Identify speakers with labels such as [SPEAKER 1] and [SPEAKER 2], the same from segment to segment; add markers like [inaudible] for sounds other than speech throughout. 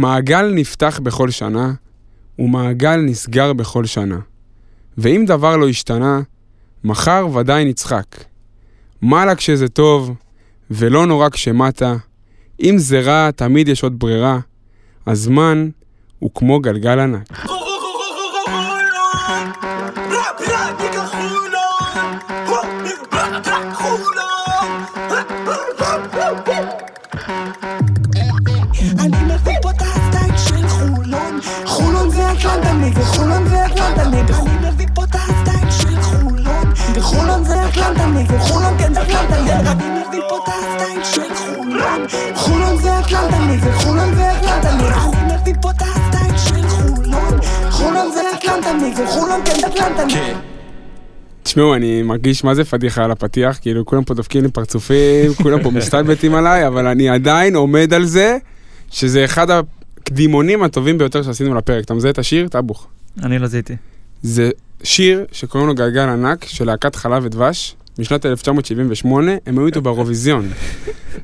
[SPEAKER 1] מעגל נפתח בכל שנה, ומעגל נסגר בכל שנה. ואם דבר לא השתנה, מחר ודאי נצחק. מה לה כשזה טוב, ולא נורא כשמט, אם זה רע, תמיד יש עוד ברירה. הזמן הוא כמו גלגל ענק.
[SPEAKER 2] אני מביא פה את הסטייל של חולון חולון זה אטלנטה נגד חולון זה אטלנטה נגד אני מביא פה את הסטייל של חולון וחולון זה אטלנטה נגד חולון כן זה אטלנטה נגד אני מביא פה את הסטייל של חולון חולון זה אטלנטה נגד חולון זה אטלנטה נגד אני מביא פה את הסטייל של חולון חולון זה אטלנטה נגד חולון כן זה אטלנטה נגד
[SPEAKER 1] תשמעו, אני מרגיש מה זה פדיחה על הפתיח, כאילו כולם פה דופקים לי פרצופים, כולם פה מסתלבטים עליי, אבל אני עדיין עומד על זה, שזה אחד הקדימונים הטובים ביותר שעשינו לפרק. אתה מזהה את השיר? טאבוך.
[SPEAKER 3] אני לא זיהיתי.
[SPEAKER 1] זה שיר שקוראים לו גלגל ענק של להקת חלב ודבש, משנת 1978, הם היו איתו באירוויזיון.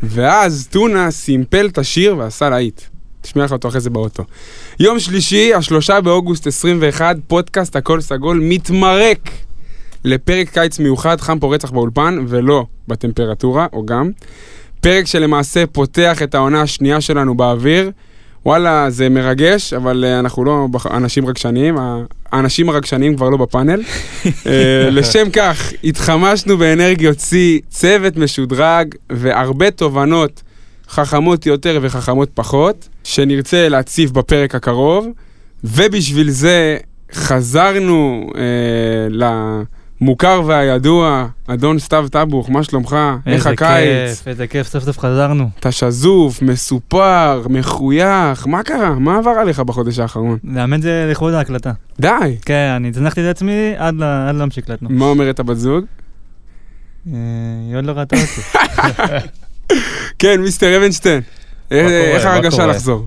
[SPEAKER 1] ואז טונה סימפל את השיר ועשה להיט. תשמיע לך אותו אחרי זה באוטו. יום שלישי, השלושה באוגוסט 21, פודקאסט הכל סגול מתמרק לפרק קיץ מיוחד, חם פה רצח באולפן, ולא בטמפרטורה, או גם. פרק שלמעשה פותח את העונה השנייה שלנו באוויר. וואלה, זה מרגש, אבל אה, אנחנו לא בח- אנשים רגשניים, ה- האנשים הרגשניים כבר לא
[SPEAKER 3] [laughs]
[SPEAKER 1] בפאנל. אה, לשם כך, התחמשנו באנרגיות שיא, צוות משודרג והרבה תובנות חכמות יותר וחכמות פחות, שנרצה להציף בפרק הקרוב, ובשביל זה חזרנו אה, למוכר והידוע, אדון סתיו טבוך, מה שלומך? איך
[SPEAKER 3] איזה
[SPEAKER 1] הקיץ?
[SPEAKER 3] כיף, איזה כיף, סוף סוף חזרנו.
[SPEAKER 1] אתה שזוף, מסופר, מחוייך, מה קרה? מה עבר עליך בחודש האחרון?
[SPEAKER 3] לאמן זה לכבוד ההקלטה.
[SPEAKER 1] די!
[SPEAKER 3] כן, אני זנחתי את עצמי עד ל- עד להמשיך הקלטנו.
[SPEAKER 1] מה אומרת הבת זוג?
[SPEAKER 3] אה, היא עוד לא ראתה אותי.
[SPEAKER 1] כן, מיסטר אבנשטיין, אה,
[SPEAKER 4] קורה?
[SPEAKER 1] איך
[SPEAKER 4] מה
[SPEAKER 1] ההרגשה
[SPEAKER 4] קורה?
[SPEAKER 1] לחזור?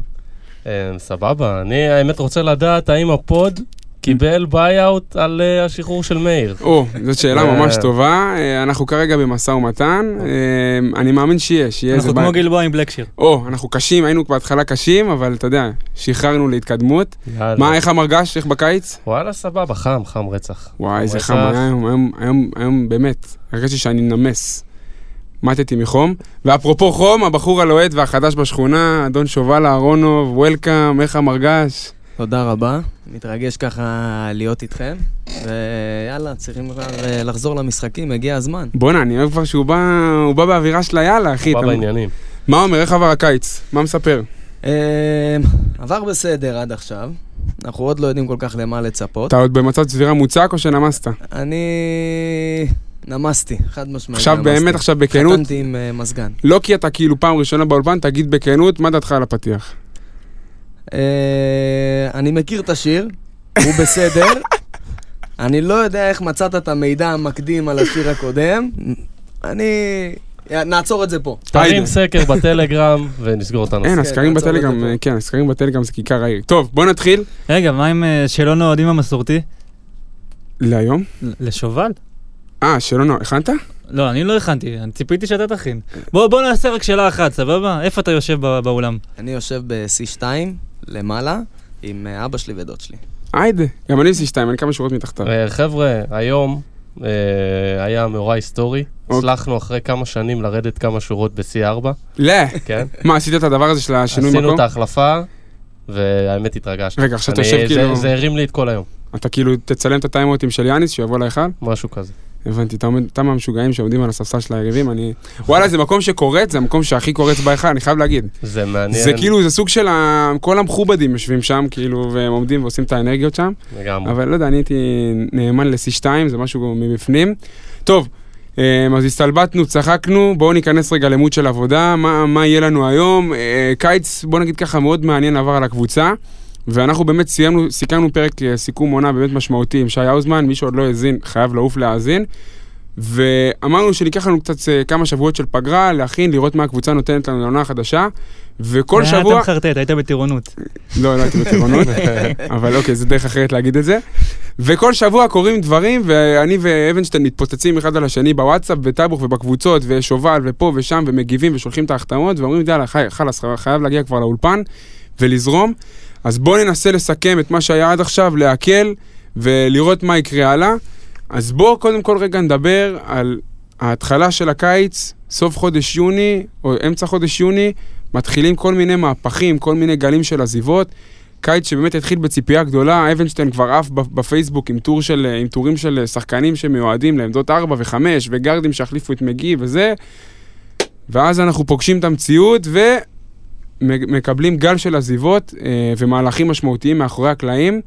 [SPEAKER 4] אה, סבבה, אני האמת רוצה לדעת האם הפוד קיבל ביי-אוט על אה, השחרור של מאיר.
[SPEAKER 1] או, זאת שאלה
[SPEAKER 4] אה.
[SPEAKER 1] ממש טובה, אה, אנחנו כרגע במשא ומתן, אה, אני מאמין שיש, יהיה [laughs] איזה
[SPEAKER 3] אנחנו
[SPEAKER 1] בעיה.
[SPEAKER 3] כמו גלבוע עם בלק שיר.
[SPEAKER 1] או, אנחנו קשים, היינו בהתחלה קשים, אבל אתה יודע, שחררנו להתקדמות.
[SPEAKER 4] יאללה.
[SPEAKER 1] מה, איך המרגש? איך בקיץ?
[SPEAKER 4] וואלה, סבבה, חם, חם רצח.
[SPEAKER 1] וואי, איזה
[SPEAKER 4] רצח.
[SPEAKER 1] חם היה היום, היום, היום, היום באמת, הרגשתי שאני נמס. מתתי מחום. ואפרופו חום, הבחור הלוהט והחדש בשכונה, אדון שובל אהרונוב, וולקאם, איך המרגש?
[SPEAKER 5] תודה רבה, מתרגש ככה להיות איתכם, ויאללה, צריכים כבר אה, לחזור למשחקים, הגיע הזמן.
[SPEAKER 1] בואנה, אני אוהב כבר שהוא בא, הוא בא באווירה של היאללה, אחי.
[SPEAKER 4] בא
[SPEAKER 1] אתה-
[SPEAKER 4] בעניינים.
[SPEAKER 1] מה אומר, איך עבר הקיץ? מה מספר?
[SPEAKER 5] אה, עבר בסדר עד עכשיו, אנחנו עוד לא יודעים כל כך למה לצפות.
[SPEAKER 1] אתה עוד במצב צבירה מוצק או שנמסת?
[SPEAKER 5] אני נמסתי, חד משמעית
[SPEAKER 1] עכשיו
[SPEAKER 5] נמסתי.
[SPEAKER 1] באמת, עכשיו בכנות,
[SPEAKER 5] חתמתי עם אה, מזגן.
[SPEAKER 1] לא כי אתה כאילו פעם ראשונה באולפן, תגיד בכנות, מה דעתך על הפתיח?
[SPEAKER 5] אה, אני מכיר את השיר, הוא
[SPEAKER 1] [laughs]
[SPEAKER 5] בסדר. אני לא יודע איך מצאת את המידע המקדים על השיר הקודם. אני... אה, נעצור את זה פה.
[SPEAKER 4] תרים
[SPEAKER 1] היידה. [laughs]
[SPEAKER 4] סקר בטלגרם ונסגור את הנושא.
[SPEAKER 1] אין,
[SPEAKER 5] כן,
[SPEAKER 1] הסקרים
[SPEAKER 5] תעצור את זה
[SPEAKER 1] בטלגרם,
[SPEAKER 5] פה.
[SPEAKER 1] אה, כן, הסקרים בטלגרם זה כיכר העיר. טוב, בוא נתחיל.
[SPEAKER 3] רגע, מה עם אה, שאלון האוהדים המסורתי?
[SPEAKER 1] להיום?
[SPEAKER 3] ל- לשובל?
[SPEAKER 1] אה, שאלון, הכנת?
[SPEAKER 3] לא, אני לא הכנתי, אני ציפיתי שאתה תכין. בוא בוא נעשה רק שאלה אחת, סבבה? איפה אתה יושב בא- באולם?
[SPEAKER 5] אני יושב ב-C2 למעלה עם אה, אבא שלי ודוד שלי.
[SPEAKER 1] היידה. גם אני C2, אני כמה שורות מתחתיו.
[SPEAKER 4] אה, חבר'ה, היום אה, היה מאורע היסטורי.
[SPEAKER 1] אוקיי.
[SPEAKER 4] הצלחנו אחרי כמה שנים לרדת כמה שורות ב-C4,
[SPEAKER 1] לא.
[SPEAKER 4] כן?
[SPEAKER 1] מה, עשית את הדבר הזה של השינוי
[SPEAKER 4] עשינו
[SPEAKER 1] מקום?
[SPEAKER 4] את ההחלפה, והאמת התרגשתי.
[SPEAKER 1] רגע, עכשיו אתה
[SPEAKER 4] אני-
[SPEAKER 1] יושב
[SPEAKER 4] זה-
[SPEAKER 1] כאילו-
[SPEAKER 4] זה הרים לי את כל היום,
[SPEAKER 1] אתה כאילו תצלם את הטיימאוטים של יאניס, שיבוא להיכל?
[SPEAKER 4] משהו כזה.
[SPEAKER 1] הבנתי, אתה עומד- אתה מהמשוגעים שעומדים על הספסל של היריבים, אני... וואלה, זה מקום שקורץ, זה המקום שהכי קורץ בהיכל, אני חייב להגיד.
[SPEAKER 4] זה מעניין.
[SPEAKER 1] זה כאילו, זה סוג של ה- כל המכובדים יושבים שם, כאילו, והם עומדים ועושים את האנרגיות שם.
[SPEAKER 4] לגמרי.
[SPEAKER 1] אבל לא יודע, אני הייתי נאמן ל-C2, זה משהו מבפנים. טוב, אמ, אז הסתלבטנו, צחקנו, בואו ניכנס רגע למוד של עבודה, מה, מה יהיה לנו היום. אה, קיץ, בוא נגיד ככה, מאוד מעניין עבר על הקבוצה, ואנחנו באמת סיימנו, סיכמנו פרק אה, סיכום עונה באמת משמעותי עם שי האוזמן, מי שעוד לא האזין חייב לעוף להאזין. ואמרנו שניקח לנו קצת אה, כמה שבועות של פגרה, להכין, לראות מה הקבוצה נותנת לנו לעונה החדשה, וכל
[SPEAKER 3] אה,
[SPEAKER 1] שבוע...
[SPEAKER 3] אתה מחרטט, היית בטירונות.
[SPEAKER 1] לא, לא הייתי בטירונות, אבל אוקיי, זו דרך אחרת להגיד את זה. וכל שבוע קורים דברים, ואני ואבנשטיין מתפוצצים אחד על השני בוואטסאפ, בטאבוך ובקבוצות, ושובל, ופה ושם, ומגיבים, ושולחים את ההחתמות, ואומרים, יאללה, חי- חלאס, חי- חייב להגיע כבר לאולפן. ולזרום. אז בואו ננסה לסכם את מה שהיה עד עכשיו, להקל ולראות מה יקרה הלאה. אז בואו קודם כל רגע נדבר על ההתחלה של הקיץ, סוף חודש יוני, או אמצע חודש יוני, מתחילים כל מיני מהפכים, כל מיני גלים של עזיבות. קיץ שבאמת התחיל בציפייה גדולה, אבנשטיין כבר עף ב- בפייסבוק עם, טור של, עם טורים של שחקנים שמיועדים לעמדות 4 ו-5, וגרדים שהחליפו את מגי וזה, ואז אנחנו פוגשים את המציאות ומקבלים גל של עזיבות אה, ומהלכים משמעותיים מאחורי הקלעים.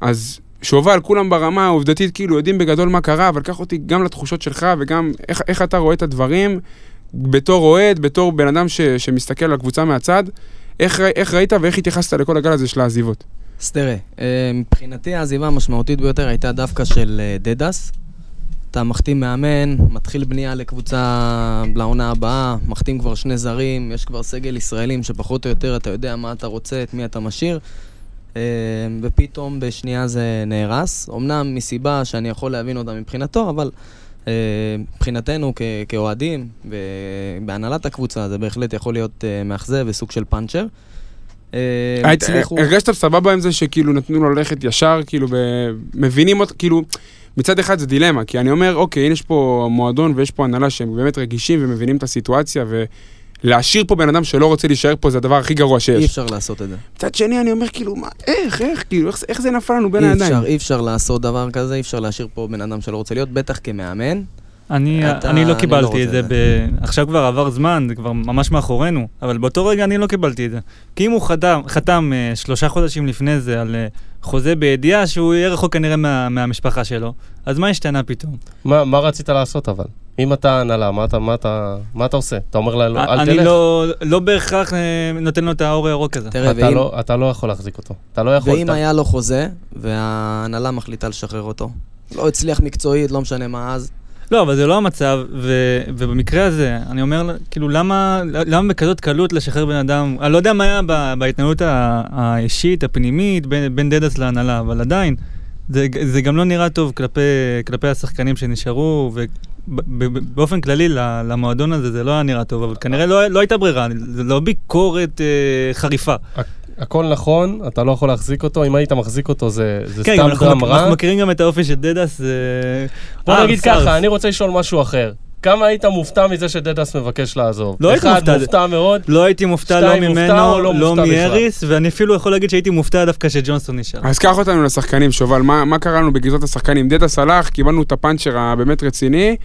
[SPEAKER 1] אז שובל, כולם ברמה העובדתית כאילו יודעים בגדול מה קרה, אבל קח אותי גם לתחושות שלך וגם איך, איך אתה רואה את הדברים בתור אוהד, בתור בן אדם ש, שמסתכל על הקבוצה מהצד. איך, ר- איך ראית ואיך התייחסת לכל הגל הזה של העזיבות?
[SPEAKER 5] אז תראה, אה, מבחינתי העזיבה המשמעותית ביותר הייתה דווקא של אה, דדס. אתה מחתים מאמן, מתחיל בנייה לקבוצה לעונה הבאה, מחתים כבר שני זרים, יש כבר סגל ישראלים שפחות או יותר אתה יודע מה אתה רוצה, את מי אתה משאיר, אה, ופתאום בשנייה זה נהרס. אמנם מסיבה שאני יכול להבין אותה מבחינתו, אבל אה, מבחינתנו כ- כאוהדים ובהנהלת הקבוצה זה בהחלט יכול להיות אה, מאכזב וסוג של פאנצ'ר. אה, הם
[SPEAKER 1] היית-
[SPEAKER 5] הצליחו-
[SPEAKER 1] הרגשת סבבה עם זה שכאילו נתנו לו ללכת ישר, כאילו ב... מבינים אותו, כאילו... מצד אחד זה דילמה, כי אני אומר, אוקיי, הנה יש פה מועדון ויש פה הנהלה שהם באמת רגישים ומבינים את הסיטואציה, ולהשאיר פה בן אדם שלא רוצה להישאר פה זה הדבר הכי גרוע
[SPEAKER 5] אי
[SPEAKER 1] שיש.
[SPEAKER 5] אפשר לעשות את זה.
[SPEAKER 1] מצד שני, אני אומר, כאילו, מה, איך, איך, כאילו, איך, איך זה נפל לנו בין
[SPEAKER 5] אי
[SPEAKER 1] הידיים?
[SPEAKER 5] אפשר, אי אפשר לעשות דבר כזה, אי אפשר להשאיר פה בן אדם שלא רוצה להיות, בטח כמאמן.
[SPEAKER 3] אני,
[SPEAKER 5] אתה-
[SPEAKER 3] אני
[SPEAKER 5] אני
[SPEAKER 3] לא
[SPEAKER 5] לא
[SPEAKER 3] קיבלתי
[SPEAKER 5] רוצה
[SPEAKER 3] את זה,
[SPEAKER 5] את
[SPEAKER 3] ב... עכשיו כבר עבר זמן, זה כבר ממש מאחורינו, אבל באותו רגע אני לא קיבלתי את זה. כי אם הוא חתם, חתם אה, שלושה חודשים לפני זה על אה, חוזה בידיעה שהוא יהיה רחוק כנראה מה, מהמשפחה שלו, אז מה השתנה פתאום?
[SPEAKER 4] מה מה רצית לעשות אבל? אם אתה הנהלה, מה אתה- מה אתה מה אתה עושה? אתה אומר לה, לא, אל
[SPEAKER 3] אני
[SPEAKER 4] תלך?
[SPEAKER 3] לא, לא בהכרח אה, נותן לו את האור הירוק הזה.
[SPEAKER 5] תראה,
[SPEAKER 4] אתה
[SPEAKER 5] ואם,
[SPEAKER 4] לא- אתה לא יכול להחזיק אותו. אתה לא יכול.
[SPEAKER 5] ואם
[SPEAKER 4] אתה-
[SPEAKER 5] היה לו חוזה, וההנהלה מחליטה לשחרר אותו. לא הצליח מקצועית, לא משנה מה אז.
[SPEAKER 3] לא, אבל זה לא המצב, ו, ובמקרה הזה, אני אומר, כאילו, למה, למה בכזאת קלות לשחרר בן אדם, אני לא יודע מה היה ב- בהתנהלות ה- האישית, הפנימית, בין, בין דדס להנהלה, אבל עדיין, זה, זה גם לא נראה טוב כלפי, כלפי השחקנים שנשארו, ובאופן כללי ל- למועדון הזה זה לא היה נראה טוב, אבל כנראה לא, לא הייתה ברירה, זה לא ביקורת אה, חריפה.
[SPEAKER 4] הכל נכון, אתה לא יכול להחזיק אותו, אם היית מחזיק אותו זה זה
[SPEAKER 3] כן, גם
[SPEAKER 4] סתם
[SPEAKER 3] אנחנו,
[SPEAKER 4] דם רע.
[SPEAKER 3] אנחנו מכירים גם את האופי של דדס, אה,
[SPEAKER 4] בוא
[SPEAKER 3] ארס,
[SPEAKER 4] נגיד
[SPEAKER 3] ארס.
[SPEAKER 4] ככה, אני רוצה לשאול משהו אחר. כמה היית מופתע מזה שדדס מבקש לעזוב?
[SPEAKER 3] לא הייתי מופתע.
[SPEAKER 4] אחד, מופתע מאוד.
[SPEAKER 3] לא הייתי מופתע לא
[SPEAKER 4] שתיים, מופתע
[SPEAKER 3] ממנו,
[SPEAKER 4] או לא
[SPEAKER 3] לא
[SPEAKER 4] מופתע בכלל?
[SPEAKER 3] מאריס, ואני אפילו יכול להגיד שהייתי מופתע דווקא שג'ונסון נשאר.
[SPEAKER 1] אז קח אותנו לשחקנים, שובל, מה, מה קרה לנו בגזרת השחקנים? דטה סלאח, קיבלנו את הפאנצ'ר הבאמת רציני,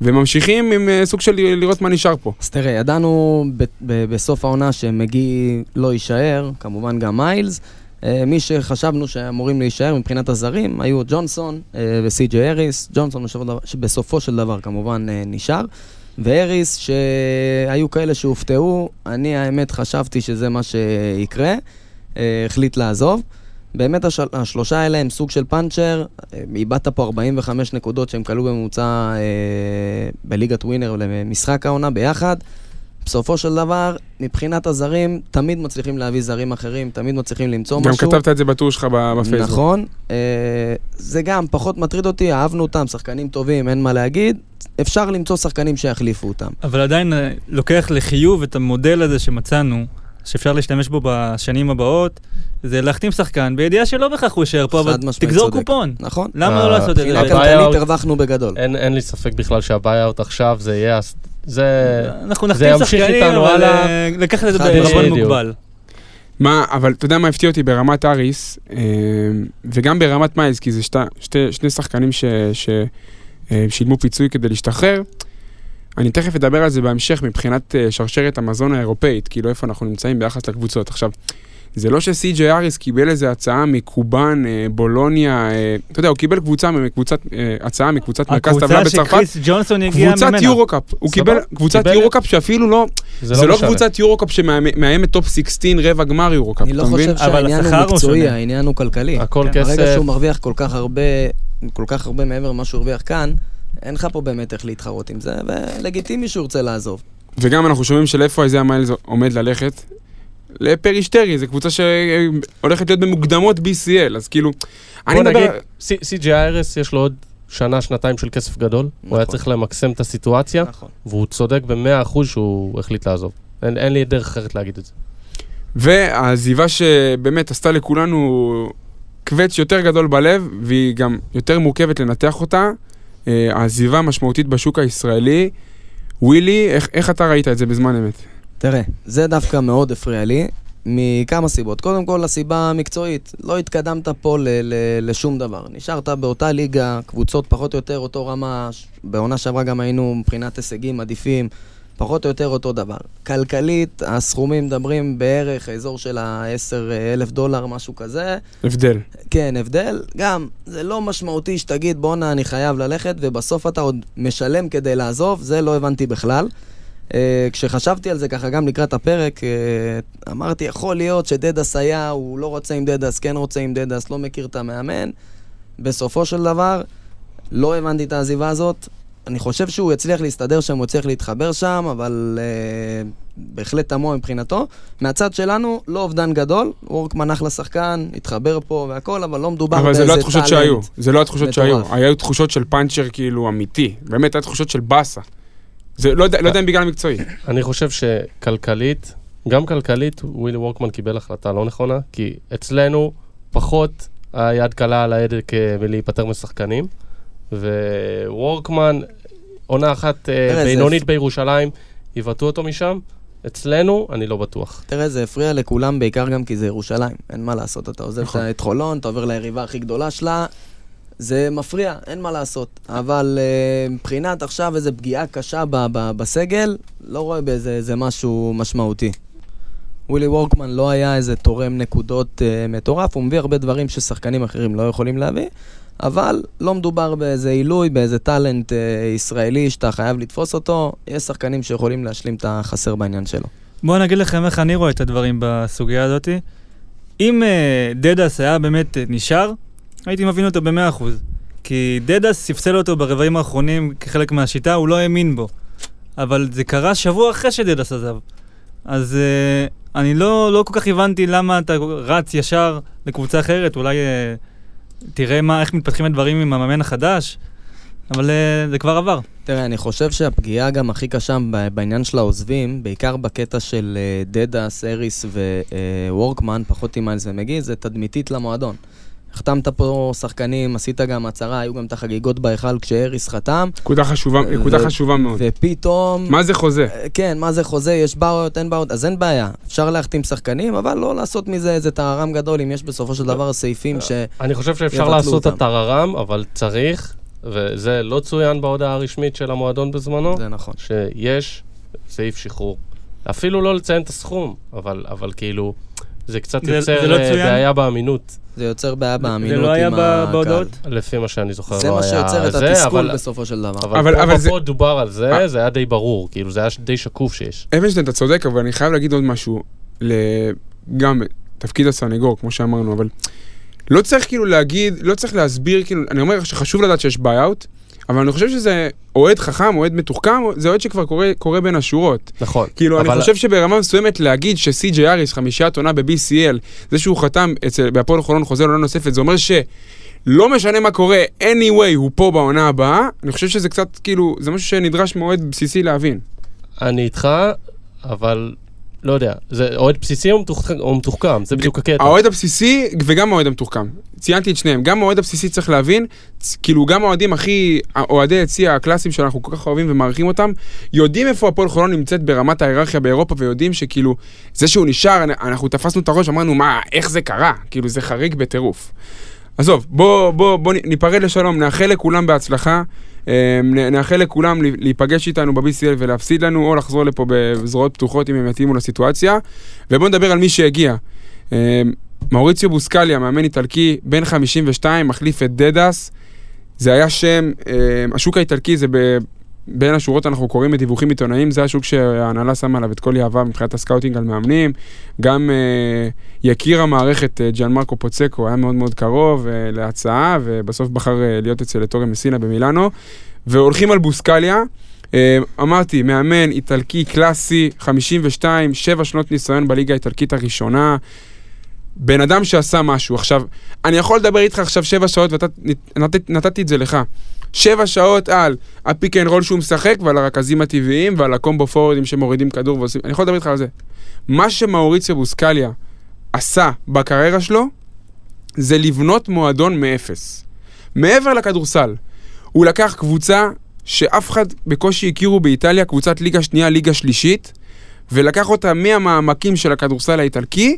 [SPEAKER 1] וממשיכים עם אה, סוג של לראות מה נשאר פה.
[SPEAKER 5] אז תראה, ידענו ב- ב- בסוף העונה שמגי לא יישאר, כמובן גם מיילס. אה, מי שחשבנו שאמורים להישאר מבחינת הזרים היו ג'ונסון אה, וסי.ג'יי אריס. ג'ונסון בסופו של דבר- שבסופו של דבר כמובן אה, נשאר. והאריס, שהיו כאלה שהופתעו, אני האמת חשבתי שזה מה שיקרה, אה, החליט לעזוב. באמת השל... השלושה האלה הם סוג של פאנצ'ר, אה, איבדת פה 45 נקודות שהם כלו בממוצע אה, בליגת ווינר למשחק העונה ביחד. בסופו של דבר, מבחינת הזרים, תמיד מצליחים להביא זרים אחרים, תמיד מצליחים למצוא
[SPEAKER 1] גם
[SPEAKER 5] משהו.
[SPEAKER 1] כתבת את זה בטור שלך ב- בפייסבוק.
[SPEAKER 5] נכון. אה, זה גם פחות מטריד אותי, אהבנו אותם, שחקנים טובים, אין מה להגיד. אפשר למצוא שחקנים שיחליפו אותם.
[SPEAKER 3] אבל עדיין אה, לוקח לחיוב את המודל הזה שמצאנו, שאפשר להשתמש בו בשנים הבאות, זה להחתים שחקן בידיעה שלא בהכרח הוא יישאר פה, אבל
[SPEAKER 5] חד משמעית
[SPEAKER 3] תגזור
[SPEAKER 5] צודק.
[SPEAKER 3] קופון.
[SPEAKER 5] נכון.
[SPEAKER 3] למה
[SPEAKER 4] אה,
[SPEAKER 3] לא לעשות את זה?
[SPEAKER 5] מבחינה
[SPEAKER 4] הבעיה
[SPEAKER 3] בעצם?
[SPEAKER 5] כלכלית
[SPEAKER 4] עוד-
[SPEAKER 5] הרווחנו בגדול.
[SPEAKER 4] אין אין לי ספק בכלל שהביי-אאוט עכשיו זה יהיה... הס- זה...
[SPEAKER 3] אנחנו
[SPEAKER 4] זה
[SPEAKER 3] נחתים
[SPEAKER 4] ימשיך
[SPEAKER 3] שחקנים,
[SPEAKER 4] איתנו
[SPEAKER 3] אבל
[SPEAKER 4] הלאה.
[SPEAKER 3] אה, לקחת את זה
[SPEAKER 5] חד
[SPEAKER 3] בערבון
[SPEAKER 4] משמעית.
[SPEAKER 3] מוגבל.
[SPEAKER 1] מה, אבל אתה יודע מה הפתיע אותי ברמת אריס, אה, וגם ברמת מיילס, כי זה שתי, שתי, שני שחקנים ש, ש, אה, שילמו פיצוי כדי להשתחרר. אני תכף אדבר על זה בהמשך מבחינת אה, שרשרת המזון האירופאית, כאילו איפה אנחנו נמצאים ביחס לקבוצות. עכשיו, זה לא שסי.ג'יי אריס קיבל איזה הצעה מקובאן, אה, בולוניה, אה, אתה יודע, הוא קיבל קבוצה מקבוצת, אה, הצעה מקבוצת מרכז טבלה
[SPEAKER 3] הקבוצה
[SPEAKER 1] בצרפת.
[SPEAKER 3] שכריס ג'ונסון הגיע ממנה.
[SPEAKER 1] קבוצת יורוקאפ, הוא
[SPEAKER 4] סבבה.
[SPEAKER 1] קיבל קבוצת
[SPEAKER 4] קיבל-
[SPEAKER 1] יורוקאפ שאפילו לא, זה לא
[SPEAKER 4] משנה.
[SPEAKER 1] קבוצת יורוקאפ שמאיימת טופ 16 רבע גמר יורוקאפ,
[SPEAKER 5] אני
[SPEAKER 1] אתה
[SPEAKER 5] לא
[SPEAKER 1] מבין?
[SPEAKER 5] חושב
[SPEAKER 3] אבל
[SPEAKER 5] שהעניין הוא
[SPEAKER 3] השכר הוא
[SPEAKER 5] מקצועי,
[SPEAKER 3] שונה.
[SPEAKER 5] העניין הוא כלכלי.
[SPEAKER 4] הכל
[SPEAKER 3] כן,
[SPEAKER 4] כסף.
[SPEAKER 5] ברגע שהוא מרוויח כל כך הרבה, כל כך הרבה מעבר למה שהוא הרוויח כאן, אין לך פה באמת איך להתחרות עם זה, ולגיטימי שהוא ירצה לעזוב.
[SPEAKER 1] וגם אנחנו שומעים שלאיפה איזה המייל עומד ללכת? לפרישטרי, זו קבוצה שהולכת להיות במוקדמות BCL, אז כאילו... אני
[SPEAKER 4] בוא
[SPEAKER 1] מדבר...
[SPEAKER 4] נגיד, סי.ג'י איירס יש לו עוד שנה, שנתיים של כסף גדול. הוא היה
[SPEAKER 5] נכון.
[SPEAKER 4] צריך למקסם את הסיטואציה,
[SPEAKER 5] נכון.
[SPEAKER 4] והוא צודק במאה אחוז שהוא החליט לעזוב. אין אין לי דרך אחרת להגיד את זה.
[SPEAKER 1] והעזיבה שבאמת עשתה לכולנו קווץ' יותר גדול בלב, והיא גם יותר מורכבת לנתח אותה, אה, העזיבה המשמעותית בשוק הישראלי. ווילי, איך, איך אתה ראית את זה בזמן אמת?
[SPEAKER 5] תראה, זה דווקא מאוד הפריע לי, מכמה סיבות. קודם כל, הסיבה המקצועית, לא התקדמת פה ל- ל- לשום דבר. נשארת באותה ליגה, קבוצות פחות או יותר אותו רמה, ש- בעונה שעברה גם היינו מבחינת הישגים עדיפים, פחות או יותר אותו דבר. כלכלית, הסכומים מדברים בערך האזור של ה-10 אלף דולר, משהו כזה.
[SPEAKER 1] הבדל.
[SPEAKER 5] כן, הבדל. גם, זה לא משמעותי שתגיד, בואנה, אני חייב ללכת, ובסוף אתה עוד משלם כדי לעזוב, זה לא הבנתי בכלל. Uh, כשחשבתי על זה ככה גם לקראת הפרק, uh, אמרתי, יכול להיות שדדס היה, הוא לא רוצה עם דדס, כן רוצה עם דדס, לא מכיר את המאמן. בסופו של דבר, לא הבנתי את העזיבה הזאת. אני חושב שהוא יצליח להסתדר שם, הוא יצליח להתחבר שם, אבל uh, בהחלט תמוה מבחינתו. מהצד שלנו, לא אובדן גדול, וורקמן אחלה שחקן, התחבר פה והכל, אבל לא מדובר
[SPEAKER 1] אבל זה לא התחושות שהיו, זה לא התחושות
[SPEAKER 5] מטורף.
[SPEAKER 1] שהיו. היו תחושות של פאנצ'ר כאילו אמיתי. באמת, היו תחושות של באסה. זה, לא, יודע- לא יודע אם בגלל המקצועי.
[SPEAKER 4] אני חושב שכלכלית, גם כלכלית, ווילי וורקמן קיבל החלטה לא נכונה, כי אצלנו פחות היד קלה על ההדק אה, מלהיפטר משחקנים, ווורקמן, עונה אחת אה,
[SPEAKER 5] תראה, זה-
[SPEAKER 4] בינונית בירושלים, יבעטו אותו משם, אצלנו אני לא בטוח.
[SPEAKER 5] תראה, זה הפריע לכולם, בעיקר גם כי זה ירושלים. אין מה לעשות, אתה עוזב
[SPEAKER 1] נכון.
[SPEAKER 5] את חולון, אתה עובר ליריבה הכי גדולה שלה, זה מפריע, אין מה לעשות. אבל אה, מבחינת עכשיו איזו פגיעה קשה ב- ב- בסגל, לא רואה באיזה איזה משהו משמעותי. ווילי וורקמן לא היה איזה תורם נקודות אה, מטורף, הוא מביא הרבה דברים ששחקנים אחרים לא יכולים להביא, אבל לא מדובר באיזה עילוי, באיזה טאלנט אה, ישראלי שאתה חייב לתפוס אותו, יש שחקנים שיכולים להשלים את החסר בעניין שלו.
[SPEAKER 3] בואו אני אגיד לכם איך אני רואה את הדברים בסוגיה הזאת. אם אה, דדס היה באמת אה, נשאר, הייתי מבין אותו ב-100%. כי דדס ספסל אותו ברבעים האחרונים כחלק מהשיטה, הוא לא האמין בו. אבל זה קרה שבוע אחרי שדדס עזב. אז אה, אני לא, לא כל כך הבנתי למה אתה רץ ישר לקבוצה אחרת, אולי אה, תראה מה, איך מתפתחים הדברים עם המאמן החדש, אבל אה, זה כבר עבר.
[SPEAKER 5] תראה, אני חושב שהפגיעה גם הכי קשה ב- בעניין של העוזבים, בעיקר בקטע של אה, דדס, אריס ווורקמן, אה, פחות עם מיילס ומגי, זה תדמיתית למועדון. החתמת פה שחקנים, עשית גם הצהרה, היו גם את החגיגות בהיכל כשאריס חתם,
[SPEAKER 1] נקודה חשובה, נקודה
[SPEAKER 5] ו-
[SPEAKER 1] חשובה מאוד.
[SPEAKER 5] ופתאום...
[SPEAKER 1] מה זה חוזה?
[SPEAKER 5] אה, כן, מה זה חוזה, יש בעיות, אין בעיות, אז אין בעיה. אפשר להחתים שחקנים, אבל לא לעשות מזה איזה טררם גדול, אם יש בסופו של דבר סעיפים ש...
[SPEAKER 4] אני חושב שאפשר
[SPEAKER 5] יבטלו
[SPEAKER 4] לעשות את
[SPEAKER 5] אותם.
[SPEAKER 4] הטררם, אבל צריך, וזה לא צוין בהודעה הרשמית של המועדון
[SPEAKER 1] לא.
[SPEAKER 4] בזמנו,
[SPEAKER 5] זה נכון.
[SPEAKER 4] שיש סעיף שחרור. אפילו לא לציין את הסכום, אבל, אבל כאילו, זה קצת
[SPEAKER 3] זה-
[SPEAKER 4] יוצר
[SPEAKER 3] זה לא
[SPEAKER 4] אה,
[SPEAKER 3] צוין?
[SPEAKER 4] בעיה באמינות,
[SPEAKER 5] זה יוצר בעיה באמינות
[SPEAKER 3] זה
[SPEAKER 5] עם
[SPEAKER 3] לא היה ב-
[SPEAKER 5] הקהל.
[SPEAKER 3] בהודעות?
[SPEAKER 4] לפי מה שאני זוכר.
[SPEAKER 5] זה
[SPEAKER 4] לא
[SPEAKER 5] מה
[SPEAKER 4] היה
[SPEAKER 5] שיוצר את
[SPEAKER 4] זה,
[SPEAKER 5] התסכול
[SPEAKER 4] אבל,
[SPEAKER 5] בסופו של דבר.
[SPEAKER 4] אבל,
[SPEAKER 1] אבל-
[SPEAKER 4] פה,
[SPEAKER 1] אבל
[SPEAKER 4] פה,
[SPEAKER 1] זה-
[SPEAKER 4] פה דובר על
[SPEAKER 1] אה.
[SPEAKER 4] זה, זה היה די ברור, כאילו, זה היה ש- די שקוף שיש.
[SPEAKER 1] אבנשטיין, אתה צודק, אבל אני חייב להגיד עוד משהו. ל... גם תפקיד הסנגור, כמו שאמרנו, אבל לא צריך כאילו להגיד, לא צריך להסביר, כאילו, אני אומר שחשוב לדעת שיש ביי-אוט, אבל אני חושב שזה אוהד חכם, אוהד מתוחכם, זה אוהד שכבר קורה, קורה בין השורות.
[SPEAKER 4] נכון.
[SPEAKER 1] כאילו, אבל...
[SPEAKER 4] אבל-
[SPEAKER 1] אני חושב שברמה מסוימת להגיד שסי.ג'י אריס, חמישיית עונה ב-BCL, זה שהוא חתם אצל, בהפועל חולון חוזר לעונה נוספת, זה אומר ש... לא משנה מה קורה, anyway, הוא פה בעונה הבאה, אני חושב שזה קצת, כאילו, זה משהו שנדרש מאוהד בסיסי להבין.
[SPEAKER 4] אני איתך, אבל לא יודע, זה אוהד בסיסי או מתוחכם- או מתוחכם, זה בדיוק הקטע.
[SPEAKER 1] האוהד הבסיסי וגם האוהד המתוחכם. ציינתי את שניהם. גם האוהד הבסיסי צריך להבין, צ- כאילו גם האוהדים הכי, אוהדי היציע הקלאסיים שאנחנו כל כך אוהבים ומעריכים אותם, יודעים איפה הפועל חולון נמצאת ברמת ההיררכיה באירופה, ויודעים שכאילו, זה שהוא נשאר, אנ- אנחנו תפסנו את הראש, אמרנו, מה, איך זה קרה? כאילו, זה חריג בטירוף. עזוב, בוא, בוא, בוא נ- ניפרד לשלום, נאחל לכולם בהצלחה. אמ, נ- נאחל לכולם ל- להיפגש איתנו ב-BCL ולהפסיד לנו, או לחזור לפה בזרועות פתוחות אם הם יתאימו לסיטואציה. ובואו נדבר על מי שהגיע. אה, מאוריציו בוסקליה, מאמן איטלקי, בן 52, מחליף את דדס. זה היה שם, אה, השוק האיטלקי זה ב... בין השורות אנחנו קוראים בדיווחים עיתונאיים, זה השוק שההנהלה שמה עליו את כל יהבה מבחינת הסקאוטינג על מאמנים. גם אה, יקיר המערכת, אה, ג'אן מרקו פוצקו, היה מאוד מאוד קרוב אה, להצעה, ובסוף בחר אה, להיות אצל טורי מסינה במילאנו. והולכים על בוסקליה. אה, אמרתי, מאמן איטלקי קלאסי, 52, 7 שנות ניסיון בליגה האיטלקית הראשונה. בן אדם שעשה משהו, עכשיו, אני יכול לדבר איתך עכשיו שבע שעות ונתתי את זה לך. שבע שעות על הפיק אנד רול שהוא משחק ועל הרכזים הטבעיים ועל הקומבו פורורדים שמורידים כדור ועושים, אני יכול לדבר איתך על זה. מה שמאוריציו בוסקליה עשה בקריירה שלו, זה לבנות מועדון מאפס. מעבר לכדורסל, הוא לקח קבוצה שאף אחד בקושי הכירו באיטליה, קבוצת ליגה שנייה, ליגה שלישית, ולקח אותה מהמעמקים של הכדורסל האיטלקי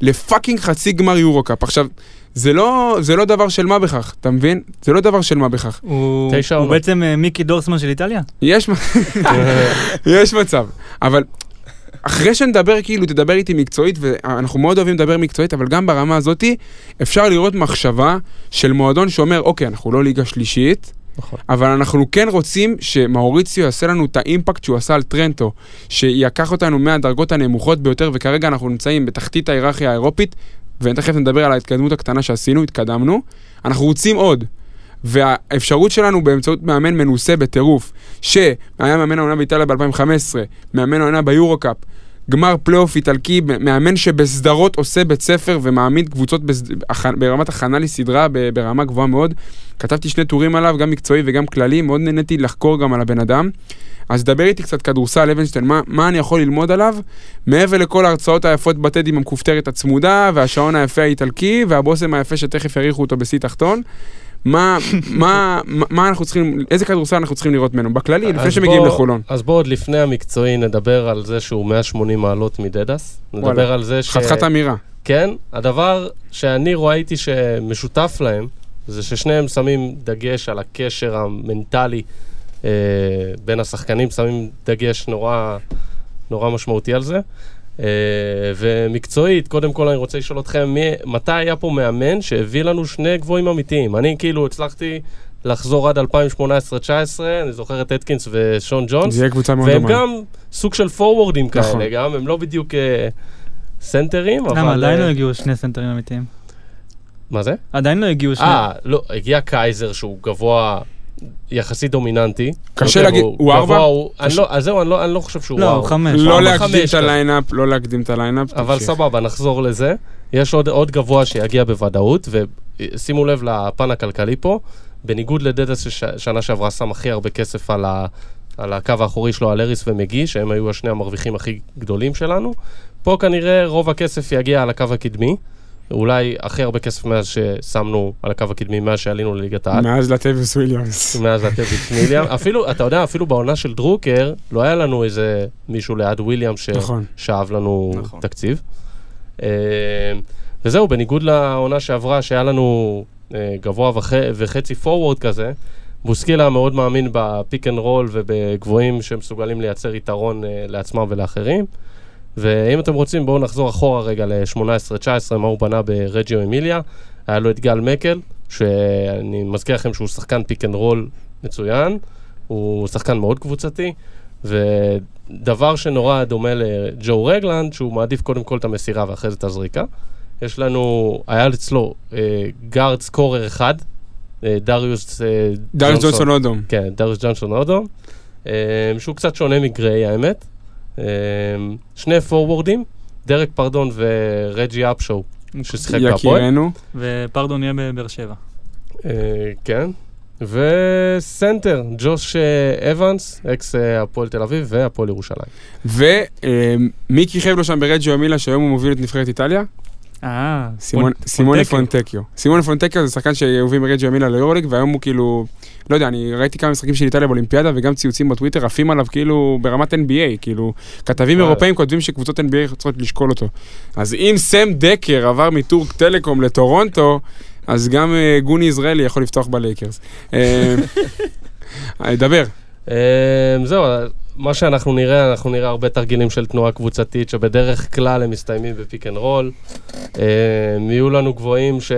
[SPEAKER 1] לפאקינג חצי גמר יורו-קאפ. עכשיו, זה לא, זה לא דבר של מה בכך, אתה מבין? זה לא דבר של מה בכך.
[SPEAKER 3] הוא
[SPEAKER 4] תשע
[SPEAKER 3] הוא
[SPEAKER 4] עונות.
[SPEAKER 3] בעצם אה, מיקי דורסמן של איטליה?
[SPEAKER 1] יש, מ- יש מצב, אבל אחרי שנדבר, כאילו, תדבר איתי מקצועית, ואנחנו מאוד אוהבים לדבר מקצועית, אבל גם ברמה הזאתי, אפשר לראות מחשבה של מועדון שאומר, אוקיי, אנחנו לא ליגה שלישית,
[SPEAKER 4] נכון.
[SPEAKER 1] אבל אנחנו כן רוצים שמאוריציו יעשה לנו את האימפקט שהוא עשה על טרנטו, שיקח אותנו מהדרגות הנמוכות ביותר, וכרגע אנחנו נמצאים בתחתית ההיררכיה האירופית, ותכף נדבר על ההתקדמות הקטנה שעשינו, התקדמנו. אנחנו רוצים עוד. והאפשרות שלנו באמצעות מאמן מנוסה בטירוף, שהיה מאמן העונה באיטליה ב-2015, מאמן העונה ביורו-קאפ, גמר פלייאוף איטלקי, מאמן שבסדרות עושה בית ספר ומעמיד קבוצות בסד... הכ... ברמת הכנה לסדרה ב- ברמה גבוהה מאוד. כתבתי שני טורים עליו, גם מקצועי וגם כללי, מאוד נהניתי לחקור גם על הבן אדם. אז דבר איתי קצת כדורסל, אבנשטיין, מה, מה אני יכול ללמוד עליו? מעבר לכל ההרצאות היפות בטד עם המכופתרת הצמודה, והשעון היפה האיטלקי, והבושם היפה שתכף יריחו אותו בשיא תחתון. מה, מה, מה, מה אנחנו צריכים, איזה כדורסל אנחנו צריכים לראות ממנו? בכללי, לפני
[SPEAKER 4] אז
[SPEAKER 1] שמגיעים
[SPEAKER 4] בוא-
[SPEAKER 1] לחולון.
[SPEAKER 4] אז בואו עוד לפני המקצועי נדבר על זה שהוא 180 מעלות מדדס.
[SPEAKER 1] וואלה.
[SPEAKER 4] נדבר על זה ש...
[SPEAKER 1] חתיכת אמירה.
[SPEAKER 4] כן, הדבר שאני ראיתי שמשותף להם, זה ששניהם שמים דגש על הקשר המנטלי אה, בין השחקנים, שמים דגש נורא, נורא משמעותי על זה. אה, ומקצועית, קודם כל אני רוצה לשאול אתכם, מי, מתי היה פה מאמן שהביא לנו שני גבוהים אמיתיים? אני כאילו הצלחתי לחזור עד 2018-2019, אני זוכר את אטקינס ושון ג'ונס.
[SPEAKER 1] זה יהיה קבוצה מאוד
[SPEAKER 4] והם
[SPEAKER 1] דומה.
[SPEAKER 4] גם סוג של פורוורדים
[SPEAKER 1] נכון.
[SPEAKER 4] כאלה, גם הם לא בדיוק אה, סנטרים, אבל...
[SPEAKER 3] למה, עדיין
[SPEAKER 4] אה,
[SPEAKER 3] לא הגיעו שני סנטרים אמיתיים.
[SPEAKER 4] מה זה?
[SPEAKER 3] עדיין לא הגיעו שני...
[SPEAKER 4] אה, לא, הגיע קייזר שהוא גבוה יחסית דומיננטי.
[SPEAKER 1] קשה
[SPEAKER 4] אוקיי,
[SPEAKER 1] להגיד, הוא ארבע?
[SPEAKER 4] גבוה, הוא- אני לא- אז זהו, אני לא- אני לא חושב שהוא
[SPEAKER 3] לא, הוא
[SPEAKER 4] וואו.
[SPEAKER 3] חמש.
[SPEAKER 4] ארבע,
[SPEAKER 1] לא להקדים
[SPEAKER 4] חמש
[SPEAKER 1] את
[SPEAKER 4] כזה.
[SPEAKER 1] הליינאפ, לא להקדים את הליינאפ.
[SPEAKER 4] אבל
[SPEAKER 1] תמשיך.
[SPEAKER 4] סבבה, נחזור לזה. יש עוד, עוד גבוה שיגיע בוודאות, ושימו לב לפן הכלכלי פה, בניגוד לדדס ששנה שעברה שם הכי הרבה כסף על, ה, על הקו האחורי שלו, על אריס ומגי, שהם היו השני המרוויחים הכי גדולים שלנו, פה כנראה רוב הכסף יגיע על הקו הקדמי. אולי הכי הרבה כסף מאז ששמנו על הקו הקדמי, מאז שעלינו לליגת העל.
[SPEAKER 1] מאז לטביוס וויליאמס.
[SPEAKER 4] מאז הטביץ וויליאם. אפילו, אתה יודע, אפילו בעונה של דרוקר, לא היה לנו איזה מישהו ליד וויליאם ש...
[SPEAKER 1] נכון.
[SPEAKER 4] שאב לנו
[SPEAKER 5] נכון.
[SPEAKER 4] תקציב. אה, וזהו, בניגוד לעונה שעברה, שהיה לנו אה, גבוה וח... וחצי forward כזה, בוסקילה מאוד מאמין בפיק אנד רול ובגבוהים שמסוגלים לייצר יתרון אה, לעצמם ולאחרים. ואם אתם רוצים, בואו נחזור אחורה רגע ל-18-19, מה הוא בנה ברג'יו אמיליה. היה לו את גל מקל, שאני מזכיר לכם שהוא שחקן פיק אנד רול מצוין, הוא שחקן מאוד קבוצתי, ודבר שנורא דומה לג'ו רגלנד, שהוא מעדיף קודם כל את המסירה ואחרי זה את הזריקה. יש לנו, היה אצלו אה, גארד סקורר אחד, אה, דריוס אה,
[SPEAKER 1] דארס ג'ונסון אודום.
[SPEAKER 4] כן, דריוס ג'ונסון אודו, אה, שהוא קצת שונה מגריי האמת. אה, שני פורוורדים, דרק פרדון ורג'י אפשו, ששיחק בהפועל.
[SPEAKER 1] יקירנו.
[SPEAKER 3] ופרדון יהיה בבאר שבע.
[SPEAKER 4] אה, כן. וסנטר, ג'וש אה, אבנס, אקס אה, הפועל תל אביב והפועל ירושלים.
[SPEAKER 1] ומי כיכב אה, לו שם ברג'יו אמילה, שהיום הוא מוביל את נבחרת איטליה?
[SPEAKER 3] אה,
[SPEAKER 1] סימון- סימוני פונטקיו. סימוני פונטקיו זה שחקן שהוביל מרג'יו אמילה ליורוליג, והיום הוא כאילו, לא יודע, אני ראיתי כמה משחקים של איטליה באולימפיאדה, וגם ציוצים בטוויטר עפים עליו כאילו ברמת NBA, כאילו, כתבים
[SPEAKER 4] וואלה.
[SPEAKER 1] אירופאים כותבים שקבוצות NBA צריכות לשקול אותו. אז אם סם דקר עבר מטורק טלקום לטורונטו, אז גם אה, גוני יזרעאלי יכול לפתוח בלייקרס.
[SPEAKER 4] [laughs]
[SPEAKER 1] אה, אה, דבר.
[SPEAKER 4] אה, זהו, מה שאנחנו נראה, אנחנו נראה הרבה תרגילים של תנועה קבוצתית, שבדרך כלל הם מסתיימים בפיק אנד רול. אה, יהיו לנו גבוהים ש...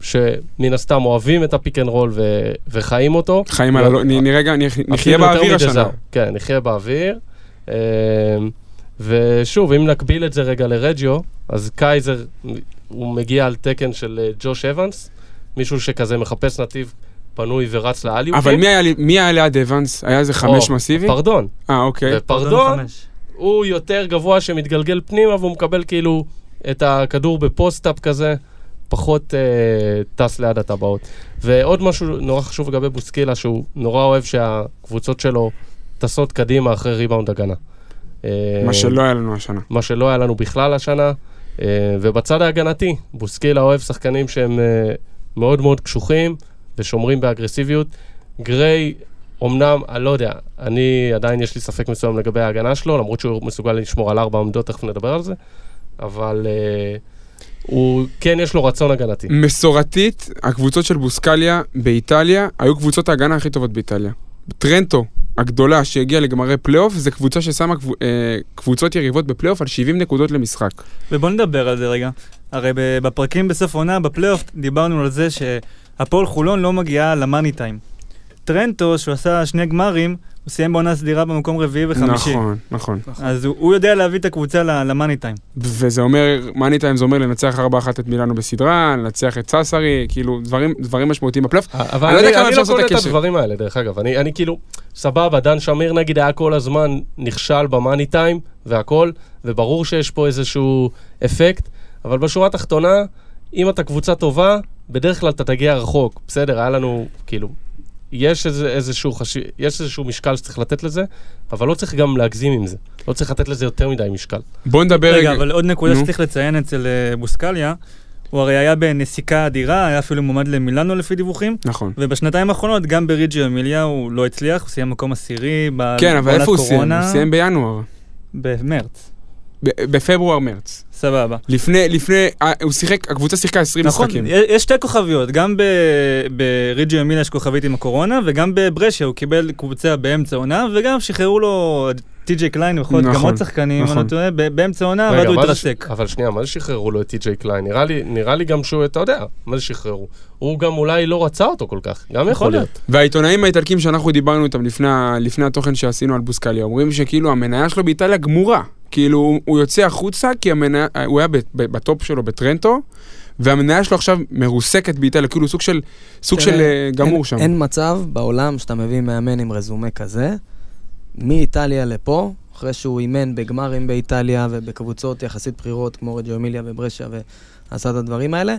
[SPEAKER 4] שמן הסתם אוהבים את הפיק אנד רול ו... וחיים אותו.
[SPEAKER 1] חיים על הלא... נ- נראה גם, נח- נחיה
[SPEAKER 4] לא, אה, אפילו יותר
[SPEAKER 1] באוויר
[SPEAKER 4] מדי
[SPEAKER 1] השנה.
[SPEAKER 4] זר. כן, נחיה באוויר. אמ, ושוב, אם נקביל את זה רגע לרג'יו, אז קייזר, הוא מגיע על תקן של אה, ג'וש אבנס, מישהו שכזה מחפש נתיב פנוי ורץ לאליופים.
[SPEAKER 1] אבל מי היה לי- מי היה ליד אבנס? היה איזה חמש
[SPEAKER 4] אוקיי. או,
[SPEAKER 1] מסיבי?
[SPEAKER 4] פרדון.
[SPEAKER 1] אה, אוקיי.
[SPEAKER 4] ופרדון
[SPEAKER 3] חמש.
[SPEAKER 4] הוא יותר גבוה שמתגלגל פנימה והוא מקבל כאילו את הכדור בפוסט-אפ כזה, פחות אה, טס ליד הטבעות. ועוד משהו נורא חשוב לגבי בוסקילה, שהוא נורא אוהב שהקבוצות שלו טסות קדימה אחרי ריבאונד הגנה. אה,
[SPEAKER 1] מה שלא היה לנו השנה.
[SPEAKER 4] מה שלא היה לנו בכלל השנה. אה, ובצד ההגנתי, בוסקילה אוהב שחקנים שהם אה, מאוד מאוד קשוחים ושומרים באגרסיביות. גריי, אמנם, אני לא יודע, אני עדיין יש לי ספק מסוים לגבי ההגנה שלו, למרות שהוא מסוגל לשמור על ארבע עמדות, תכף נדבר על זה, אבל אה, הוא, כן יש לו רצון הגנתי.
[SPEAKER 1] מסורתית, הקבוצות של בוסקליה באיטליה היו קבוצות ההגנה הכי טובות באיטליה. טרנטו הגדולה שהגיעה לגמרי פלייאוף, זו קבוצה ששמה קב... אה, קבוצות יריבות בפלייאוף על 70 נקודות למשחק.
[SPEAKER 3] ובוא נדבר על זה רגע. הרי ב- בפרקים בסוף עונה, בפלייאוף, דיברנו על זה שהפועל חולון לא מגיעה למאני טיים. טרנטו, שהוא עשה שני גמרים, הוא סיים בעונה סדירה במקום רביעי וחמישי.
[SPEAKER 1] נכון, נכון.
[SPEAKER 3] אז הוא, הוא יודע להביא את הקבוצה ל- למאני טיים.
[SPEAKER 1] וזה אומר, מאני טיים זה אומר לנצח 4-1 את מילאנו בסדרה, לנצח את ססרי, כאילו דברים, דברים משמעותיים בפלייאוף.
[SPEAKER 4] אבל
[SPEAKER 1] אני לא יודע
[SPEAKER 4] אני,
[SPEAKER 1] כמה
[SPEAKER 4] אני,
[SPEAKER 1] אפשר
[SPEAKER 4] לא
[SPEAKER 1] לעשות את
[SPEAKER 4] קולט את
[SPEAKER 1] הקשר.
[SPEAKER 4] הדברים האלה, דרך אגב. אני, אני כאילו, סבבה, דן שמיר נגיד היה כל הזמן נכשל במאני טיים והכל, וברור שיש פה איזשהו אפקט, אבל בשורה התחתונה, אם אתה קבוצה טובה, בדרך כלל אתה תגיע רחוק. בסדר, היה לנו, כאילו, יש, איזה, איזשהו חש... יש איזשהו משקל שצריך לתת לזה, אבל לא צריך גם להגזים עם זה. לא צריך לתת לזה יותר מדי משקל.
[SPEAKER 1] בואו נדבר
[SPEAKER 3] רגע, אבל עוד נקודה
[SPEAKER 1] נו.
[SPEAKER 3] שצריך לציין אצל אה, בוסקליה, הוא הרי היה בנסיקה אדירה, היה אפילו מועמד למילאנו לפי דיווחים,
[SPEAKER 1] נכון.
[SPEAKER 3] ובשנתיים האחרונות גם בריג'יו אמיליה הוא לא הצליח, הוא סיים מקום עשירי, ב-
[SPEAKER 1] כן, אבל
[SPEAKER 3] בעונת
[SPEAKER 1] איפה הוא סיים?
[SPEAKER 3] קורונה,
[SPEAKER 1] הוא סיים בינואר.
[SPEAKER 3] במרץ,
[SPEAKER 1] ב- בפברואר-מרץ.
[SPEAKER 3] סבבה.
[SPEAKER 1] לפני, לפני, אה, הוא שיחק, הקבוצה שיחקה 20
[SPEAKER 3] נכון,
[SPEAKER 1] משחקים.
[SPEAKER 3] יש יש שתי כוכביות, גם ב- בריג'יו אמיליה יש כוכבית עם הקורונה, וגם בברשיה הוא קיבל קבוצה באמצע עונה, וגם שחררו לו טי.ג'יי קליין, בכל זאת גם
[SPEAKER 1] נכון,
[SPEAKER 3] עוד שחקנים, אם אני
[SPEAKER 1] נכון.
[SPEAKER 3] לא טועה, ב- באמצע עונה,
[SPEAKER 4] רגע,
[SPEAKER 3] ואז הוא
[SPEAKER 4] מה זה ש-
[SPEAKER 3] התרסק.
[SPEAKER 4] אבל שנייה, מה זה שחררו לו את טי.ג'יי קליין? נראה לי, נראה לי גם שהוא, אתה יודע, מה זה שחררו? הוא גם אולי לא רצה אותו כל כך, גם יכול
[SPEAKER 3] יכול
[SPEAKER 4] להיות.
[SPEAKER 3] להיות.
[SPEAKER 1] והעיתונאים האיטלקים שאנחנו דיברנו איתם לפני, ה- לפני התוכן שעשינו על בוסקליה, אומרים שכאילו המניה שלו באיטליה גמורה. כאילו, הוא- הוא יוצא החוצה כי המניה, הוא היה ב- ב- בטופ שלו בטרנטו, והמניה שלו עכשיו מרוסקת באיטליה, כאילו סוג של, סוג
[SPEAKER 5] תראה,
[SPEAKER 1] של אה, גמור
[SPEAKER 5] אין,
[SPEAKER 1] שם.
[SPEAKER 5] אין מצב בעולם שאתה מביא מאמן עם רזומה כזה, מאיטליה לפה, אחרי שהוא אימן בגמרים באיטליה ובקבוצות יחסית בחירות כמו רג'ו אמיליה וברשע ועשה את הדברים האלה,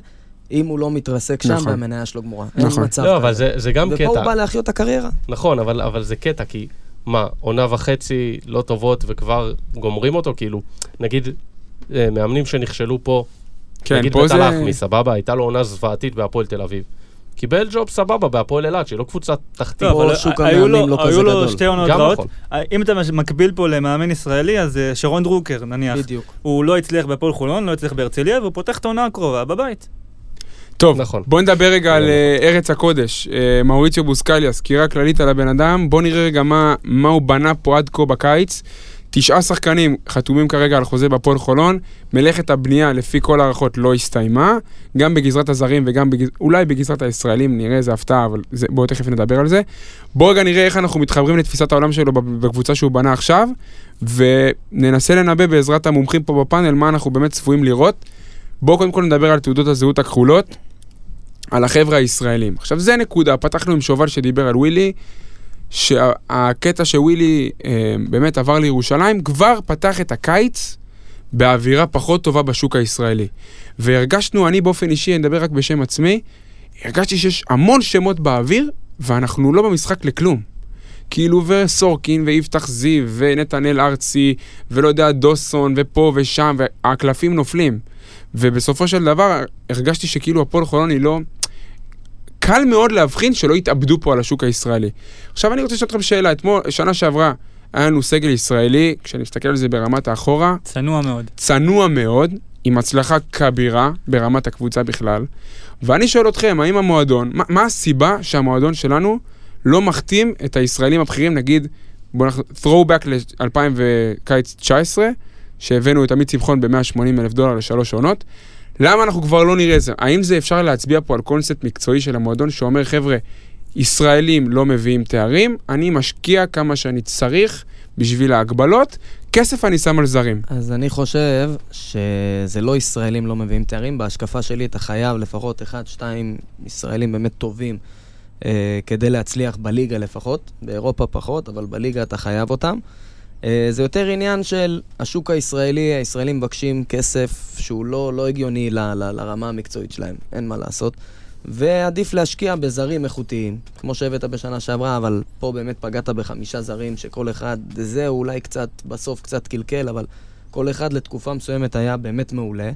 [SPEAKER 5] אם הוא לא מתרסק שם
[SPEAKER 1] נכון.
[SPEAKER 5] והמניה שלו גמורה. אין
[SPEAKER 1] נכון.
[SPEAKER 5] מצב.
[SPEAKER 4] לא, אבל
[SPEAKER 5] כזה.
[SPEAKER 4] זה, זה גם
[SPEAKER 5] ופה הוא
[SPEAKER 4] קטע.
[SPEAKER 5] בא להחיות את הקריירה.
[SPEAKER 4] נכון, אבל, אבל זה קטע, כי מה, עונה וחצי לא טובות וכבר גומרים אותו, כאילו, נגיד, אה, מאמנים שנכשלו פה,
[SPEAKER 1] כן,
[SPEAKER 4] נגיד
[SPEAKER 1] פה
[SPEAKER 4] בית
[SPEAKER 1] זה...
[SPEAKER 4] הלחמי, סבבה, הייתה לו עונה זוועתית בהפועל תל אביב. קיבל ג'וב סבבה בהפועל אילת, שהיא לא קבוצה תחתית.
[SPEAKER 5] טוב,
[SPEAKER 3] לא, אבל
[SPEAKER 5] שוק
[SPEAKER 3] היו
[SPEAKER 5] המאמנים
[SPEAKER 3] לו-
[SPEAKER 5] לא כזה
[SPEAKER 3] היו לו
[SPEAKER 5] גדול.
[SPEAKER 3] שתי עונות
[SPEAKER 4] גם
[SPEAKER 3] רעות.
[SPEAKER 4] נכון.
[SPEAKER 3] אם אתה מש- מקביל פה למאמן ישראלי, אז אה, שרון דרוקר, נניח.
[SPEAKER 5] בדיוק.
[SPEAKER 3] הוא לא הצליח בהפועל חולון, לא הצליח בהרצליה, והוא פותח את העונה הקרובה בבית.
[SPEAKER 1] טוב,
[SPEAKER 4] נכון.
[SPEAKER 1] בוא נדבר רגע על
[SPEAKER 4] נכון.
[SPEAKER 1] אה, ארץ הקודש. אה, מאוריציו בוסקליה, סקירה כללית על הבן אדם. בוא נראה רגע מה, מה הוא בנה פה עד כה בקיץ. תשעה שחקנים חתומים כרגע על חוזה בהפועל חולון. מלאכת הבנייה, לפי כל הערכות, לא הסתיימה. גם בגזרת הזרים וגם בגז... אולי בגזרת הישראלים, נראה איזה הפתעה, אבל זה... בואו תכף נדבר על זה. בואו רגע נראה איך אנחנו מתחברים לתפיסת העולם שלו בב- בקבוצה שהוא בנה עכשיו, וננסה לנבא בעזרת המומחים פה בפאנל מה אנחנו באמת צפויים לראות. בואו קודם כל נדבר על תעודות הזהות הכחולות, על החבר'ה הישראלים. עכשיו, זה נקודה, פתחנו עם שובל שדיבר על ווילי, שהקטע שווילי אה, באמת עבר לירושלים, כבר פתח את הקיץ באווירה פחות טובה בשוק הישראלי. והרגשנו, אני באופן אישי, אני מדבר רק בשם עצמי, הרגשתי שיש המון שמות באוויר, ואנחנו לא במשחק לכלום. כאילו, וסורקין, ויפתח זיו, ונתנאל ארצי, ולא יודע, דוסון, ופה ושם, והקלפים נופלים. ובסופו של דבר, הרגשתי שכאילו הפועל חולון היא לא... קל מאוד להבחין שלא יתאבדו פה על השוק הישראלי. עכשיו אני רוצה לשאול אתכם שאלה. אתמול, שנה שעברה, היה לנו סגל ישראלי, כשאני מסתכל על זה ברמת האחורה,
[SPEAKER 3] צנוע מאוד.
[SPEAKER 1] צנוע מאוד, עם הצלחה כבירה ברמת הקבוצה בכלל. ואני שואל אתכם, האם המועדון, מה, מה הסיבה שהמועדון שלנו לא מחתים את הישראלים הבכירים, נגיד, בואו נח... throwback ל-2000 וקיץ 19, שהבאנו את עמית שמחון ב-180 אלף דולר לשלוש עונות, למה אנחנו כבר לא נראה את זה? האם זה אפשר להצביע פה על קונספט מקצועי של המועדון שאומר, חבר'ה, ישראלים לא מביאים תארים, אני משקיע כמה שאני צריך בשביל ההגבלות, כסף אני שם על זרים.
[SPEAKER 5] אז אני חושב שזה לא ישראלים לא מביאים תארים. בהשקפה שלי אתה חייב לפחות אחד, שתיים ישראלים באמת טובים אה, כדי להצליח בליגה לפחות. באירופה פחות, אבל בליגה אתה חייב אותם. אה, זה יותר עניין של השוק הישראלי, הישראלים מבקשים כסף שהוא לא, לא הגיוני ל, ל, לרמה המקצועית שלהם, אין מה לעשות. ועדיף להשקיע בזרים איכותיים, כמו שהבאת בשנה שעברה, אבל פה באמת פגעת בחמישה זרים שכל אחד, זה אולי קצת, בסוף קצת קלקל, אבל כל אחד לתקופה מסוימת היה באמת מעולה,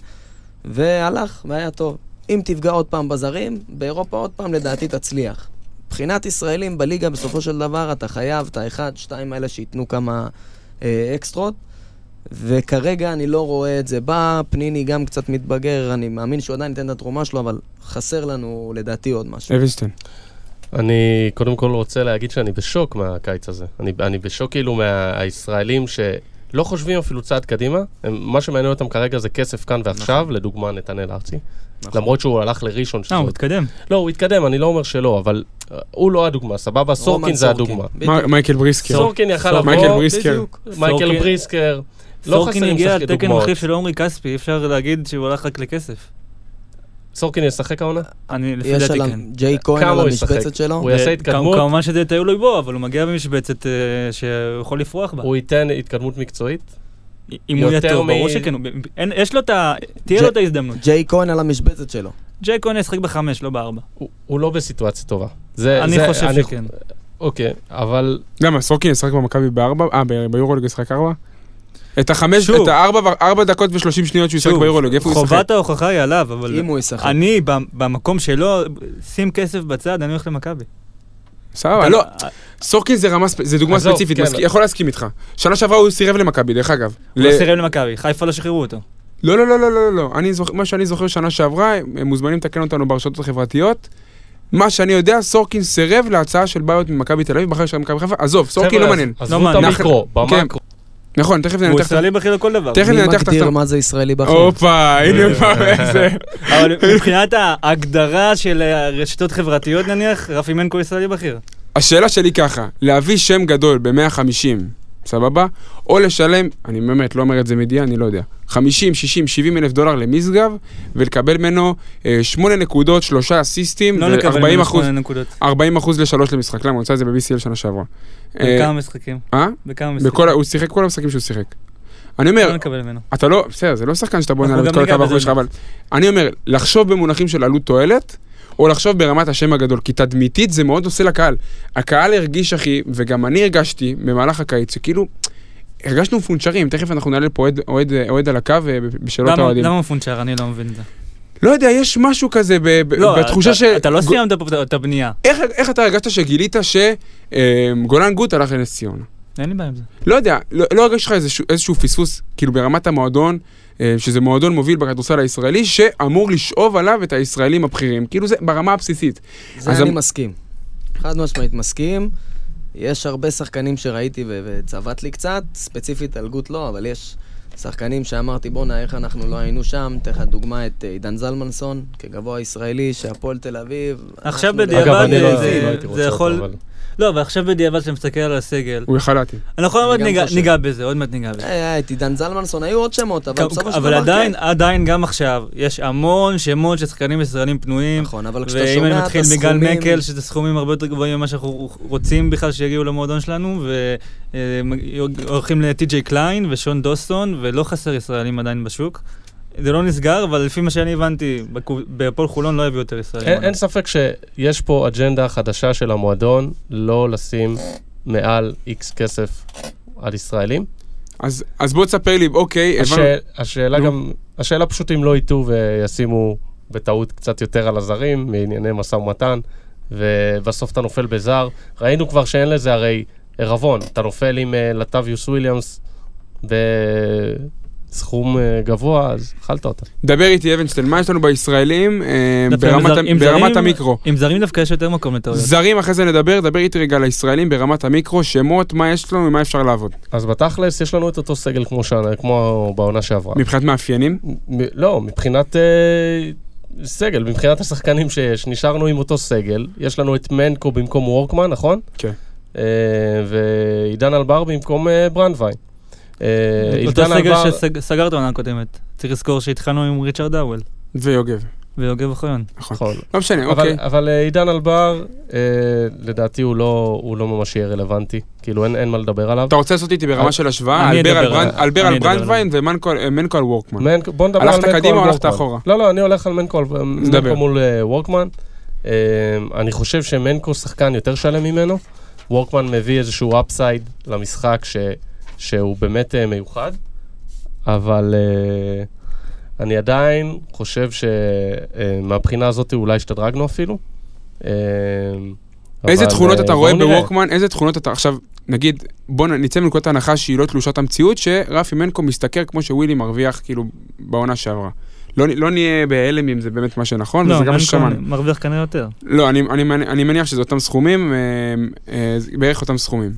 [SPEAKER 5] והלך, והיה טוב. אם תפגע עוד פעם בזרים, באירופה עוד פעם לדעתי תצליח. מבחינת ישראלים בליגה, בסופו של דבר אתה חייב את האחד, שתיים האלה שייתנו כמה אה, אקסטרות, וכרגע אני לא רואה את זה בא, פניני גם קצת מתבגר, אני מאמין שהוא עדיין ייתן את התרומה שלו, אבל חסר לנו לדעתי עוד משהו.
[SPEAKER 1] אבישטיין.
[SPEAKER 4] אני קודם כל רוצה להגיד שאני בשוק מהקיץ הזה. אני, אני בשוק כאילו מהישראלים שלא חושבים אפילו צעד קדימה. הם, מה שמעניין אותם כרגע זה כסף כאן ועכשיו, נכון. לדוגמה נתנאל ארצי. נכון. למרות שהוא הלך לראשון
[SPEAKER 3] אה,
[SPEAKER 4] שזה...
[SPEAKER 3] הוא התקדם.
[SPEAKER 4] לא, הוא התקדם, אני לא אומר שלא, אבל אה, הוא לא הדוגמה, סבבה? סורקין
[SPEAKER 5] רומן
[SPEAKER 4] זה
[SPEAKER 5] סורקין,
[SPEAKER 4] הדוגמה.
[SPEAKER 5] בדיוק.
[SPEAKER 1] מי- מייקל בריסקר.
[SPEAKER 4] סורקין יכל
[SPEAKER 3] סורקין.
[SPEAKER 1] מייקל
[SPEAKER 4] לבוא,
[SPEAKER 1] בריסקר.
[SPEAKER 3] בדיוק.
[SPEAKER 4] מייקל
[SPEAKER 3] כן. סורקין-
[SPEAKER 4] בריסקר. לא
[SPEAKER 3] סורקין
[SPEAKER 4] חסרים
[SPEAKER 3] הגיע
[SPEAKER 4] שחקי
[SPEAKER 3] על תקן
[SPEAKER 4] דוגמאות.
[SPEAKER 3] מחליף של עומרי כספי, אי אפשר להגיד שהוא הלך רק לכסף.
[SPEAKER 4] סורקין ישחק העונה?
[SPEAKER 3] אני, לפי
[SPEAKER 5] יש
[SPEAKER 3] דעתי
[SPEAKER 5] עליו
[SPEAKER 3] כן.
[SPEAKER 5] ג'יי כהן
[SPEAKER 4] כמה
[SPEAKER 5] על
[SPEAKER 4] הוא ישחק?
[SPEAKER 5] המשבצת שלו.
[SPEAKER 4] הוא יעשה
[SPEAKER 3] אה,
[SPEAKER 4] התקדמות?
[SPEAKER 3] כמ- כמובן שזה תלוי בו, אבל הוא מגיע במשבצת אה, שהוא יכול לפרוח בה.
[SPEAKER 4] הוא ייתן התקדמות מקצועית?
[SPEAKER 3] אם הוא יהיה
[SPEAKER 4] יותר
[SPEAKER 3] טוב,
[SPEAKER 4] מ-
[SPEAKER 3] ברור שכן. הוא- אין- יש לו את ה... תהיה לו את ההזדמנות.
[SPEAKER 5] ג'יי כהן על המשבצת שלו.
[SPEAKER 3] ג'יי כהן ישחק בחמש, לא בארבע.
[SPEAKER 4] הוא- הוא לא בסיטואציה טובה. זה-
[SPEAKER 3] אני
[SPEAKER 4] אה, זה-
[SPEAKER 3] חושב
[SPEAKER 4] אני-
[SPEAKER 3] שכן.
[SPEAKER 4] אוקיי, אבל
[SPEAKER 1] למה, סורקין ישחק במכבי בארבע? אה, ב- ביורוליג ישחק ארבע? את החמש,
[SPEAKER 3] שוב.
[SPEAKER 1] את הארבע ו- ארבע דקות ושלושים שניות שהוא ישחק
[SPEAKER 3] שוב,
[SPEAKER 1] ביורוליג, איפה הוא ישחק?
[SPEAKER 3] חובת ההוכחה היא עליו, אבל...
[SPEAKER 5] אם הוא ישחק.
[SPEAKER 3] אני, ב- במקום שלו, שים כסף בצד, אני הולך למכבי.
[SPEAKER 1] סבבה, לא, סורקין זה רמה, ספ- זה דוגמה
[SPEAKER 4] עזוב,
[SPEAKER 1] ספציפית,
[SPEAKER 4] כן.
[SPEAKER 1] מסכי- יכול להסכים איתך. שנה שעברה הוא סירב למכבי, דרך אגב.
[SPEAKER 3] לא. הוא
[SPEAKER 1] ל-
[SPEAKER 3] לא סירב למכבי, חיפה לא שחררו אותו.
[SPEAKER 1] לא, לא, לא, לא, לא, לא. אני זוכר, מה שאני זוכר שנה שעברה, הם מוזמנים לתקן אותנו ברשתות החברתיות. מה שאני יודע, סורקין סירב להצעה של בעיות ממכבי תל אביב, בחר של מכבי חיפה. עזוב, סורקין
[SPEAKER 4] חבר'ה,
[SPEAKER 1] לא
[SPEAKER 4] אז-
[SPEAKER 1] מעניין.
[SPEAKER 4] עזבו
[SPEAKER 3] לא
[SPEAKER 4] את
[SPEAKER 3] מעניין.
[SPEAKER 4] המיקרו,
[SPEAKER 1] כן.
[SPEAKER 4] במקרו.
[SPEAKER 1] נכון, תכף
[SPEAKER 3] הוא
[SPEAKER 1] ננתח את ה...
[SPEAKER 3] ישראלי בכיר לכל דבר.
[SPEAKER 1] תכף
[SPEAKER 5] מי
[SPEAKER 1] ננתח את
[SPEAKER 5] מגדיר
[SPEAKER 1] ה...
[SPEAKER 5] מה זה ישראלי בחיים?
[SPEAKER 1] הופה, הנה
[SPEAKER 3] אה.
[SPEAKER 1] מה איזה...
[SPEAKER 3] אבל מבחינת ההגדרה של הרשתות חברתיות נניח, רפי מנקו ישראלי בכיר.
[SPEAKER 1] השאלה שלי ככה, להביא שם גדול ב-150, סבבה? או לשלם, אני באמת לא אומר את זה מידיעה, אני לא יודע, 50, 60, 70 אלף דולר למשגב, ולקבל ממנו 8 נקודות, 3 אסיסטים,
[SPEAKER 3] לא נקבל ממנו
[SPEAKER 1] ו-40 אחוז, אה,
[SPEAKER 3] שמונה נקודות.
[SPEAKER 1] 40 אחוז לשלוש למשחק. למה? הוא עשה את זה ב-BCL שנה שעברה. אה,
[SPEAKER 3] בכמה משחקים?
[SPEAKER 1] אה?
[SPEAKER 3] בכמה משחקים?
[SPEAKER 1] בכל, ה- הוא שיחק כל המשחקים שהוא שיחק. אני
[SPEAKER 3] לא
[SPEAKER 1] אומר,
[SPEAKER 3] נקבל ממנו.
[SPEAKER 1] אתה לא, בסדר, זה לא שחקן שאתה בונה
[SPEAKER 3] אנחנו
[SPEAKER 1] עליו את
[SPEAKER 3] גם
[SPEAKER 1] כל
[SPEAKER 3] ניגע
[SPEAKER 1] הקו האחורי
[SPEAKER 3] בזה.
[SPEAKER 1] שלך, אבל אני אומר, לחשוב במונחים של עלות תועלת, או לחשוב ברמת השם הגדול, כי תדמיתית זה מאוד עושה לקהל. הקהל הרגיש, אחי, וגם אני הרגשתי במהלך הקיץ, שכאילו, הרגשנו מפונצ'רים, תכף אנחנו נעלה פה אוהד- אוהד- אוהד על הקו אה, ב- בשאלות
[SPEAKER 3] למה-
[SPEAKER 1] האוהדים.
[SPEAKER 3] למה מפונצ'ר? אני לא מבין את זה.
[SPEAKER 1] לא יודע, יש משהו כזה ב- ב-
[SPEAKER 3] לא,
[SPEAKER 1] אה, בתחושה
[SPEAKER 3] אתה-
[SPEAKER 1] ש...
[SPEAKER 3] אתה לא
[SPEAKER 1] גו-
[SPEAKER 3] סיימת פה את הבנייה.
[SPEAKER 1] איך- איך אתה הרגשת שגילית שגולן גוט הלך לנס ציונה?
[SPEAKER 3] אין לי בעיה עם זה.
[SPEAKER 1] לא יודע, לא, לא הרגש לך איזשהו, איזשהו פספוס, כאילו ברמת המועדון, אה, שזה מועדון מוביל בכדורסל הישראלי, שאמור לשאוב עליו את הישראלים הבכירים. כאילו זה ברמה הבסיסית.
[SPEAKER 5] זה
[SPEAKER 1] אז
[SPEAKER 5] אני
[SPEAKER 1] אמ-
[SPEAKER 5] מסכים. חד משמעית מסכים. יש הרבה שחקנים שראיתי ו- וצבט לי קצת, ספציפית על גוט לא, אבל יש שחקנים שאמרתי, בואנה, איך אנחנו לא היינו שם. אתן לך דוגמה את אה, עידן זלמנסון, כגבוה ישראלי, שהפועל תל אביב.
[SPEAKER 3] עכשיו
[SPEAKER 5] אנחנו-
[SPEAKER 3] בדיעבד,
[SPEAKER 4] אגב, אני לא
[SPEAKER 3] זה-
[SPEAKER 4] לא הייתי
[SPEAKER 3] זה
[SPEAKER 4] רוצה
[SPEAKER 3] יכול-
[SPEAKER 4] אותו, אבל...
[SPEAKER 3] לא, אבל עכשיו בדיעבד כשאתה מסתכל על הסגל.
[SPEAKER 1] הוא יכל להתאים.
[SPEAKER 3] אנחנו עוד
[SPEAKER 5] אני
[SPEAKER 3] מעט
[SPEAKER 5] גם
[SPEAKER 3] ניגע-
[SPEAKER 5] חושב.
[SPEAKER 3] ניגע בזה, עוד מעט ניגע בזה.
[SPEAKER 5] אה, היה את עידן זלמנסון, היו עוד שמות, אבל בסופו של דבר...
[SPEAKER 3] אבל עדיין,
[SPEAKER 5] כן.
[SPEAKER 3] עדיין גם עכשיו, יש המון שמות של שחקנים ישראלים פנויים.
[SPEAKER 5] נכון, אבל כשאתה
[SPEAKER 3] ואם אני
[SPEAKER 5] שומע את
[SPEAKER 3] מתחיל מגל
[SPEAKER 5] הסכומים...
[SPEAKER 3] מקל, שזה סכומים הרבה יותר גבוהים ממה שאנחנו רוצים בכלל שיגיעו למועדון שלנו, אה, והולכים לטי.ג'יי קליין ושון דוסון, ולא חסר ישראלים עדיין בשוק. זה לא נסגר, אבל לפי מה שאני הבנתי, בקו- בהפועל חולון לא הביאו יותר ישראלים.
[SPEAKER 4] אין, אין ספק שיש פה אג'נדה חדשה של המועדון, לא לשים מעל איקס כסף על ישראלים.
[SPEAKER 1] אז, אז בוא תספר לי, אוקיי,
[SPEAKER 4] הש...
[SPEAKER 1] הבנו.
[SPEAKER 4] השאלה
[SPEAKER 1] נו.
[SPEAKER 4] גם, השאלה פשוט אם לא יטעו וישימו בטעות קצת יותר על הזרים, מענייני משא ומתן, ובסוף אתה נופל בזר. ראינו כבר שאין לזה הרי עירבון, אתה נופל עם uh, לטביוס וויליאמס בסכום uh, גבוה, אז אכלת אותה.
[SPEAKER 1] דבר איתי אבנשטיין, מה יש לנו בישראלים אה,
[SPEAKER 3] דווקא עם
[SPEAKER 1] ברמת,
[SPEAKER 3] זר- עם
[SPEAKER 1] ה- ברמת
[SPEAKER 3] זרים- לא,
[SPEAKER 1] המיקרו?
[SPEAKER 3] עם זרים דווקא יש יותר מקום לטעויות.
[SPEAKER 1] זרים, אחרי זה נדבר, דבר איתי רגע על הישראלים ברמת המיקרו, שמות, מה יש לנו ומה אפשר לעבוד.
[SPEAKER 3] אוקיי.
[SPEAKER 4] אז בתכלס יש לנו את אותו סגל כמו, שנה, כמו בעונה שעברה.
[SPEAKER 1] מבחינת מאפיינים?
[SPEAKER 4] מ- לא, מבחינת אה, סגל, מבחינת השחקנים שיש, נשארנו עם אותו סגל. יש לנו את מנקו במקום וורקמן, נכון?
[SPEAKER 1] כן.
[SPEAKER 4] אה, ועידן אלבר במקום אה, ברנדווין. אה,
[SPEAKER 3] אותו
[SPEAKER 4] עידן
[SPEAKER 3] סגל
[SPEAKER 4] אלבר-
[SPEAKER 3] שסגרת עונה קודמת. צריך לזכור שהתחלנו עם ריצ'רד דאוול.
[SPEAKER 1] ויוגב.
[SPEAKER 3] ויוגב אוחיון.
[SPEAKER 4] נכון.
[SPEAKER 1] לא משנה,
[SPEAKER 4] אבל,
[SPEAKER 1] אוקיי.
[SPEAKER 4] אבל אה, עידן אלבר, אה, לדעתי הוא לא, הוא לא ממש יהיה רלוונטי, כאילו אין, אין מה לדבר עליו.
[SPEAKER 1] אתה רוצה לעשות איתי ברמה
[SPEAKER 4] אני-
[SPEAKER 1] של השוואה?
[SPEAKER 3] אני
[SPEAKER 1] אלבר על
[SPEAKER 3] אדבר
[SPEAKER 1] ברנד-
[SPEAKER 3] עליו.
[SPEAKER 1] אלבר על
[SPEAKER 3] אני אדבר
[SPEAKER 1] ברנדווין ומנקו על וורקמן.
[SPEAKER 4] מנק, בוא נדבר על
[SPEAKER 1] הלכת
[SPEAKER 4] מנקו על
[SPEAKER 1] קדימה או הלכת
[SPEAKER 4] וורקמן.
[SPEAKER 1] אחורה?
[SPEAKER 4] לא, לא, אני הולך על מנקו, על- מנקו
[SPEAKER 1] נדבר.
[SPEAKER 4] מול אה, וורקמן. אה, אני חושב שמנקו שחקן יותר שלם ממנו. וורקמן מביא איזשהו אפסייד למשחק ש, שהוא באמת אה, מיוחד, אבל אה, אני עדיין חושב שמהבחינה הזאת אולי השתדרגנו אפילו. אה,
[SPEAKER 1] איזה
[SPEAKER 4] אבל,
[SPEAKER 1] תכונות
[SPEAKER 4] אה,
[SPEAKER 1] אתה רואה
[SPEAKER 4] בואו נראה.
[SPEAKER 1] בוורקמן? איזה תכונות אתה... עכשיו, נגיד, בוא נ- נצא מנקודת ההנחה שהיא לא תלושת המציאות, שרפי מנקו משתכר כמו שווילי מרוויח, כאילו, בעונה שעברה. לא, נ- לא נהיה בהלם אם זה באמת מה שנכון, נכון,
[SPEAKER 4] לא,
[SPEAKER 1] וזה גם מה
[SPEAKER 3] מנקו
[SPEAKER 1] ששמענו.
[SPEAKER 3] לא, מרוויח כנראה יותר.
[SPEAKER 1] לא, אני, אני, מנ- אני מניח שזה אותם סכומים, אה, אה, זה בערך אותם סכומים.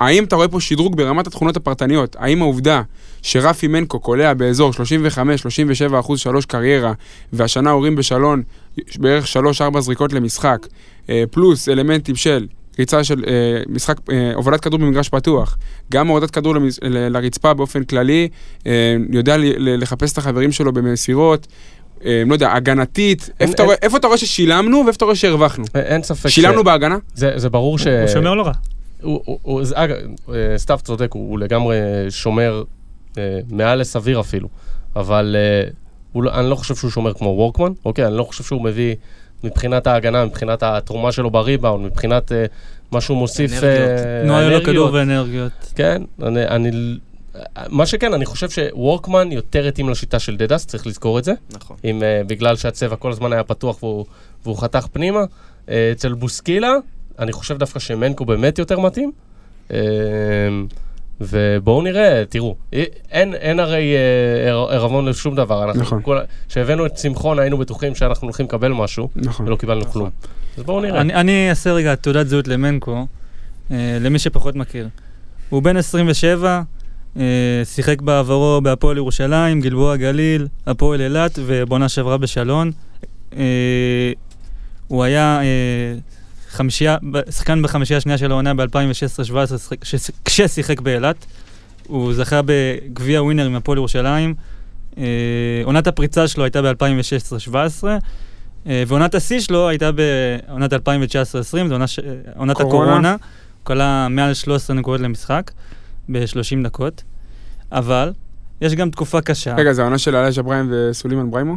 [SPEAKER 1] האם אתה רואה פה שדרוג ברמת התכונות הפרטניות? האם העובדה שרפי מנקו קולע באזור 35-37 אחוז שלוש קריירה, והשנה הורים בשלון יש בערך 3-4 זריקות למשחק, אה, פלוס אלמנטים של ריצה של אה, משחק, אה, הובלת כדור במגרש פתוח, גם הורדת כדור למז- ל- לרצפה באופן כללי, אה, יודע ל- ל- לחפש את החברים שלו במסירות, אה, לא יודע, הגנתית,
[SPEAKER 4] אין-
[SPEAKER 1] איפה אתה
[SPEAKER 4] אין-
[SPEAKER 1] רואה- איפה אתה רואה ששילמנו ואיפה אתה רואה שהרווחנו?
[SPEAKER 4] אה, אין ספק
[SPEAKER 1] שילמנו בהגנה?
[SPEAKER 4] זה, זה ברור ש...
[SPEAKER 3] הוא שומר לא רע.
[SPEAKER 4] הוא, הוא, הוא, זה- אגב, אה, סתיו צודק, הוא, הוא לגמרי שומר אה, מעל לסביר אפילו, אבל אה, הוא, לא- אני לא חושב שהוא שומר כמו וורקמן, אוקיי? אני לא חושב שהוא מביא מבחינת ההגנה, מבחינת התרומה שלו בריבאונד, מבחינת אה, מה שהוא מוסיף... אה,
[SPEAKER 3] תנועה לו
[SPEAKER 4] אנרגיות.
[SPEAKER 3] כדור ואנרגיות.
[SPEAKER 4] כן, אני, אני... מה שכן, אני חושב שוורקמן יותר התאים לשיטה של דדס, צריך לזכור את זה.
[SPEAKER 5] נכון.
[SPEAKER 4] עם, uh, בגלל שהצבע כל הזמן היה פתוח והוא, והוא חתך פנימה. Uh, אצל בוסקילה, אני חושב דווקא שמנקו באמת יותר מתאים. Uh, ובואו נראה, תראו, אי- אין, אין הרי אה, עיר- עירבון לשום דבר. אנחנו
[SPEAKER 1] נכון.
[SPEAKER 4] כל, כשהבאנו את שמחון היינו בטוחים שאנחנו הולכים לקבל משהו,
[SPEAKER 1] נכון.
[SPEAKER 4] ולא קיבלנו כלום. אז בואו נראה.
[SPEAKER 3] אני- אני אעשה רגע תעודת זהות למנקו, אה, למי שפחות מכיר. הוא בן 27, אה, שיחק בעברו בהפועל ירושלים, גלבוע גליל, הפועל אילת ובעונה שעברה בשלון. אה, הוא היה אה, חמישייה, ב- שחקן בחמישייה השנייה של העונה ב-2016-2017 כששיחק באילת. הוא זכה בגביע ווינר עם הפועל ירושלים. אה, עונת הפריצה שלו הייתה ב-2016-2017. אה, ועונת השיא שלו הייתה בעונת 2019-2020, זו עונה ש- אה, עונת
[SPEAKER 1] קורונה.
[SPEAKER 3] הקורונה. הוא כלה מעל 13 נקודות למשחק ב-30 דקות. אבל יש גם תקופה קשה.
[SPEAKER 1] רגע, זה העונה של אלייג' אברהם וסולימן בריימו?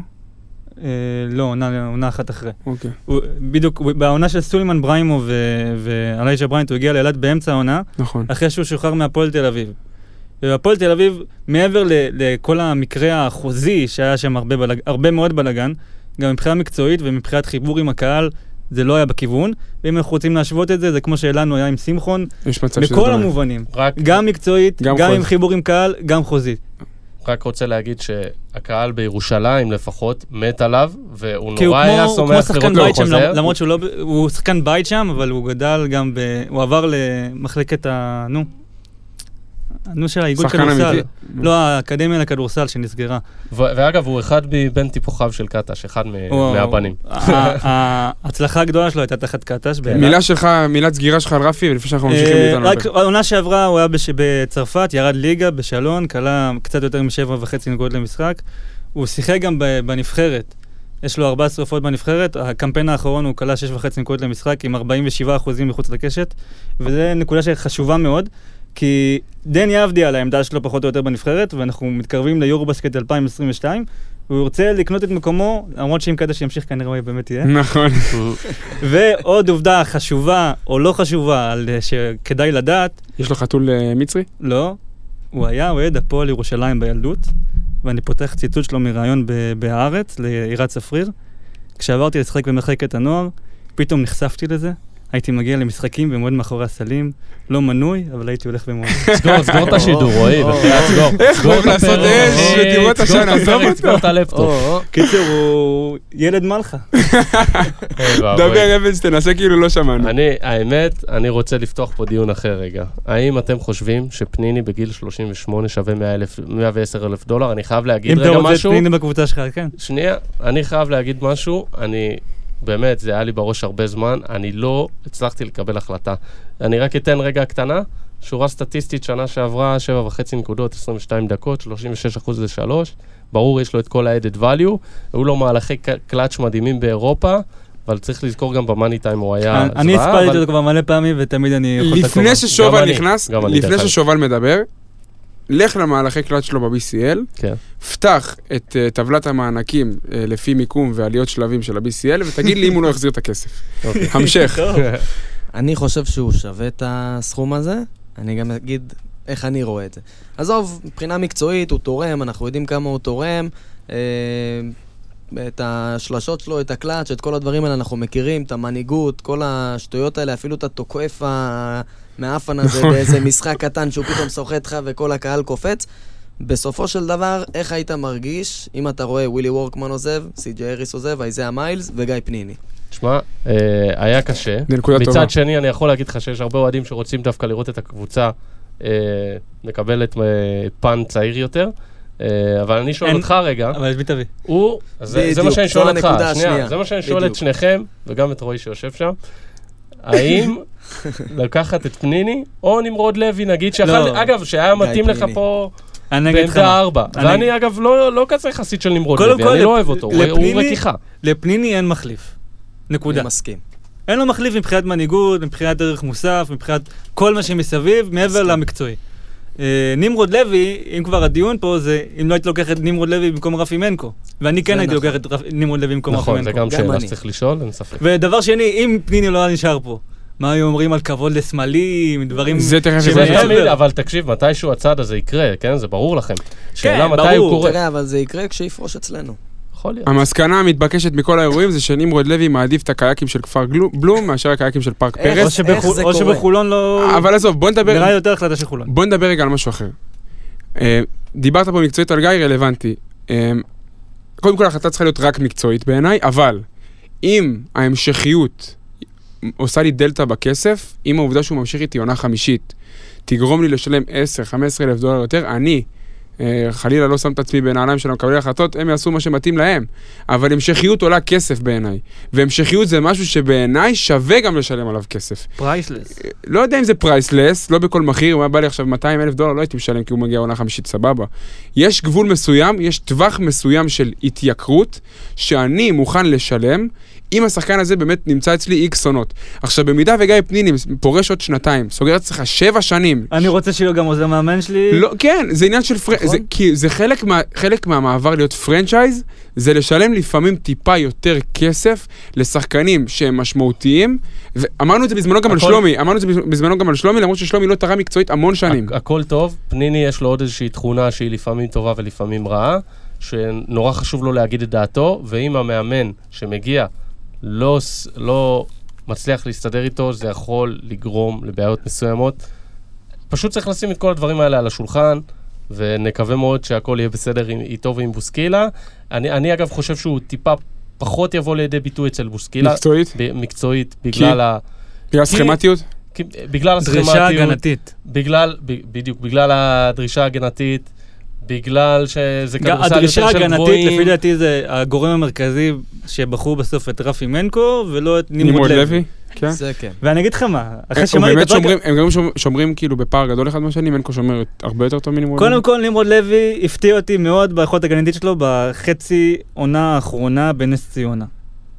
[SPEAKER 3] אה, לא, עונה עונה אחת אחרי.
[SPEAKER 1] אוקיי.
[SPEAKER 3] הוא, בדיוק, הוא- בעונה של סולימן בריימו ו- ואליישה בריינט, הוא הגיע לאילת באמצע העונה,
[SPEAKER 1] נכון.
[SPEAKER 3] אחרי שהוא שוחרר מהפועל תל אביב. ובהפועל תל אביב, מעבר ל- לכל המקרה החוזי, שהיה שם הרבה, בלג, הרבה מאוד בלאגן, גם מבחינה מקצועית ומבחינת חיבור עם הקהל, זה לא היה בכיוון. ואם אנחנו רוצים להשוות את זה, זה כמו שלנו היה עם שמחון,
[SPEAKER 1] יש מצב שזה
[SPEAKER 3] בכל
[SPEAKER 1] דומה.
[SPEAKER 3] המובנים.
[SPEAKER 4] רק,
[SPEAKER 3] גם מקצועית,
[SPEAKER 1] גם
[SPEAKER 3] גם, גם עם
[SPEAKER 1] חוז.
[SPEAKER 3] חיבור עם קהל, גם חוזית.
[SPEAKER 4] רק רוצה להגיד שהקהל בירושלים לפחות מת עליו, והוא
[SPEAKER 3] כי הוא
[SPEAKER 4] נורא היה
[SPEAKER 3] כמו, הוא כמו
[SPEAKER 4] שמח לראות
[SPEAKER 3] שחקן
[SPEAKER 4] אותו
[SPEAKER 3] בית שם,
[SPEAKER 4] חוזר.
[SPEAKER 3] למרות שהוא לא, ב- הוא שחקן בית שם, אבל הוא גדל גם ב... הוא עבר למחלקת ה... נו. נו של האיגוד
[SPEAKER 1] שחקן
[SPEAKER 3] כדורסל.
[SPEAKER 1] אמיתי.
[SPEAKER 3] לא, האקדמיה לכדורסל שנסגרה.
[SPEAKER 4] ו- ואגב, הוא אחד מבין טיפוחיו של קטש, אחד מ-
[SPEAKER 3] הוא-
[SPEAKER 4] מהבנים.
[SPEAKER 3] ה- ה- ההצלחה הגדולה שלו הייתה תחת קטש. באילת.
[SPEAKER 1] מילה שלך, מילת סגירה שלך על רפי, לפני שאנחנו ממשיכים
[SPEAKER 3] אה,
[SPEAKER 1] איתנו.
[SPEAKER 3] רק העונה שעברה הוא היה בש- בצרפת, ירד ליגה בשלון, כלה קצת יותר משבע וחצי נקודות למשחק. הוא שיחק גם ב- בנבחרת. יש לו 14 הופעות בנבחרת, הקמפיין האחרון הוא כלה 6.5 נקודות למשחק עם 47 אחוזים מחוץ לקשת, וזו נקודה שחשובה מאוד, כי דני עבדי על העמדה שלו פחות או יותר בנבחרת, ואנחנו מתקרבים ליורובסקט 2022, והוא ירצה לקנות את מקומו, למרות שאם קדש ימשיך כנראה הוא
[SPEAKER 1] [laughs]
[SPEAKER 3] באמת יהיה.
[SPEAKER 1] נכון.
[SPEAKER 3] ועוד עובדה חשובה או לא חשובה, על אה, שכדאי לדעת,
[SPEAKER 1] יש לו חתול אה, מצרי?
[SPEAKER 3] לא, הוא היה אוהד הפועל ירושלים בילדות, ואני פותח ציטוט שלו מראיון ב- בהארץ, ליראת ספריר. כשעברתי לשחק במחלקת הנוער, פתאום נחשפתי לזה. הייתי מגיע למשחקים ומועד מאחורי הסלים, לא מנוי, אבל הייתי הולך
[SPEAKER 4] [laughs]
[SPEAKER 3] ומועד.
[SPEAKER 4] סגור, סגור את השידור, רועי,
[SPEAKER 5] או,
[SPEAKER 4] בחייאת,
[SPEAKER 5] או.
[SPEAKER 4] סגור.
[SPEAKER 1] איך
[SPEAKER 4] סגור
[SPEAKER 1] אוהב
[SPEAKER 4] את
[SPEAKER 1] לעשות
[SPEAKER 4] הפרק,
[SPEAKER 1] אש
[SPEAKER 4] רועי,
[SPEAKER 1] ותראו את
[SPEAKER 4] סגור
[SPEAKER 1] עשן,
[SPEAKER 4] הפרק,
[SPEAKER 1] עזוב
[SPEAKER 4] סגור
[SPEAKER 1] אותו.
[SPEAKER 4] את הלפטופ.
[SPEAKER 5] או,
[SPEAKER 3] קיצר, הוא ילד מלחה.
[SPEAKER 4] אוי ואבוי.
[SPEAKER 1] דבר אבנס, תנסה כאילו לא שמענו.
[SPEAKER 4] אני, האמת, אני רוצה לפתוח פה דיון אחר רגע. האם אתם חושבים שפניני בגיל 38 שווה 100 אלף- 110 אלף דולר? אני חייב להגיד
[SPEAKER 3] אם אתה
[SPEAKER 4] רגע
[SPEAKER 3] רוצה
[SPEAKER 4] משהו.
[SPEAKER 3] פנינים בקבוצה שלך, כן.
[SPEAKER 4] שנייה, אני חייב להגיד משהו, אני, באמת, זה היה לי בראש הרבה זמן, אני לא הצלחתי לקבל החלטה. אני רק אתן רגע קטנה, שורה סטטיסטית שנה שעברה, 7.5 נקודות, 22 דקות, 36 אחוז ל-3, ברור, יש לו את כל ה-added value, היו לו מהלכי ק- קלאץ' מדהימים באירופה, אבל צריך לזכור גם במאני טיים הוא היה
[SPEAKER 3] אני- אני
[SPEAKER 4] זוועה,
[SPEAKER 3] הספדתי
[SPEAKER 4] אה, אבל-
[SPEAKER 3] אותו כבר מלא פעמים, ותמיד אני יכול את הכובע.
[SPEAKER 1] לפני ששובל
[SPEAKER 4] גם אני,
[SPEAKER 1] נכנס,
[SPEAKER 4] גם אני,
[SPEAKER 1] לפני
[SPEAKER 4] דרך אגב.
[SPEAKER 1] ששובל מדבר, לך למהלכי קלאץ' שלו ב-BCL,
[SPEAKER 4] כן.
[SPEAKER 1] פתח את אה, טבלת המענקים אה, לפי מיקום ועליות שלבים של ה-BCL, ותגיד לי אם הוא לא יחזיר את הכסף.
[SPEAKER 4] אוקיי. [laughs]
[SPEAKER 1] המשך.
[SPEAKER 5] אני חושב שהוא שווה את הסכום הזה, אני גם אגיד איך אני רואה את זה. עזוב, מבחינה מקצועית הוא תורם, אנחנו יודעים כמה הוא תורם. אה, את השלשות שלו, את הקלאץ', את כל הדברים האלה אנחנו מכירים, את המנהיגות, כל השטויות האלה, אפילו את התוקף המאפן הזה
[SPEAKER 1] נכון.
[SPEAKER 5] באיזה משחק קטן שהוא פתאום סוחט לך וכל הקהל קופץ. בסופו של דבר, איך היית מרגיש אם אתה רואה ווילי וורקמן עוזב, סי.ג'י אריס עוזב, איזאה מיילס וגיא פניני?
[SPEAKER 4] תשמע, אה, היה קשה.
[SPEAKER 1] זה נקודה טובה.
[SPEAKER 4] מצד שני, אני יכול להגיד לך שיש הרבה אוהדים שרוצים דווקא לראות את הקבוצה אה, מקבלת אה, פן צעיר יותר. אה, אבל אני שואל
[SPEAKER 3] אין-
[SPEAKER 4] אותך רגע,
[SPEAKER 3] אבל את מי תביא?
[SPEAKER 4] הוא, זה, זה
[SPEAKER 5] בדיוק,
[SPEAKER 4] מה שאני
[SPEAKER 5] זו
[SPEAKER 4] שואל אותך,
[SPEAKER 5] הנקודה
[SPEAKER 4] שנייה,
[SPEAKER 5] השנייה.
[SPEAKER 4] זה מה שאני שואל את
[SPEAKER 5] בדיוק.
[SPEAKER 4] שניכם, וגם את רועי שיושב שם, האם
[SPEAKER 5] [laughs]
[SPEAKER 4] לקחת את פניני, או נמרוד לוי, נגיד, שאכל,
[SPEAKER 3] לא.
[SPEAKER 4] אגב, שהיה מתאים לך
[SPEAKER 5] פניני.
[SPEAKER 4] פה
[SPEAKER 3] אני אגיד לך.
[SPEAKER 4] בעמדה
[SPEAKER 3] מה.
[SPEAKER 4] ארבע,
[SPEAKER 3] אני-
[SPEAKER 4] ואני אגב לא לא כזה חסיד של נמרוד
[SPEAKER 3] קודם
[SPEAKER 4] לוי,
[SPEAKER 3] כל,
[SPEAKER 4] אני לא
[SPEAKER 3] לפ-
[SPEAKER 4] אוהב אותו, הוא- הוא
[SPEAKER 3] לפניני-
[SPEAKER 4] רכיכה.
[SPEAKER 3] לפניני אין מחליף. נקודה.
[SPEAKER 5] אני מסכים.
[SPEAKER 3] אין לו מחליף מבחינת מנהיגות, מבחינת ערך מוסף, מבחינת כל מה שמסביב, מעבר
[SPEAKER 5] מסכים.
[SPEAKER 3] למקצועי. אה, נמרוד לוי, אם כבר הדיון פה, זה אם לא הייתי לוקח את נמרוד לוי במקום רפי מנקו. ואני כן
[SPEAKER 5] זה
[SPEAKER 3] הייתי
[SPEAKER 5] נכון.
[SPEAKER 3] לוקח את רפ- נמרוד לוי במקום רפי
[SPEAKER 4] נכון, זה
[SPEAKER 3] מנקו.
[SPEAKER 4] גם שאלה
[SPEAKER 5] אני.
[SPEAKER 4] שצריך לשאול, אין ספק.
[SPEAKER 3] ודבר שני, אם פניני לא היה נשאר פה, מה היו אומרים על כבוד לסמלים, דברים...
[SPEAKER 1] זה תכף
[SPEAKER 3] שמעבר.
[SPEAKER 1] זה
[SPEAKER 4] זה תמיד, אבל תקשיב, מתישהו הצעד הזה יקרה, כן? זה ברור לכם. שאלה מתי
[SPEAKER 3] ברור.
[SPEAKER 4] הוא קורה.
[SPEAKER 5] תראה, אבל זה יקרה כשיפרוש אצלנו.
[SPEAKER 4] יכול להיות.
[SPEAKER 1] המסקנה המתבקשת מכל האירועים זה שנמרוד לוי מעדיף את הקייקים של כפר גלו- בלום מאשר הקייקים של
[SPEAKER 4] אה,
[SPEAKER 1] פארק
[SPEAKER 5] איך?
[SPEAKER 3] או
[SPEAKER 1] פרס.
[SPEAKER 3] שבחו-
[SPEAKER 5] איך זה
[SPEAKER 3] או
[SPEAKER 5] קורה?
[SPEAKER 3] שבחולון לא...
[SPEAKER 1] אבל עזוב, בוא נדבר,
[SPEAKER 3] נראה יותר החלטה של חולון.
[SPEAKER 1] בוא נדבר רגע על משהו אחר. אה, דיברת פה מקצועית על גיא, רלוונטי. אה, קודם כל ההחלטה צריכה להיות רק מקצועית בעיניי, אבל אם ההמשכיות עושה לי דלתא בכסף, אם העובדה שהוא ממשיך איתי עונה חמישית תגרום לי לשלם 10-15 אלף דולר יותר, אני אה, חלילה לא שם את עצמי בנעליים של המקבלי החלטות, הם יעשו מה שמתאים להם. אבל המשכיות עולה כסף בעיניי, והמשכיות זה משהו שבעיניי שווה גם לשלם עליו כסף.
[SPEAKER 3] פרייסלס.
[SPEAKER 1] לא יודע אם זה פרייסלס, לא בכל מחיר, אם היה בא לי עכשיו 200 אלף דולר, לא הייתי משלם כי הוא מגיע עונה חמישית, סבבה. יש גבול מסוים, יש טווח מסוים של התייקרות, שאני מוכן לשלם, אם השחקן הזה באמת נמצא אצלי איקס עונות. עכשיו, במידה וגיא פניני פורש עוד שנתיים, סוגר אצלך שבע שנים.
[SPEAKER 3] אני רוצה שיהיו גם עוזר מאמן שלי.
[SPEAKER 1] לא, כן, זה עניין של פרנצ'ייז,
[SPEAKER 5] נכון.
[SPEAKER 1] זה, כי זה חלק, מה, חלק מהמעבר להיות פרנצ'ייז, זה לשלם לפעמים טיפה יותר כסף לשחקנים שהם משמעותיים, ואמרנו את זה בזמנו גם על
[SPEAKER 4] הכל-
[SPEAKER 1] שלומי, אמרנו את זה בזמנו גם על שלומי, למרות ששלומי לא תרם מקצועית המון שנים.
[SPEAKER 4] הכ- הכל טוב, פניני יש לו עוד איזושהי תכונה שהיא לפעמים טובה ולפעמים רעה, שנורא חשוב לו להגיד את דעתו, ואם המאמן שמגיע לא, ס- לא מצליח להסתדר איתו, זה יכול לגרום לבעיות מסוימות. פשוט צריך לשים את כל הדברים האלה על השולחן, ונקווה מאוד שהכל יהיה בסדר עם, איתו ועם בוסקילה. אני, אני אגב חושב שהוא טיפה פחות יבוא לידי ביטוי אצל בוסקילה,
[SPEAKER 1] מקצועית,
[SPEAKER 4] ב- מקצועית, בגלל, ה,
[SPEAKER 1] בגלל סכמטיות,
[SPEAKER 4] כי- בגלל
[SPEAKER 3] דרישה
[SPEAKER 4] הסכמטיות.
[SPEAKER 3] הגנתית.
[SPEAKER 4] בגלל, ב- בדיוק, בגלל הדרישה ההגנתית, בגלל שזה
[SPEAKER 3] גם
[SPEAKER 4] כדורסל יותר של
[SPEAKER 3] הדרישה
[SPEAKER 4] גבוהים.
[SPEAKER 3] ההגנתית, לפי דעתי, זה הגורם המרכזי שבחרו בסוף את רפי מנקו, ולא את
[SPEAKER 1] נמרוד לוי. כן.
[SPEAKER 5] זה כן.
[SPEAKER 3] ואני אגיד לך מה,
[SPEAKER 1] הם
[SPEAKER 3] אחרי שמעתי
[SPEAKER 1] באמת
[SPEAKER 3] את הפרק,
[SPEAKER 1] שומרים, הם גם שומר- שומרים כאילו בפער גדול אחד מהשני, מנקו שומר הרבה יותר טוב מנמרוד לוי.
[SPEAKER 3] קודם כל נמרוד לוי הפתיע אותי מאוד ביכולת הגנתית שלו בחצי עונה האחרונה בנס ציונה.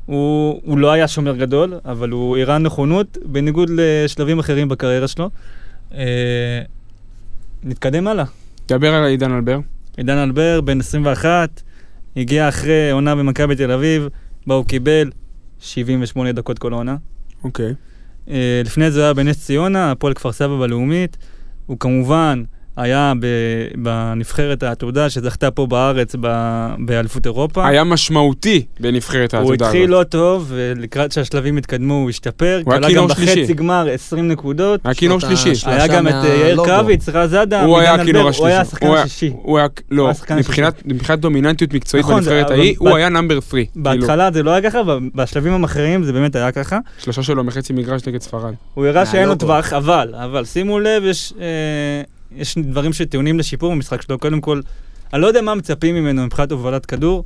[SPEAKER 3] הוא, הוא לא היה שומר גדול, אבל הוא הראה נכונות, בניגוד לשלבים אחרים בקריירה שלו. אה, נתקדם הלאה.
[SPEAKER 1] דבר על עידן אלבר.
[SPEAKER 3] עידן אלבר, בן 21, הגיע אחרי עונה במכבי תל אביב, בה הוא קיבל 78 דקות כל העונה.
[SPEAKER 1] אוקיי.
[SPEAKER 3] אה, לפני זה הוא היה בנס ציונה, הפועל כפר סבא בלאומית. הוא כמובן היה ב, בנבחרת העתודה שזכתה פה בארץ ב- באליפות אירופה.
[SPEAKER 1] היה משמעותי בנבחרת
[SPEAKER 3] הוא
[SPEAKER 1] העתודה
[SPEAKER 3] התחיל
[SPEAKER 1] הזאת.
[SPEAKER 3] לא טוב, ולקראת שהשלבים התקדמו הוא השתפר.
[SPEAKER 1] הוא היה
[SPEAKER 3] כלל גם
[SPEAKER 1] כינור
[SPEAKER 3] בחצי
[SPEAKER 1] שלישי.
[SPEAKER 3] גמר 20 נקודות.
[SPEAKER 1] היה כינור
[SPEAKER 5] שנות ה-
[SPEAKER 1] שלישי.
[SPEAKER 5] של-
[SPEAKER 3] היה
[SPEAKER 5] שלושה
[SPEAKER 3] גם את אה, יאיר
[SPEAKER 5] מהלוגו.
[SPEAKER 3] קרביץ, רז אדם,
[SPEAKER 1] הוא היה
[SPEAKER 3] עידן
[SPEAKER 1] הכינור
[SPEAKER 3] אלבר,
[SPEAKER 1] השלישי.
[SPEAKER 3] הוא היה השחקן
[SPEAKER 1] הוא
[SPEAKER 3] השישי.
[SPEAKER 1] הוא היה,
[SPEAKER 3] הוא
[SPEAKER 1] לא,
[SPEAKER 3] השחקן
[SPEAKER 1] מבחינת, מבחינת דומיננטיות מקצועית
[SPEAKER 3] נכון, זה-
[SPEAKER 1] בנבחרת
[SPEAKER 3] אבל
[SPEAKER 1] ההיא,
[SPEAKER 3] בת-
[SPEAKER 1] הוא היה נאמבר כאילו. 3.
[SPEAKER 3] בהתחלה זה לא היה ככה, ב- בשלבים המכריעים זה באמת היה ככה.
[SPEAKER 1] כאילו, שלושה שלו מחצי מגרש נגד ספרד.
[SPEAKER 3] הוא הראה שאין לו
[SPEAKER 5] מהלוגו.
[SPEAKER 3] טווח, אבל, אבל שימו לב, יש, אה, יש דברים שטעונים לשיפור במשחק שלו. קודם כל, אני לא יודע מה מצפים ממנו מבחינת הובלת כדור,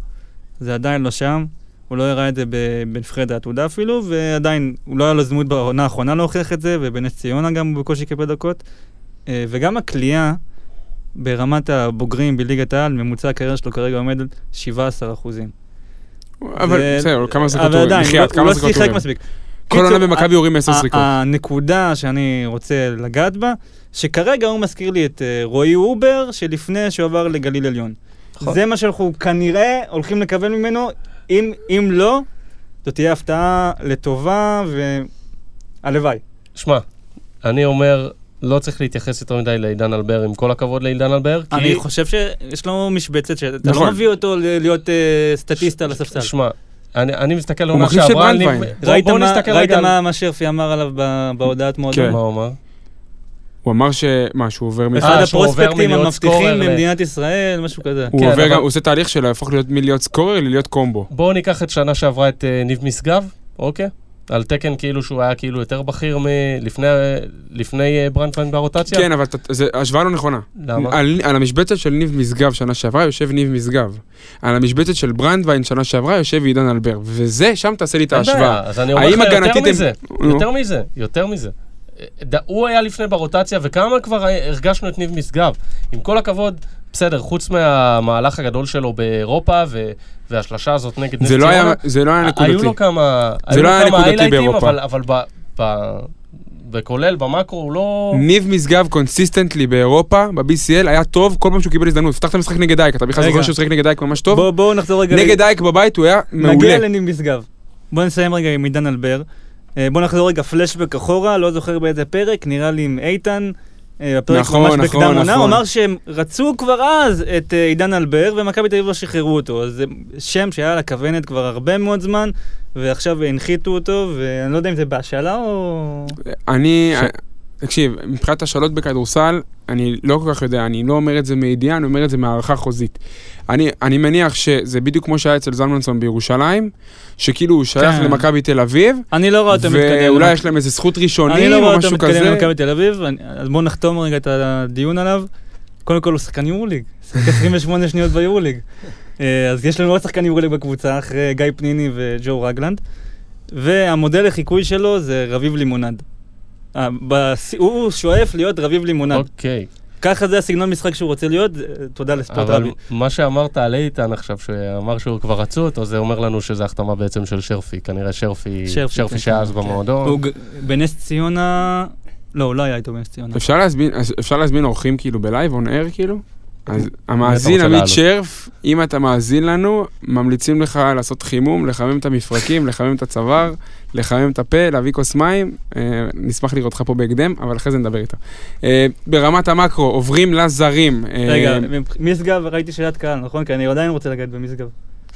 [SPEAKER 3] זה עדיין לא שם. הוא לא הראה את זה ב- בנבחרת העתודה אפילו, ועדיין, הוא לא היה לו זמות בעונה האחרונה להוכיח את זה, ובנס ציונה גם הוא בקושי קיבל דקות. אה, וגם הכלייה, ברמת הבוגרים בליגת העל, ממוצע הקריירה שלו כרגע עומד על 17 אחוזים.
[SPEAKER 1] אבל
[SPEAKER 3] זה-
[SPEAKER 1] בסדר, כמה זה
[SPEAKER 3] אבל
[SPEAKER 1] כתוב?
[SPEAKER 3] עדיין, הוא לא-
[SPEAKER 1] בחייאת,
[SPEAKER 3] הוא
[SPEAKER 1] כמה
[SPEAKER 3] לא
[SPEAKER 1] זה כתוב?
[SPEAKER 3] שיחק מספיק.
[SPEAKER 1] כל עונה
[SPEAKER 3] קיצור,
[SPEAKER 1] במכבי יורים 10
[SPEAKER 3] ה-
[SPEAKER 1] זריקות.
[SPEAKER 3] הנקודה שאני רוצה לגעת בה, שכרגע הוא מזכיר לי את אה, רועי אובר, שלפני שהוא עבר לגליל עליון.
[SPEAKER 4] נכון.
[SPEAKER 3] זה מה שאנחנו כנראה הולכים לקבל ממנו, אם, אם לא, זו תהיה הפתעה לטובה, והלוואי.
[SPEAKER 4] שמע, אני אומר, לא צריך להתייחס יותר מדי לעידן אלבר, עם כל הכבוד לעידן אלבר, כי...
[SPEAKER 3] אני חושב שיש לו משבצת שאתה
[SPEAKER 1] נכון.
[SPEAKER 3] לא מביא אותו ל- להיות אה, סטטיסט על הספסל.
[SPEAKER 4] שמע, אני, אני מסתכל על
[SPEAKER 1] הוא
[SPEAKER 4] העונה
[SPEAKER 1] מחליף את
[SPEAKER 4] שעברה, אני...
[SPEAKER 1] בלווין.
[SPEAKER 4] בוא,
[SPEAKER 3] ראית
[SPEAKER 4] בוא
[SPEAKER 3] מה-
[SPEAKER 4] נסתכל
[SPEAKER 3] ראית
[SPEAKER 4] רגע על...
[SPEAKER 3] מה מה שרפי אמר עליו ב- בהודעת מועדון?
[SPEAKER 1] כן.
[SPEAKER 4] מה הוא אמר?
[SPEAKER 1] הוא אמר ש... מה, שהוא עובר מ...
[SPEAKER 3] אחד
[SPEAKER 4] אה, שהוא עובר
[SPEAKER 3] הפרוספקטים
[SPEAKER 4] מלהיות סקורר
[SPEAKER 3] המבטיחים
[SPEAKER 4] ל-
[SPEAKER 3] במדינת ישראל, משהו כזה.
[SPEAKER 1] הוא
[SPEAKER 4] כן,
[SPEAKER 1] עובר
[SPEAKER 4] אבל-
[SPEAKER 1] גם, הוא עושה תהליך שלו, הפוך להיות מלהיות סקורר ללהיות קומבו.
[SPEAKER 4] בואו ניקח את שנה שעברה את אה, ניב משגב, אוקיי? על תקן כאילו שהוא היה כאילו יותר בכיר מלפני אה, לפני אה, ברנדפיין ברוטציה?
[SPEAKER 1] כן, אבל אתה- זה השוואה לא נכונה.
[SPEAKER 4] למה?
[SPEAKER 1] על, על המשבצת של ניב משגב שנה שעברה יושב ניב משגב. על המשבצת של ברנדווין שנה שעברה יושב עידן אלבר. וזה, שם תעשה לי את
[SPEAKER 4] אין
[SPEAKER 1] ההשוואה.
[SPEAKER 4] בעיה, אז אני אומר
[SPEAKER 1] האם
[SPEAKER 4] לך יותר
[SPEAKER 1] הגנתית הם-
[SPEAKER 4] מזה,
[SPEAKER 1] נו.
[SPEAKER 4] יותר מזה, יותר מזה. אה, ד- הוא היה לפני ברוטציה, וכמה כבר אה, הרגשנו את ניב משגב. עם כל הכבוד, בסדר, חוץ מהמהלך הגדול שלו באירופה, ו- והשלשה הזאת נגד נס
[SPEAKER 1] זה לא היה-
[SPEAKER 4] ציונה,
[SPEAKER 1] זה לא היה
[SPEAKER 4] היו
[SPEAKER 1] נקודתי.
[SPEAKER 4] לו כמה
[SPEAKER 1] זה לא היה נקודתי
[SPEAKER 4] highlightים,
[SPEAKER 1] באירופה.
[SPEAKER 4] אבל- אבל ב- ב- בכולל, במקרו, הוא לא...
[SPEAKER 1] ניב משגב קונסיסטנטלי באירופה, ב-BCL, היה טוב כל פעם שהוא קיבל הזדמנות. פתח את המשחק נגד דייק, אתה בכלל
[SPEAKER 3] רגע.
[SPEAKER 1] זוכר שהוא שיחק נגד דייק ממש טוב?
[SPEAKER 3] בואו בואו נחזור רגע.
[SPEAKER 1] נגד דייק בבית הוא היה מעולה.
[SPEAKER 3] נגיע לניב משגב. בואו נסיים רגע עם עידן אלבר. אה, בואו נחזור רגע פלשבק אחורה, לא זוכר באיזה פרק, נראה לי עם איתן. אה, הפרק
[SPEAKER 1] נכון,
[SPEAKER 3] ממש
[SPEAKER 1] נכון,
[SPEAKER 3] בקדם עונה, הוא
[SPEAKER 1] נכון.
[SPEAKER 3] אמר שהם רצו כבר אז את אה, עידן אלבר, ומכבי תל אביב לא שחררו אותו. אז זה שם שהיה על הכוונת כבר הרבה מאוד זמן, ועכשיו הנחיתו אותו, ואני לא יודע אם זה בהשאלה או...
[SPEAKER 1] אני,
[SPEAKER 4] ש-
[SPEAKER 1] תקשיב, מבחינת השאלות בכדורסל, אני לא כל כך יודע, אני לא אומר את זה מידיעה, אני אומר את זה מהערכה חוזית. אני, אני מניח שזה בדיוק כמו שהיה אצל זלמנסון בירושלים, שכאילו הוא שייך
[SPEAKER 3] כן.
[SPEAKER 1] למכבי תל אביב,
[SPEAKER 3] אני לא רואה אותו מתקדם.
[SPEAKER 1] ואולי יש להם איזה זכות
[SPEAKER 3] אני
[SPEAKER 1] ראשונים
[SPEAKER 3] לא
[SPEAKER 1] או
[SPEAKER 3] רואה אותו
[SPEAKER 1] משהו
[SPEAKER 3] מתקדם
[SPEAKER 1] כזה.
[SPEAKER 3] למכבי תל אביב, אני- אז בואו נחתום רגע את הדיון עליו. קודם כל הוא שחקן יורוליג, שיחק 28 שניות ביורוליג. אה, אז יש לנו עוד שחקן יורוליג בקבוצה, אחרי גיא פניני וג'ו רגלנד. והמודל לחיקוי שלו זה רביב לימונד. אה, בס- הוא שואף להיות רביב לימונד.
[SPEAKER 4] אוקיי,
[SPEAKER 3] ככה זה הסגנון משחק שהוא רוצה להיות, אה, תודה לספורט
[SPEAKER 4] אבל
[SPEAKER 3] רבי.
[SPEAKER 4] מה שאמרת על איתן עכשיו, שאמר שהוא כבר רצו אותו, זה אומר לנו שזו החתמה בעצם של שרפי. כנראה שרפי,
[SPEAKER 3] שרפי,
[SPEAKER 4] שרפי
[SPEAKER 3] כן,
[SPEAKER 4] שהיה אז
[SPEAKER 3] כן.
[SPEAKER 4] במועדון.
[SPEAKER 3] הוא ג- בנס ציונה... לא, הוא לא היה איתו בנס ציונה.
[SPEAKER 1] אפשר להזמין, אז אפשר להזמין אורחים כאילו בלייב, און אייר כאילו? אז
[SPEAKER 4] אם
[SPEAKER 1] המאזין
[SPEAKER 4] אתה רוצה
[SPEAKER 1] עמית
[SPEAKER 4] לעלות.
[SPEAKER 1] שרף, אם אתה מאזין לנו, ממליצים לך לעשות חימום, לחמם את המפרקים, לחמם את הצוואר, לחמם את הפה, להביא כוס מים. אה, נשמח לראות אותך פה בהקדם, אבל אחרי זה נדבר איתו. אה, ברמת המקרו, עוברים לזרים. אה,
[SPEAKER 3] רגע, משגב, ראיתי שאלת קהל, נכון? כי אני עדיין רוצה לגעת במשגב.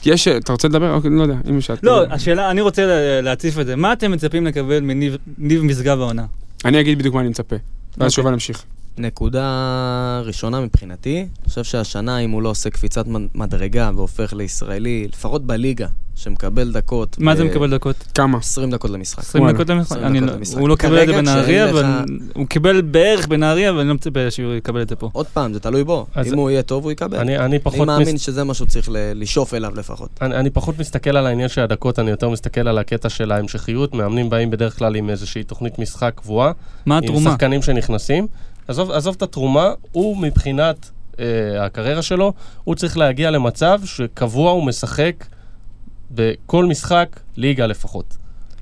[SPEAKER 1] יש, אתה רוצה לדבר? אוקיי, לא יודע, אם יש...
[SPEAKER 3] לא, השאלה, אני רוצה לה- להציף את זה. מה אתם מצפים לקבל מניב ניב משגב העונה?
[SPEAKER 1] אני אגיד בדיוק מה אני מצפה.
[SPEAKER 3] אוקיי.
[SPEAKER 1] ואז שובל נמשיך.
[SPEAKER 5] נקודה ראשונה מבחינתי, אני חושב שהשנה, אם הוא לא עושה קפיצת מד- מדרגה והופך לישראלי, לפחות בליגה, שמקבל דקות...
[SPEAKER 3] מה זה
[SPEAKER 5] ב-
[SPEAKER 3] מקבל דקות?
[SPEAKER 1] כמה?
[SPEAKER 5] 20 דקות למשחק.
[SPEAKER 3] 20
[SPEAKER 1] וואלה.
[SPEAKER 3] דקות למשחק?
[SPEAKER 5] 20
[SPEAKER 3] אני
[SPEAKER 5] דקות
[SPEAKER 3] לא-
[SPEAKER 5] למשחק.
[SPEAKER 3] הוא לא קיבל את זה
[SPEAKER 5] כרגע
[SPEAKER 3] בנהריה,
[SPEAKER 5] כשאין לך-
[SPEAKER 3] אבל הוא קיבל בערך בנהריה, אבל אני לא מצפה שהוא יקבל את זה פה.
[SPEAKER 5] עוד פעם, זה תלוי בו.
[SPEAKER 4] אז-
[SPEAKER 5] אם הוא יהיה טוב, הוא יקבל. אני
[SPEAKER 4] אני אני פחות מס-
[SPEAKER 5] מאמין שזה מה שהוא צריך ל- לשאוף אליו לפחות.
[SPEAKER 4] אני, אני פחות מסתכל על העניין של הדקות, אני יותר מסתכל על הקטע של ההמשכיות. מאמנים באים בדרך כלל עם איזושהי תוכנית משחק קבועה.
[SPEAKER 3] מה
[SPEAKER 4] עם
[SPEAKER 3] התרומה?
[SPEAKER 4] שחקנים שנכנסים. עזוב, עזוב את התרומה, הוא מבחינת אה, הקריירה שלו, הוא צריך להגיע למצב שקבוע הוא משחק בכל משחק, ליגה לפחות.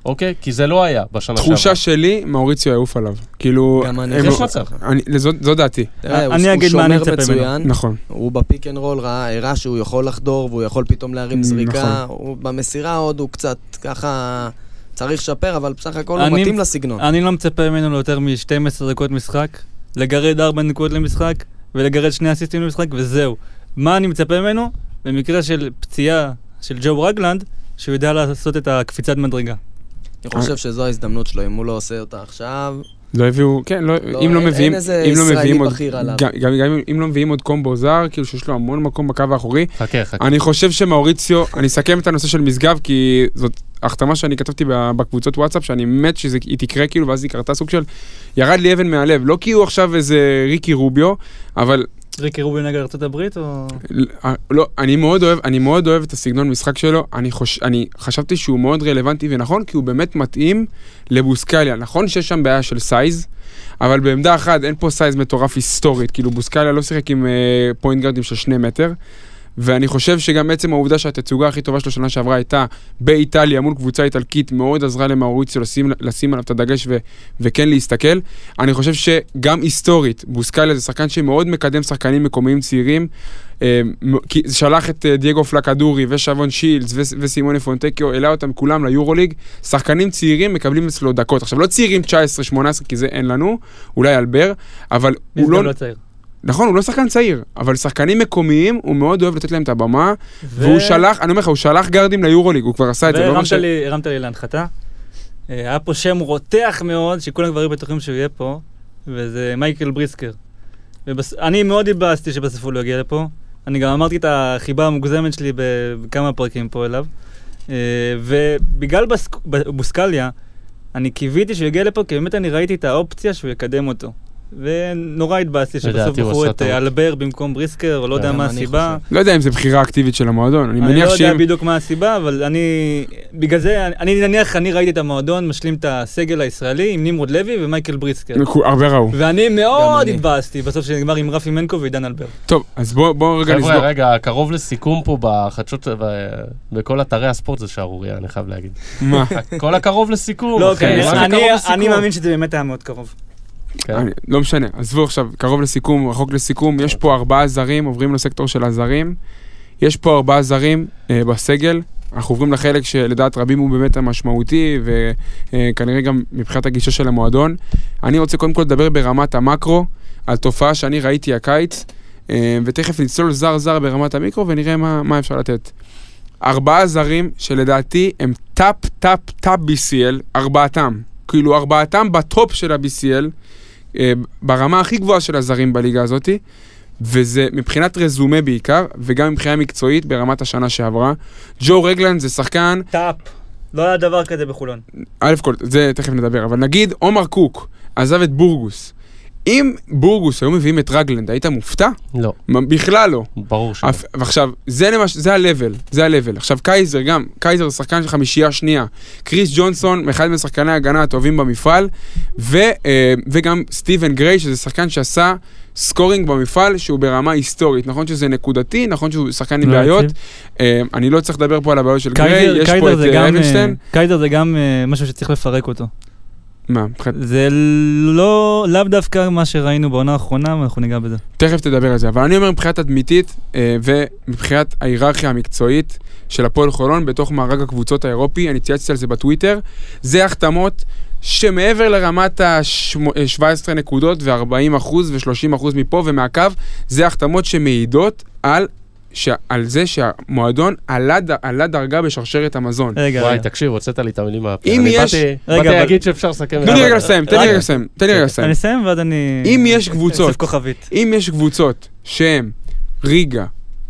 [SPEAKER 4] אוקיי? כי זה לא היה בשנה שעברה.
[SPEAKER 1] תחושה שלי, מאוריציו יעוף עליו. כאילו...
[SPEAKER 5] גם אני
[SPEAKER 1] הם-
[SPEAKER 4] יש
[SPEAKER 5] חושב
[SPEAKER 4] מצב.
[SPEAKER 5] ככה.
[SPEAKER 1] אני- זו- זו דעתי.
[SPEAKER 5] תראה, הוא-
[SPEAKER 3] אני
[SPEAKER 5] הוא
[SPEAKER 3] אגיד מה אני
[SPEAKER 5] שומר
[SPEAKER 3] מצפה ממנו.
[SPEAKER 5] מצוין,
[SPEAKER 1] נכון.
[SPEAKER 5] הוא בפיק אנד רול ראה, הראה שהוא יכול לחדור והוא יכול פתאום להרים
[SPEAKER 3] נכון.
[SPEAKER 5] זריקה. הוא במסירה עוד הוא קצת ככה צריך לשפר, אבל בסך הכל הוא
[SPEAKER 3] אני-
[SPEAKER 5] מתאים לסגנון.
[SPEAKER 3] אני לא מצפה ממנו ליותר מ-12 דקות משחק, לגרד 4 נקודות למשחק, ולגרד שני אסיסטים למשחק, וזהו. מה אני מצפה ממנו? במקרה של פציעה של ג'ו רגלנד, שהוא יודע לעשות את הקפיצת מדרגה.
[SPEAKER 5] אני חושב שזו ההזדמנות שלו, אם הוא לא עושה אותה עכשיו,
[SPEAKER 1] לא הביאו, כן, לא,
[SPEAKER 5] לא,
[SPEAKER 1] אם לא
[SPEAKER 5] אין-
[SPEAKER 1] מביאים,
[SPEAKER 5] אין איזה
[SPEAKER 1] אם לא
[SPEAKER 5] ישראלי
[SPEAKER 1] מביאים עוד,
[SPEAKER 5] בכיר עליו.
[SPEAKER 1] גם, גם, גם אם לא מביאים עוד קומבו זר, כאילו שיש לו המון מקום בקו האחורי.
[SPEAKER 4] חכה, חכה.
[SPEAKER 1] אני חושב שמאוריציו, אני אסכם את הנושא של משגב, כי זאת החתמה שאני כתבתי ב- בקבוצות וואטסאפ, שאני מת שהיא תקרה כאילו, ואז היא קרתה סוג של, ירד לי אבן מהלב, לא כי הוא עכשיו איזה ריקי רוביו, אבל
[SPEAKER 3] ריקי רובין נגד ארה"ב או...
[SPEAKER 1] ל- לא, אני מאוד אוהב, אני מאוד אוהב את הסגנון משחק שלו, אני, חוש, אני חשבתי שהוא מאוד רלוונטי ונכון, כי הוא באמת מתאים לבוסקליה. נכון שיש שם בעיה של סייז, אבל בעמדה אחת אין פה סייז מטורף היסטורית, כאילו בוסקליה לא שיחק עם אה, פוינט גארדים של שני מטר, ואני חושב שגם עצם העובדה שהתצוגה הכי טובה שלו שנה שעברה הייתה באיטליה מול קבוצה איטלקית, מאוד עזרה למאוריציו לשים, לשים עליו את הדגש ו, וכן להסתכל. אני חושב שגם היסטורית, בוסקליה זה שחקן שמאוד מקדם שחקנים מקומיים צעירים, אה, מ- כי- שלח את אה, דייגו פלקדורי ושבון שילדס וס- וסימונה פונטקיו, העלה אותם כולם ליורוליג. שחקנים צעירים מקבלים אצלו דקות. עכשיו, לא צעירים 19-18, כי זה אין לנו, אולי אלבר, אבל
[SPEAKER 3] מי
[SPEAKER 1] הוא
[SPEAKER 3] זה
[SPEAKER 1] לא...
[SPEAKER 3] לא צעיר.
[SPEAKER 1] נכון, הוא לא שחקן צעיר, אבל שחקנים מקומיים, הוא מאוד אוהב לתת להם את הבמה,
[SPEAKER 3] ו-
[SPEAKER 1] והוא שלח, אני אומר לך, הוא שלח גארדים ליורוליג, הוא כבר עשה את זה. לא
[SPEAKER 3] והרמת
[SPEAKER 1] משנה.
[SPEAKER 3] לי- הרמת לי להנחתה. אה, היה פה שם רותח מאוד, שכולם כבר היו בטוחים שהוא יהיה פה, וזה מייקל בריסקר. ובס... אני מאוד התבאסתי שבסוף הוא לא יגיע לפה. אני גם אמרתי את החיבה המוגזמת שלי בכמה פרקים פה אליו. אה, ובגלל בסק... ב- בוסקליה, אני קיוויתי שהוא יגיע לפה, כי באמת אני ראיתי את האופציה שהוא יקדם אותו. ונורא התבאסתי שבסוף
[SPEAKER 4] לדעתי הוא
[SPEAKER 3] בחרו
[SPEAKER 4] עשה
[SPEAKER 3] את אה,
[SPEAKER 4] טעות. כן,
[SPEAKER 3] אלבר במקום בריסקר, או לא יודע
[SPEAKER 5] גם
[SPEAKER 3] מה
[SPEAKER 5] אני
[SPEAKER 3] הסיבה.
[SPEAKER 1] לא יודע אם זו בחירה אקטיבית של המועדון, אני
[SPEAKER 3] אני לא
[SPEAKER 1] מניח
[SPEAKER 3] יודע
[SPEAKER 1] שאם...
[SPEAKER 3] בדיוק מה הסיבה, אבל אני... בגלל זה, אני- אני נניח, אני ראיתי את המועדון, משלים את הסגל הישראלי עם נמרוד לוי ומייקל בריסקר.
[SPEAKER 1] הרבה ראו.
[SPEAKER 3] ואני מאוד
[SPEAKER 5] אני.
[SPEAKER 3] התבאסתי בסוף שנגמר עם רפי מנקו ועידן אלבר.
[SPEAKER 1] טוב, אז בואו בוא
[SPEAKER 3] לא
[SPEAKER 1] רגע נסגור.
[SPEAKER 4] חבר'ה, רגע, קרוב לסיכום פה בחדשות, ב- בכל אתרי הספורט זה שערורייה, אני
[SPEAKER 3] [laughs]
[SPEAKER 4] חייב להגיד.
[SPEAKER 1] מה?
[SPEAKER 4] כל הקרוב לסיכום,
[SPEAKER 3] לא,
[SPEAKER 4] אחי,
[SPEAKER 3] כן,
[SPEAKER 4] מה זה
[SPEAKER 3] אני-
[SPEAKER 4] קרוב לסיכום?
[SPEAKER 3] אני מאמין שזה באמת היה מאוד קרוב.
[SPEAKER 4] כן.
[SPEAKER 1] אני, לא משנה, עזבו עכשיו, קרוב לסיכום, רחוק לסיכום, יש פה ארבעה זרים, עוברים לסקטור של הזרים. יש פה ארבעה זרים אה, בסגל, אנחנו עוברים לחלק שלדעת רבים הוא באמת המשמעותי, וכנראה גם מבחינת הגישה של המועדון. אני רוצה קודם כל לדבר ברמת המקרו, על תופעה שאני ראיתי הקיץ, אה, ותכף נצלול זר-זר ברמת המיקרו ונראה מה, מה אפשר לתת. ארבעה זרים שלדעתי הם טאפ-טאפ-טאפ BCL, ארבעתם. כאילו ארבעתם בטופ של ה-BCL, אה, ברמה הכי גבוהה של הזרים בליגה הזאתי, וזה מבחינת רזומה בעיקר, וגם מבחינה מקצועית ברמת השנה שעברה. ג'ו רגלנד זה שחקן,
[SPEAKER 3] טאפ. לא היה דבר כזה בחולון.
[SPEAKER 1] א' כל, זה תכף נדבר, אבל נגיד עומר קוק עזב את בורגוס. אם בורגוס היו מביאים את רגלנד, היית מופתע?
[SPEAKER 4] לא,
[SPEAKER 1] מ- בכלל לא.
[SPEAKER 4] ברור שלא.
[SPEAKER 1] אף- ועכשיו, זה למש... זה ה-level, זה ה-level. עכשיו, קייזר גם, קייזר זה שחקן של חמישייה שנייה. קריס ג'ונסון, אחד משחקני ההגנה הטובים במפעל, ו, אה, וגם סטיבן גריי, שזה שחקן שעשה סקורינג במפעל שהוא ברמה היסטורית. נכון שזה נקודתי, נכון שהוא שחקן עם
[SPEAKER 3] לא
[SPEAKER 1] בעיות.
[SPEAKER 3] יציב.
[SPEAKER 1] אה, אני לא צריך לדבר פה על הבעיות של גריי, יש פה את אה, אבנשטיין.
[SPEAKER 3] קיידר זה גם אה, משהו שצריך לפרק אותו.
[SPEAKER 1] מה, מבחינת-
[SPEAKER 3] זה לא, לאו דווקא מה שראינו בעונה האחרונה, ואנחנו ניגע בזה.
[SPEAKER 1] תכף תדבר על זה, אבל אני אומר מבחינת תדמיתית אה, ומבחינת ההיררכיה המקצועית של הפועל חולון בתוך מארג הקבוצות האירופי, אני צייצתי על זה בטוויטר, זה החתמות שמעבר לרמת ה-17 נקודות ו-40 אחוז ו-30 אחוז מפה ומהקו, זה החתמות שמעידות על, ש- על זה שהמועדון עלה, ד- עלה דרגה בשרשרת המזון.
[SPEAKER 3] רגע,
[SPEAKER 4] וואי,
[SPEAKER 3] רגע.
[SPEAKER 4] תקשיב, הוצאת לי את המילים מהפה.
[SPEAKER 1] לא אם
[SPEAKER 4] אני
[SPEAKER 1] יש-
[SPEAKER 4] באתי-
[SPEAKER 3] רגע,
[SPEAKER 4] באתי
[SPEAKER 3] אבל-
[SPEAKER 4] להגיד שאפשר לסכם.
[SPEAKER 1] תנו לי
[SPEAKER 4] אבל-
[SPEAKER 1] רגע לסיים, תן לי רגע לסיים, תן לי רגע לסיים.
[SPEAKER 3] אני אסיים ואז אני...
[SPEAKER 1] אם יש קבוצות-
[SPEAKER 3] אוסיף כוכבית.
[SPEAKER 1] אם יש קבוצות שהן ריגה,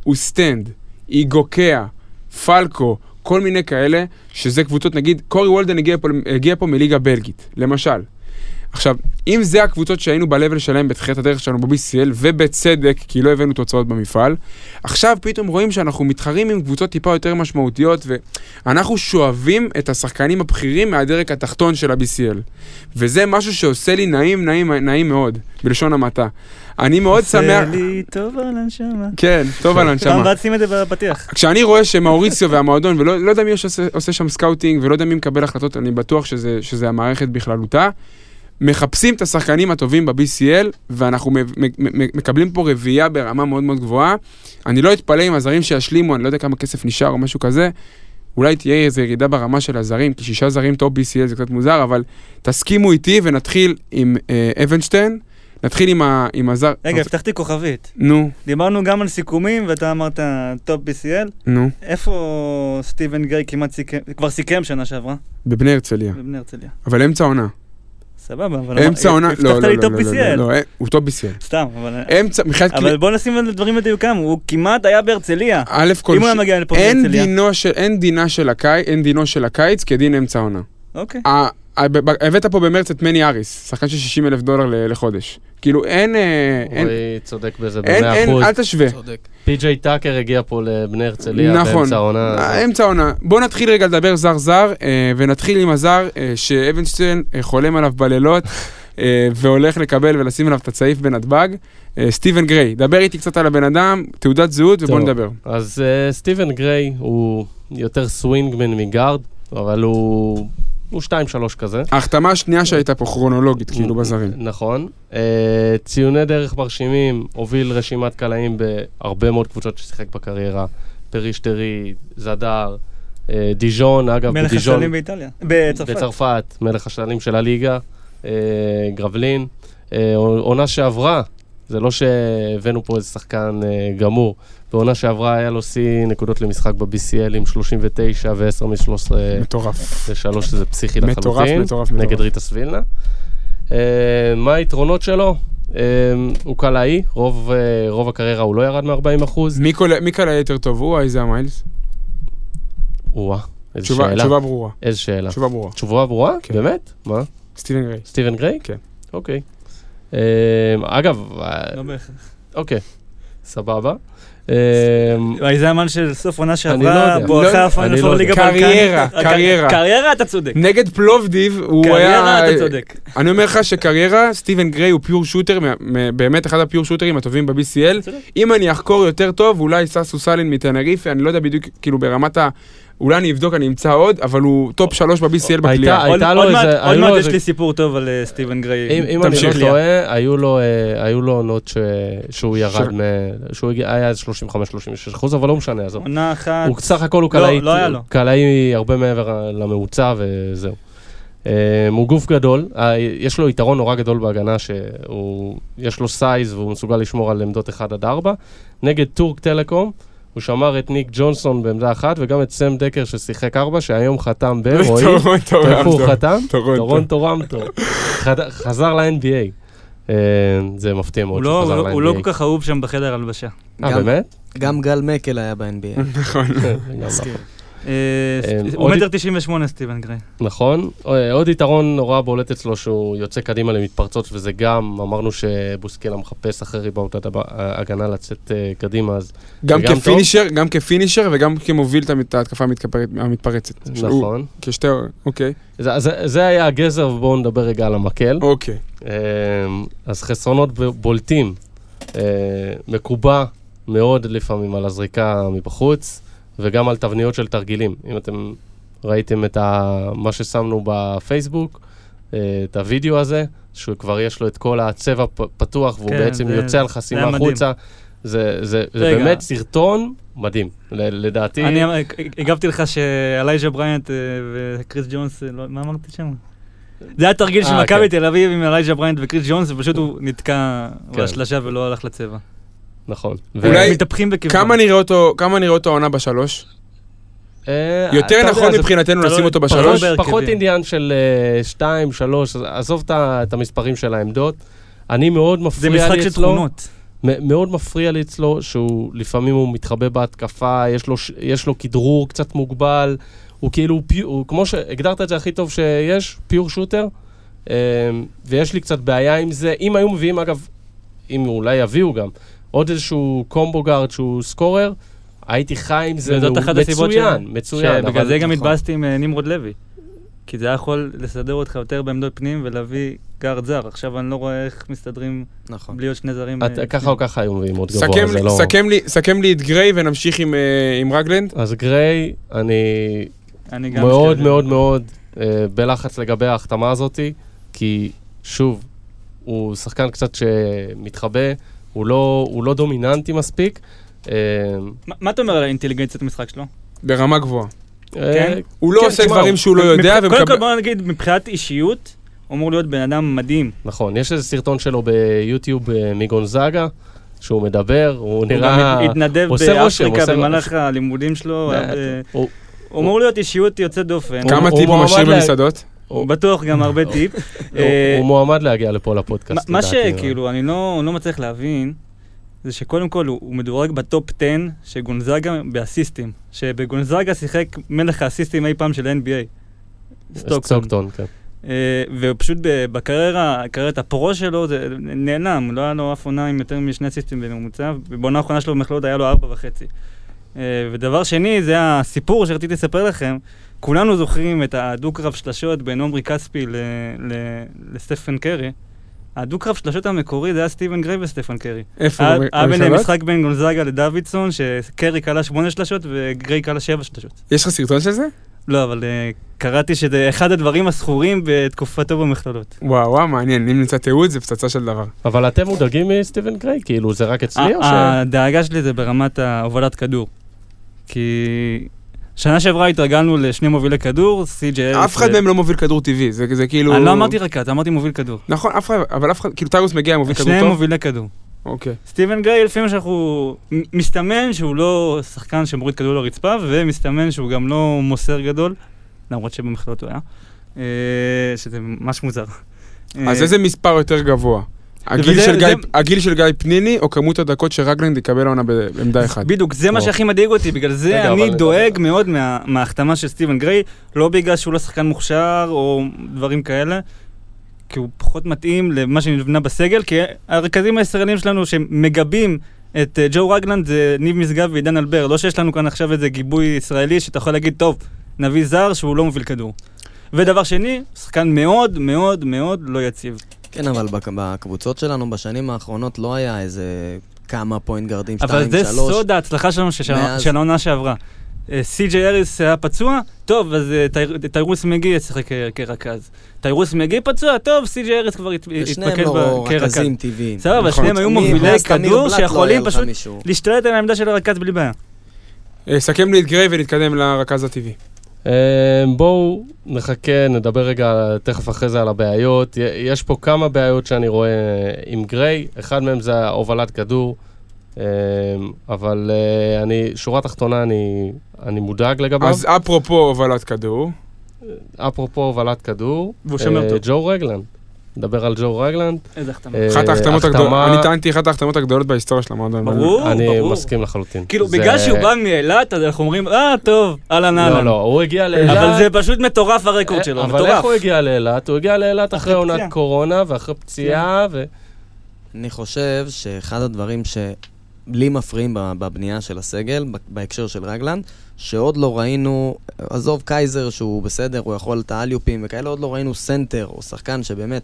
[SPEAKER 1] אוסטנד, איגוקיה, פלקו, כל מיני כאלה, שזה קבוצות, נגיד, קורי וולדן הגיע פה, הגיע פה מליגה בלגית, למשל. עכשיו, אם זה הקבוצות שהיינו ב-level שלהם בתחילת הדרך שלנו ב-BCL, ובצדק, כי לא הבאנו תוצאות במפעל, עכשיו פתאום רואים שאנחנו מתחרים עם קבוצות טיפה יותר משמעותיות, ואנחנו שואבים את השחקנים הבכירים מהדרג התחתון של ה-BCL. וזה משהו שעושה לי נעים, נעים, נעים מאוד, בלשון המעטה. אני מאוד שמח...
[SPEAKER 3] עושה לי טוב על הנשמה.
[SPEAKER 1] כן,
[SPEAKER 3] [laughs]
[SPEAKER 1] טוב על
[SPEAKER 3] פעם
[SPEAKER 1] הנשמה.
[SPEAKER 3] הבאה שים את זה בפתיח.
[SPEAKER 1] כשאני רואה שמאוריציו והמועדון, ולא לא יודע מי שעושה, עושה שם סקאוטינג, ולא יודע מי מקבל החלטות, אני בטוח שזה, שזה המערכת בכללותה, מחפשים את השחקנים הטובים ב-BCL, ואנחנו מ- מ- מ- מקבלים פה רביעייה ברמה מאוד מאוד גבוהה. אני לא אתפלא אם הזרים שישלימו, אני לא יודע כמה כסף נשאר או משהו כזה, אולי תהיה איזו ירידה ברמה של הזרים, כי שישה זרים טוב BCL זה קצת מוזר, אבל תסכימו איתי ונתחיל עם אה, אבנשטיין, נתחיל עם, ה, עם הזר...
[SPEAKER 3] רגע, הבטחתי כוכבית.
[SPEAKER 1] נו,
[SPEAKER 3] דיברנו גם על סיכומים, ואתה אמרת טופ BCL.
[SPEAKER 1] נו,
[SPEAKER 3] איפה סטיבן גריי כמעט סיכם, כבר סיכם שנה שעברה?
[SPEAKER 1] בבני הרצליה,
[SPEAKER 3] בבני הרצליה.
[SPEAKER 1] אבל אמצע עונה.
[SPEAKER 3] סבבה, אבל...
[SPEAKER 1] אמצע עונה,
[SPEAKER 3] הבטחת
[SPEAKER 1] לא, לא,
[SPEAKER 3] לי
[SPEAKER 1] לא,
[SPEAKER 3] טופ
[SPEAKER 1] לא, לא,
[SPEAKER 3] BCL.
[SPEAKER 1] לא, אה, הוא טופ BCL.
[SPEAKER 3] סתם, אבל...
[SPEAKER 1] אמצע, מבחינת
[SPEAKER 3] אבל
[SPEAKER 1] קליעה,
[SPEAKER 3] בוא נשים את הדברים לדיוקם, הוא כמעט היה בהרצליה.
[SPEAKER 1] א' כל,
[SPEAKER 3] אם הוא היה
[SPEAKER 1] ש-
[SPEAKER 3] מגיע לפה
[SPEAKER 1] אין
[SPEAKER 3] בהרצליה.
[SPEAKER 1] דינו של- אין דינה של הקיץ, אין דינו של הקיץ כדין אמצע עונה.
[SPEAKER 3] אוקיי.
[SPEAKER 1] ה- ה- ב- ב- הבאת פה במרץ את מני אריס, שחקן של 60 אלף דולר ל- לחודש. כאילו אין, אה, אין,
[SPEAKER 4] רועי צודק בזה
[SPEAKER 1] אין,
[SPEAKER 4] במאה
[SPEAKER 1] אין,
[SPEAKER 4] אחוז.
[SPEAKER 1] אל תשווה.
[SPEAKER 5] צודק.
[SPEAKER 4] פי.ג'יי טאקר הגיע פה לבני הרצליה
[SPEAKER 1] נכון.
[SPEAKER 4] באמצע העונה. אז-
[SPEAKER 1] אמצע עונה. בואו נתחיל רגע לדבר זר-זר, אה, ונתחיל עם הזר אה, שאבנשטיין אה, חולם עליו בלילות, אה, והולך לקבל ולשים עליו את הצעיף בנתב"ג. אה, סטיבן גריי, דבר איתי קצת על הבן אדם, תעודת זהות ובוא
[SPEAKER 4] טוב.
[SPEAKER 1] נדבר.
[SPEAKER 4] אז אה, סטיבן גריי הוא יותר סווינגמן מגארד, אבל הוא הוא 2-3 כזה.
[SPEAKER 1] ההחתמה השנייה שהייתה פה כרונולוגית, כאילו בזרים.
[SPEAKER 4] נכון. אה, ציוני דרך מרשימים, הוביל רשימת קלעים בהרבה מאוד קבוצות ששיחק בקריירה. פרישטרי, זדר, אה, דיז'ון, אגב,
[SPEAKER 3] מלך
[SPEAKER 4] בדיז'ון.
[SPEAKER 3] השנים באיטליה. בצרפת.
[SPEAKER 4] בצרפת, מלך השנים של הליגה, אה, גרבלין. אה, עונה שעברה, זה לא שהבאנו פה איזה שחקן אה, גמור, בעונה שעברה היה לו שיא נקודות למשחק ב-BCL עם 39 ו-10 מ-13
[SPEAKER 1] מטורף.
[SPEAKER 4] ל-3, שזה פסיכי
[SPEAKER 1] מטורף,
[SPEAKER 4] לחלוטין.
[SPEAKER 1] מטורף,
[SPEAKER 4] נגד
[SPEAKER 1] מטורף.
[SPEAKER 4] ריטס וילנה. אה, מה היתרונות שלו? אה, הוא קלעי, רוב, אה, רוב הקריירה הוא לא ירד מ-40 אחוז.
[SPEAKER 1] מי קול- מי קלה יותר טוב, הוא או איזה מיילס?
[SPEAKER 4] וואה, איזה
[SPEAKER 1] תשובה
[SPEAKER 4] שאלה.
[SPEAKER 1] תשובה ברורה.
[SPEAKER 4] איזה שאלה.
[SPEAKER 1] תשובה ברורה.
[SPEAKER 4] תשובה ברורה?
[SPEAKER 1] כן.
[SPEAKER 4] באמת? מה?
[SPEAKER 1] סטיבן גריי.
[SPEAKER 4] סטיבן גריי?
[SPEAKER 1] כן.
[SPEAKER 4] אוקיי. אה, אגב, אה,
[SPEAKER 3] לא בהכרח.
[SPEAKER 4] אוקיי, סבבה. אה,
[SPEAKER 3] וואי, זה המן של סוף עונה
[SPEAKER 4] אני לא
[SPEAKER 3] שעברה,
[SPEAKER 4] יודע.
[SPEAKER 3] בואכה
[SPEAKER 1] לא-
[SPEAKER 4] אני
[SPEAKER 3] הפיינל
[SPEAKER 4] לא
[SPEAKER 3] פור
[SPEAKER 4] יודע.
[SPEAKER 3] ליגה בלקנית.
[SPEAKER 1] קריירה,
[SPEAKER 3] אה,
[SPEAKER 1] קריירה.
[SPEAKER 3] קריירה אתה צודק.
[SPEAKER 1] נגד פלובדיב, הוא היה...
[SPEAKER 3] קריירה אתה צודק.
[SPEAKER 1] אני אומר לך שקריירה, סטיבן גריי הוא פיור שוטר, מה- מה- באמת אחד הפיור שוטרים הטובים ב-BCL.
[SPEAKER 3] צודק.
[SPEAKER 1] אם אני אחקור יותר טוב, אולי ססו סלין מטנריפה, אני לא יודע בדיוק, כאילו ברמת ה... אולי אני אבדוק, אני אמצא עוד, אבל הוא טופ שלוש ב-BCL בקליעה.
[SPEAKER 4] הייתה
[SPEAKER 3] עוד
[SPEAKER 4] לו
[SPEAKER 3] עוד
[SPEAKER 4] איזה-
[SPEAKER 3] מעט-
[SPEAKER 4] היו
[SPEAKER 3] עוד
[SPEAKER 4] לו
[SPEAKER 3] מעט יש
[SPEAKER 4] איזה-
[SPEAKER 3] לי סיפור טוב על אה, סטיבן גריי.
[SPEAKER 4] אם אם אני
[SPEAKER 1] תמשיך,
[SPEAKER 4] לא
[SPEAKER 1] ליה.
[SPEAKER 4] טועה, היו לו, אה, היו לו עונות ש- שהוא
[SPEAKER 1] ש-
[SPEAKER 4] ירד, מ- שהוא הגיע- היה איזה 35-36 אחוז, אבל לא משנה, עזוב.
[SPEAKER 3] עונה אחת.
[SPEAKER 4] הוא סך הכל הוא
[SPEAKER 3] לא,
[SPEAKER 4] קלעי,
[SPEAKER 3] לא היה לו.
[SPEAKER 4] קלעי הרבה מעבר לממוצע וזהו. אמ, הוא גוף גדול, אה, יש לו יתרון נורא גדול בהגנה, שיש לו סייז והוא מסוגל לשמור על עמדות 1 עד 4. נגד טורק טלקום, הוא שמר את ניק ג'ונסון בעמדה אחת, וגם את סם דקר ששיחק 4, שהיום חתם ברועי.
[SPEAKER 1] טורונטו,
[SPEAKER 4] איפה הוא
[SPEAKER 1] טורונטו.
[SPEAKER 4] חתם?
[SPEAKER 1] טורונטו.
[SPEAKER 4] טורון טורמטו. חד- חזר ל-NBA. אה, זה מפתיע
[SPEAKER 3] הוא
[SPEAKER 4] מאוד
[SPEAKER 3] לא-
[SPEAKER 4] שהוא
[SPEAKER 3] הוא
[SPEAKER 4] חזר
[SPEAKER 3] לא- הוא לא כל
[SPEAKER 4] ל-NBA.
[SPEAKER 3] כך אהוב שם בחדר הלבשה.
[SPEAKER 4] אה,
[SPEAKER 5] גם-
[SPEAKER 4] באמת?
[SPEAKER 5] גם גל מקל היה ב-NBA.
[SPEAKER 3] [laughs]
[SPEAKER 4] גם לא.
[SPEAKER 3] אה,
[SPEAKER 4] אה,
[SPEAKER 3] הוא
[SPEAKER 4] עוד-
[SPEAKER 3] מטר 98 סטיבן גריי.
[SPEAKER 4] נכון. אה, עוד יתרון נורא בולט אצלו שהוא יוצא קדימה למתפרצות, וזה גם, אמרנו שבוסקילה מחפש אחרי ריבאוט הד- ההגנה לצאת אה, קדימה, אז
[SPEAKER 1] גם
[SPEAKER 4] וגם
[SPEAKER 1] כפינישר, גם כפינישר וגם כמוביל את המת- את ההתקפה המתקפרת- המתפרצת. שהוא-
[SPEAKER 4] נכון.
[SPEAKER 1] כשתי... אוקיי.
[SPEAKER 4] זה- זה זה היה הגזר, ובואו נדבר רגע על המקל.
[SPEAKER 1] אוקיי.
[SPEAKER 4] אה, אז חסרונות ב- בולטים. אה, מקובע מאוד לפעמים על הזריקה מבחוץ, וגם על תבניות של תרגילים. אם אתם ראיתם את ה... מה ששמנו בפייסבוק, אה, את הוידאו הזה, שהוא כבר יש לו את כל הצבע פ- פתוח, והוא
[SPEAKER 3] כן,
[SPEAKER 4] בעצם
[SPEAKER 3] זה-
[SPEAKER 4] יוצא על
[SPEAKER 3] זה
[SPEAKER 4] חסימה
[SPEAKER 3] היה מדהים.
[SPEAKER 4] החוצה. זה, זה, זה
[SPEAKER 3] רגע.
[SPEAKER 4] באמת סרטון מדהים, ל- לדעתי.
[SPEAKER 3] אני אמר- הגבתי לך שאלייג'ה בריינט אה, וקריס ג'ונס, אה, לא- מה אמרתי שם? זה היה תרגיל של
[SPEAKER 4] אה,
[SPEAKER 3] מכבי
[SPEAKER 4] כן.
[SPEAKER 3] תל אביב עם אלייג'ה בריינט וקריס ג'ונס, ופשוט הוא נתקע
[SPEAKER 4] כן.
[SPEAKER 3] בשלשה ולא הלך לצבע.
[SPEAKER 4] נכון.
[SPEAKER 1] אולי-
[SPEAKER 3] הם מתהפכים בכיוון.
[SPEAKER 1] כמה נראה אותו- כמה נראה אותו העונה בשלוש?
[SPEAKER 4] אה, אתה
[SPEAKER 1] יותר
[SPEAKER 4] יודע,
[SPEAKER 1] נכון
[SPEAKER 4] זה
[SPEAKER 1] מבחינתנו
[SPEAKER 3] אתה
[SPEAKER 1] לשים
[SPEAKER 3] לא-
[SPEAKER 1] אותו
[SPEAKER 3] פחות
[SPEAKER 1] בשלוש?
[SPEAKER 3] בהרכבים.
[SPEAKER 4] פחות עניין של אה, 2, 3, עזוב את ה- את המספרים של העמדות. אני מאוד
[SPEAKER 3] זה
[SPEAKER 4] מפריע לי אצלו.
[SPEAKER 3] משחק של תכונות.
[SPEAKER 4] מ- מאוד מפריע לי אצלו שהוא, לפעמים הוא מתחבא בהתקפה, יש לו, ש- יש לו כדרור קצת מוגבל. הוא כאילו, פי- הוא, כמו שהגדרת את זה הכי טוב שיש, פיור שוטר. אה, ויש לי קצת בעיה עם זה. אם היו מביאים, אגב, אם אולי יביאו גם, עוד איזשהו קומבו גארד שהוא סקורר, הייתי חי עם זה,
[SPEAKER 3] וזאת
[SPEAKER 4] והוא
[SPEAKER 3] אחת הסיבות ש-
[SPEAKER 4] מצוין, מצוין.
[SPEAKER 3] שבגלל
[SPEAKER 4] אבל-
[SPEAKER 3] זה גם
[SPEAKER 4] נכון.
[SPEAKER 3] התבאסתי עם אה, נמרוד לוי. כי זה היה יכול לסדר אותך יותר בעמדות פנים ולהביא גארד זר. עכשיו אני לא רואה איך מסתדרים
[SPEAKER 5] נכון.
[SPEAKER 3] בלי עוד שני זרים.
[SPEAKER 4] את-
[SPEAKER 3] אה,
[SPEAKER 4] ככה או ככה היו מביאים עוד גבוה,
[SPEAKER 1] סכם
[SPEAKER 4] זה
[SPEAKER 1] לי-
[SPEAKER 4] לא...
[SPEAKER 1] סכם לי- סכם לי את גריי ונמשיך עם, אה, עם רגלנד.
[SPEAKER 4] אז גריי, אני
[SPEAKER 3] אני גם
[SPEAKER 4] אוקיי. מאוד
[SPEAKER 3] מסתדר.
[SPEAKER 4] מאוד מאוד אה, בלחץ לגבי ההחתמה הזאתי, כי שוב, הוא שחקן קצת שמתחבא, הוא לא, הוא לא דומיננטי מספיק. אה,
[SPEAKER 3] מה- מה אתה אומר על האינטליגנציית המשחק שלו?
[SPEAKER 1] ברמה גבוהה.
[SPEAKER 4] אה,
[SPEAKER 1] הוא לא
[SPEAKER 3] כן,
[SPEAKER 1] עושה
[SPEAKER 3] תשמע,
[SPEAKER 1] דברים שהוא לא יודע
[SPEAKER 3] מבח- קודם כל
[SPEAKER 1] ומקבל...
[SPEAKER 3] בוא נגיד, מבחינת אישיות, הוא אמור להיות בן אדם מדהים.
[SPEAKER 4] נכון, יש איזה סרטון שלו ביוטיוב אה, מגונזאגה, שהוא מדבר, הוא
[SPEAKER 3] הוא גם
[SPEAKER 4] נראה...
[SPEAKER 3] התנדב
[SPEAKER 4] עושה רושם,
[SPEAKER 3] באפריקה
[SPEAKER 4] עושה רושם.
[SPEAKER 3] במהלך הלימודים שלו. היה ב-
[SPEAKER 4] הוא-
[SPEAKER 3] הוא אמור להיות אישיות יוצאת דופן.
[SPEAKER 1] כמה
[SPEAKER 4] הוא-
[SPEAKER 1] טיפ
[SPEAKER 4] הוא
[SPEAKER 1] הוא משאיר
[SPEAKER 4] מועמד ל-
[SPEAKER 1] במסעדות?
[SPEAKER 3] הוא בטוח גם
[SPEAKER 4] [laughs]
[SPEAKER 3] הרבה טיפ.
[SPEAKER 4] הוא-
[SPEAKER 3] אה,
[SPEAKER 4] הוא מועמד להגיע לפה לפודקאסט.
[SPEAKER 3] מה- מה
[SPEAKER 4] לדעתי.
[SPEAKER 3] שכאילו, אני לא לא מצליח להבין, זה שקודם כל הוא הוא מדורג בטופ 10 של גונזאגה באסיסטים. שבגונזאגה שיחק מלך האסיסטים אי פעם של NBA. סטוקטון.
[SPEAKER 4] סטוקטון, כן.
[SPEAKER 3] אה, ופשוט ב- בקריירה, קריירת הפרו שלו, זה נעלם, לא היה לו אף עונה עם יותר משני אסיסטים בממוצע, ובעונה האחרונה שלו במכללות היה לו ארבע וחצי. אה, ודבר שני, זה הסיפור שרציתי לספר לכם. כולנו זוכרים את הדו-קרב שלשות בין עומרי כספי ל- ל- לסטפן קרי. הדו-קרב שלשות המקורי זה היה סטיבן גריי וסטפן קרי.
[SPEAKER 1] איפה?
[SPEAKER 3] היה
[SPEAKER 1] במ-
[SPEAKER 3] היה ביניהם
[SPEAKER 1] במכללות?
[SPEAKER 3] משחק בין גולזגה לדוידסון, שקרי כלה שמונה שלשות וגריי כלה שבע שלשות.
[SPEAKER 1] יש לך סרטון של זה?
[SPEAKER 3] לא, אבל אה, קראתי שזה אחד הדברים הזכורים בתקופתו במכללות.
[SPEAKER 1] וואו, וואו, מעניין. אם נמצא תיעוד, זה פצצה של דבר.
[SPEAKER 4] אבל אתם מודאגים מסטיבן גריי? כאילו, זה רק אצלי או ש...
[SPEAKER 3] ה- הדאגה שלי זה ברמת ההובלת כדור. כי שנה שעברה התרגלנו לשני מובילי כדור, סי.ג'י ארס.
[SPEAKER 1] אף אחד מהם לא מוביל כדור טבעי, זה זה כאילו...
[SPEAKER 3] אני לא אמרתי רק אתה, אמרתי מוביל כדור.
[SPEAKER 1] נכון, אף אחד, אבל אף אחד, כאילו טיירוס מגיע, מוביל כדור
[SPEAKER 3] שניהם
[SPEAKER 1] טוב.
[SPEAKER 3] מובילי כדור.
[SPEAKER 1] אוקיי.
[SPEAKER 3] סטיבן גריי, לפי מה שאנחנו... מ- מסתמן שהוא לא שחקן שמוריד כדור לרצפה, ומסתמן שהוא גם לא מוסר גדול, למרות שבמכללות הוא היה, אה, שזה ממש מוזר.
[SPEAKER 1] אז
[SPEAKER 3] אה,
[SPEAKER 1] איזה מספר יותר גבוה? הגיל
[SPEAKER 3] וזה-
[SPEAKER 1] של גיא-
[SPEAKER 3] זה-
[SPEAKER 1] הגיל של גיא פניני, או כמות הדקות שרגלנד יקבל העונה בעמדה אחת?
[SPEAKER 3] בדיוק, זה מה
[SPEAKER 4] וואו.
[SPEAKER 3] שהכי מדאיג אותי, בגלל זה
[SPEAKER 4] רגע,
[SPEAKER 3] אני
[SPEAKER 4] אבל-
[SPEAKER 3] דואג מאוד מה- מההחתמה של סטיבן גריי, לא בגלל שהוא לא שחקן מוכשר או דברים כאלה, כי הוא פחות מתאים למה שנבנה בסגל, כי הרכזים הישראלים שלנו שמגבים את אה, ג'ו רגלנד זה ניב משגב ועידן אלבר, לא שיש לנו כאן עכשיו איזה גיבוי ישראלי שאתה יכול להגיד, טוב, נביא זר שהוא לא מוביל כדור. ודבר שני, שחקן מאוד מאוד מאוד לא יציב.
[SPEAKER 5] כן, אבל בק- בקבוצות שלנו בשנים האחרונות לא היה איזה כמה פוינט גארדים,
[SPEAKER 3] אבל
[SPEAKER 5] שתיים,
[SPEAKER 3] זה
[SPEAKER 5] שלוש.
[SPEAKER 3] סוד ההצלחה שלנו של-
[SPEAKER 5] מאז.
[SPEAKER 3] של העונה שעברה. אה, סי.ג'יי אריס היה פצוע, טוב, אז אה, טי- טיירוס מגי ישחק כ- כרכז. טיירוס מגי פצוע, טוב, סי.ג'יי אריס כבר הת-
[SPEAKER 5] ושניהם
[SPEAKER 3] התמקד
[SPEAKER 5] לא
[SPEAKER 3] ב- כרכז.
[SPEAKER 5] רכזים טבעיים.
[SPEAKER 3] סבבה, אבל
[SPEAKER 1] נכון.
[SPEAKER 3] שניהם היו
[SPEAKER 5] מי-
[SPEAKER 3] מובילי
[SPEAKER 5] ואז תמיר
[SPEAKER 3] כדור
[SPEAKER 5] בלאט לא היה
[SPEAKER 3] שיכולים
[SPEAKER 5] לך
[SPEAKER 3] פשוט
[SPEAKER 5] מישהו.
[SPEAKER 3] להשתלט על העמדה של הרכז בלי בעיה.
[SPEAKER 1] אה, סכם לי את גריי ונתקדם לרכז הטבעי.
[SPEAKER 4] אה, בואו נחכה, נדבר רגע תכף אחרי זה על הבעיות. י- יש פה כמה בעיות שאני רואה עם גריי, אחד מהם זה הובלת כדור, אה, אבל אה, אני, שורה תחתונה, אני, אני מודאג לגביו.
[SPEAKER 1] אז אפרופו הובלת כדור,
[SPEAKER 4] אפרופו הובלת כדור,
[SPEAKER 3] והוא שומר
[SPEAKER 4] אה,
[SPEAKER 3] טוב.
[SPEAKER 4] ג'ו רגלנד. נדבר על ג'ו רגלנד.
[SPEAKER 3] איזה החתמה.
[SPEAKER 4] אה,
[SPEAKER 1] אחת ההחתמות הגדולות,
[SPEAKER 4] החתמה-
[SPEAKER 1] אני טענתי אחת ההחתמות הגדולות בהיסטוריה של המועדון.
[SPEAKER 3] ברור.
[SPEAKER 4] אני
[SPEAKER 3] ברור.
[SPEAKER 4] מסכים לחלוטין.
[SPEAKER 3] כאילו,
[SPEAKER 4] זה-
[SPEAKER 3] בגלל שהוא בא מאילת, אז אנחנו אומרים, אה, טוב, אהלן
[SPEAKER 4] לא,
[SPEAKER 3] אהלן.
[SPEAKER 4] לא, הוא הגיע לאילת. אה,
[SPEAKER 3] אבל זה פשוט מטורף הרקורד שלו,
[SPEAKER 4] אבל איך
[SPEAKER 3] מטורף.
[SPEAKER 4] הוא הגיע לאילת? הוא הגיע לאילת אחרי
[SPEAKER 3] אחרי
[SPEAKER 4] עונת
[SPEAKER 3] פציעה. כן.
[SPEAKER 4] קורונה ואחרי פציעה, ו...
[SPEAKER 5] אני חושב שאחד הדברים שלי מפריעים ב- בבנייה של הסגל, ב- בהקשר של רגלנד, שעוד לא ראינו, עזוב קייזר שהוא בסדר, הוא יכול את האליופים וכאלה, עוד לא ראינו סנטר או שחקן שבאמת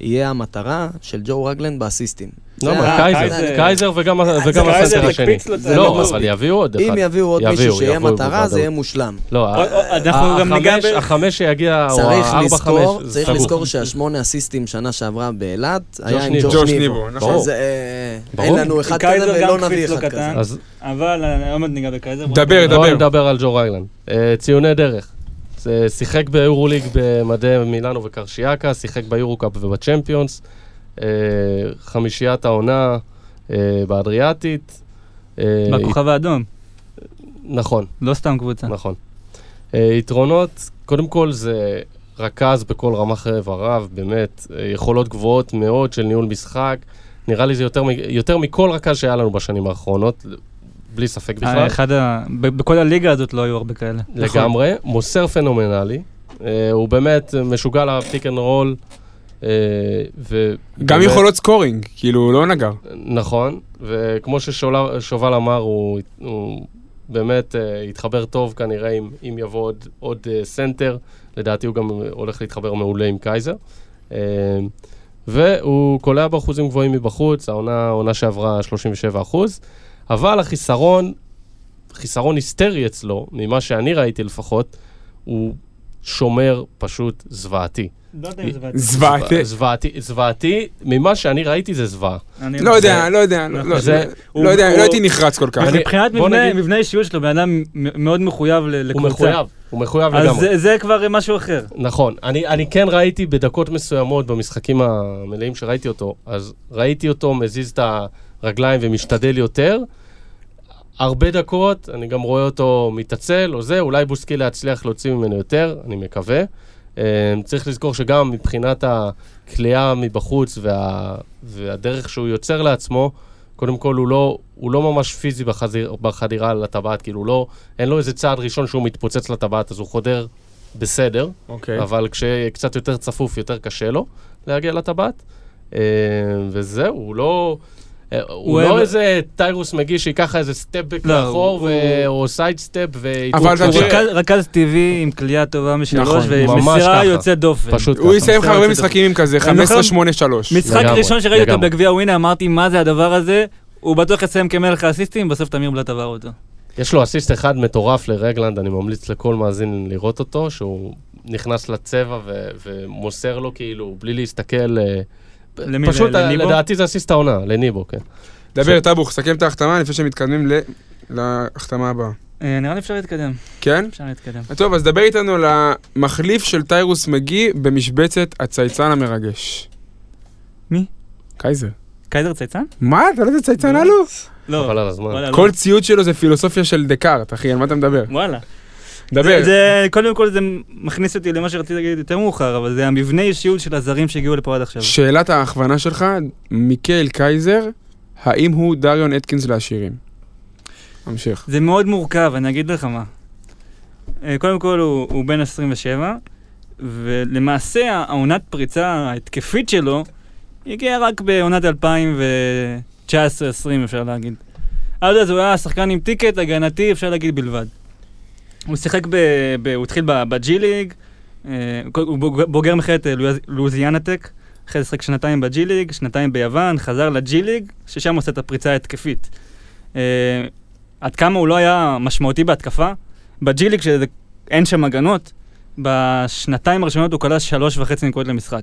[SPEAKER 5] יהיה המטרה של ג'ו רגלנד באסיסטים.
[SPEAKER 4] לא,
[SPEAKER 5] זה
[SPEAKER 4] אבל
[SPEAKER 5] ה-
[SPEAKER 4] קייזר,
[SPEAKER 5] זה-
[SPEAKER 4] קייזר וגם ה-
[SPEAKER 5] אז
[SPEAKER 4] וגם
[SPEAKER 5] קייזר
[SPEAKER 4] הסנטר השני.
[SPEAKER 3] הקפיץ לו את
[SPEAKER 5] הלב
[SPEAKER 4] לא, אבל
[SPEAKER 5] מספיק.
[SPEAKER 4] יביאו עוד אחד.
[SPEAKER 5] אם יביאו עוד מישהו
[SPEAKER 4] יביאו,
[SPEAKER 5] שיהיה
[SPEAKER 4] יביאו
[SPEAKER 5] מטרה, זה
[SPEAKER 4] בוודאות.
[SPEAKER 5] יהיה מושלם.
[SPEAKER 4] לא,
[SPEAKER 3] או- או- אה, אנחנו גם ניגע
[SPEAKER 4] החמש,
[SPEAKER 3] ב...
[SPEAKER 4] החמש שיגיע, או
[SPEAKER 5] צריך
[SPEAKER 4] הארבע,
[SPEAKER 5] לזכור,
[SPEAKER 4] חמש,
[SPEAKER 5] צריך לזכור שהשמונה אסיסטים שנה שעברה באילת, היה עם
[SPEAKER 4] ניבו.
[SPEAKER 5] ג'וש
[SPEAKER 1] ג'וש
[SPEAKER 5] ניבו.
[SPEAKER 1] ניבו, נכון.
[SPEAKER 5] שזה, אה,
[SPEAKER 4] ברור.
[SPEAKER 5] אין לנו אחד
[SPEAKER 3] קייזר
[SPEAKER 5] כזה
[SPEAKER 3] גם
[SPEAKER 5] ולא
[SPEAKER 3] קפיץ
[SPEAKER 5] נביא
[SPEAKER 3] לו
[SPEAKER 5] אחד
[SPEAKER 3] קטן.
[SPEAKER 5] כזה.
[SPEAKER 4] אז
[SPEAKER 3] אבל אה, עוד מעט ניגע בקייזר. אה,
[SPEAKER 1] דבר, דבר.
[SPEAKER 4] בואו נדבר על ג'ו ריילן. אה, ציוני דרך. זה שיחק ביורוליג במדי מילאנו וקרשיאקה, שיחק ביורוקאפ ובצ'מפיונס. אה, חמישיית העונה אה, באדריאטית. אה,
[SPEAKER 3] בכוכב האדום,
[SPEAKER 4] נכון.
[SPEAKER 3] לא סתם קבוצה.
[SPEAKER 4] נכון. אה, יתרונות, קודם כל זה רכז בכל רמ"ח איבריו, באמת, אה, יכולות גבוהות מאוד של ניהול משחק. נראה לי זה יותר, מ- יותר מכל רכז שהיה לנו בשנים האחרונות, בלי ספק בכלל.
[SPEAKER 3] אה, אחד ה... ב- בכל הליגה הזאת לא היו הרבה כאלה.
[SPEAKER 4] לגמרי. מוסר פנומנלי. אה, הוא באמת משוגע לפיק אנד רול. אה, ו...
[SPEAKER 1] גם
[SPEAKER 4] באמת-
[SPEAKER 1] יכולות סקורינג, כאילו, לא נגר.
[SPEAKER 4] נכון, וכמו ששובל אמר, הוא, הוא באמת uh, יתחבר טוב כנראה אם, אם יבוא עוד, עוד uh, סנטר, לדעתי הוא גם הולך להתחבר מעולה עם קייזר. Uh, והוא קולע באחוזים גבוהים מבחוץ, העונה, העונה שעברה 37 אחוז, אבל החיסרון, חיסרון היסטרי אצלו, ממה שאני ראיתי לפחות, הוא שומר פשוט זוועתי.
[SPEAKER 3] לא
[SPEAKER 1] זוועתי.
[SPEAKER 4] זוועתי, זוועתי, ממה שאני ראיתי זה זוועה.
[SPEAKER 1] לא יודע, לא יודע, לא- לא
[SPEAKER 4] זה-
[SPEAKER 1] לא יודע,
[SPEAKER 4] הוא-
[SPEAKER 1] לא הייתי נחרץ כל כך.
[SPEAKER 4] אני-
[SPEAKER 3] מבחינת
[SPEAKER 4] בוא
[SPEAKER 3] מבנה-
[SPEAKER 4] נגיד-
[SPEAKER 3] מבנה אישיות שלו, בן אדם מ- מאוד מחויב ל-
[SPEAKER 4] הוא
[SPEAKER 3] לקבוצה.
[SPEAKER 4] מחויב, הוא מחויב
[SPEAKER 3] אז
[SPEAKER 4] לגמרי.
[SPEAKER 3] זה- זה כבר משהו אחר.
[SPEAKER 4] נכון. אני, אני כן ראיתי בדקות מסוימות במשחקים המלאים שראיתי אותו, אז ראיתי אותו מזיז את הרגליים ומשתדל יותר. הרבה דקות, אני גם רואה אותו מתעצל או זה, אולי בוסקילה יצליח להוציא ממנו יותר, אני מקווה. אה, צריך לזכור שגם מבחינת הכליאה מבחוץ וה, והדרך שהוא יוצר לעצמו, קודם כל הוא לא, הוא לא ממש פיזי בחזיר, בחדירה לטבעת, כאילו לא, אין לו איזה צעד ראשון שהוא מתפוצץ לטבעת, אז הוא חודר בסדר.
[SPEAKER 1] אוקיי.
[SPEAKER 4] אבל כשקצת יותר צפוף, יותר קשה לו להגיע לטבעת. אה, וזהו, הוא לא... אה, הוא
[SPEAKER 3] אוהב-
[SPEAKER 4] לא איזה טיירוס מגיש שייקח לך איזה סטפבק
[SPEAKER 3] לא,
[SPEAKER 4] לאחור,
[SPEAKER 3] הוא-
[SPEAKER 4] ו- או סייד סטפ,
[SPEAKER 1] אבל כן. אתה
[SPEAKER 3] הוא
[SPEAKER 1] תראה-
[SPEAKER 3] רכז- רכז טבעי עם כליאה טובה
[SPEAKER 1] נכון,
[SPEAKER 3] משלוש,
[SPEAKER 4] ממש ככה.
[SPEAKER 3] ומסירה יוצאת דופן.
[SPEAKER 4] פשוט
[SPEAKER 1] הוא
[SPEAKER 4] ככה.
[SPEAKER 1] יסיים לך הרבה
[SPEAKER 3] בסדר.
[SPEAKER 1] משחקים עם כזה, 15-8-3.
[SPEAKER 3] אני זוכר- משחק
[SPEAKER 4] לגמרי,
[SPEAKER 3] ראשון שראיתי אותו
[SPEAKER 4] לגמרי.
[SPEAKER 3] בגביע ווינר, אמרתי, מה זה הדבר הזה? הוא בטוח יסיים כמלך האסיסטים, בסוף תמיר בלאט עבר אותו.
[SPEAKER 4] יש לו אסיסט אחד מטורף לרגלנד, אני ממליץ לכל מאזין לראות אותו, שהוא נכנס לצבע ו- ומוסר לו כאילו, בלי להסתכל... אה,
[SPEAKER 3] למי?
[SPEAKER 4] פשוט,
[SPEAKER 3] ל-
[SPEAKER 4] אה,
[SPEAKER 3] לניבו?
[SPEAKER 4] לדעתי זה אסיסט העונה, לניבו, כן.
[SPEAKER 1] דבר, טאבוך, סכם את ההחתמה לפני שמתקדמים ל- להחתמה הבאה.
[SPEAKER 3] אה, נראה לי אפשר להתקדם,
[SPEAKER 1] כן?
[SPEAKER 3] אפשר להתקדם.
[SPEAKER 1] טוב, אז דבר איתנו על המחליף של טיירוס מגי במשבצת הצייצן המרגש.
[SPEAKER 3] מי?
[SPEAKER 1] קייזר.
[SPEAKER 3] קייזר צייצן?
[SPEAKER 1] מה? אתה לא יודע צייצן אלוף?
[SPEAKER 3] לא.
[SPEAKER 4] חבל על הזמן.
[SPEAKER 3] וואלה, לא.
[SPEAKER 1] כל ציוד שלו זה פילוסופיה של דקארט, אחי, על מה אתה מדבר?
[SPEAKER 3] וואלה.
[SPEAKER 1] דבר.
[SPEAKER 3] זה- זה, קודם כל זה מכניס אותי למה שרציתי להגיד יותר מאוחר, אבל זה המבנה אישיות של הזרים שהגיעו לפה עד עכשיו.
[SPEAKER 1] שאלת ההכוונה שלך, מיקל קייזר, האם הוא דריון אטקינס לעשירים? ממשיך.
[SPEAKER 3] זה מאוד מורכב, אני אגיד לך מה. אה, קודם כל, הוא, הוא בן 27, ולמעשה העונת פריצה ההתקפית שלו הגיעה רק בעונת 2019-2020, אפשר להגיד. עד אז הוא היה שחקן עם טיקט הגנתי, אפשר להגיד בלבד. הוא שיחק ב... ב הוא התחיל ב- בג'י ליג, אה, הוא בוג- בוגר מכללת אה, לואיז- לואיזיאנה טק, אחרי זה שיחק שנתיים בג'י ליג, שנתיים ביוון, חזר לג'י ליג, ששם הוא עושה את הפריצה ההתקפית. אה, עד כמה הוא לא היה משמעותי בהתקפה. בג'יליק שאין שם הגנות, בשנתיים הראשונות הוא כלל שלוש וחצי נקודות למשחק.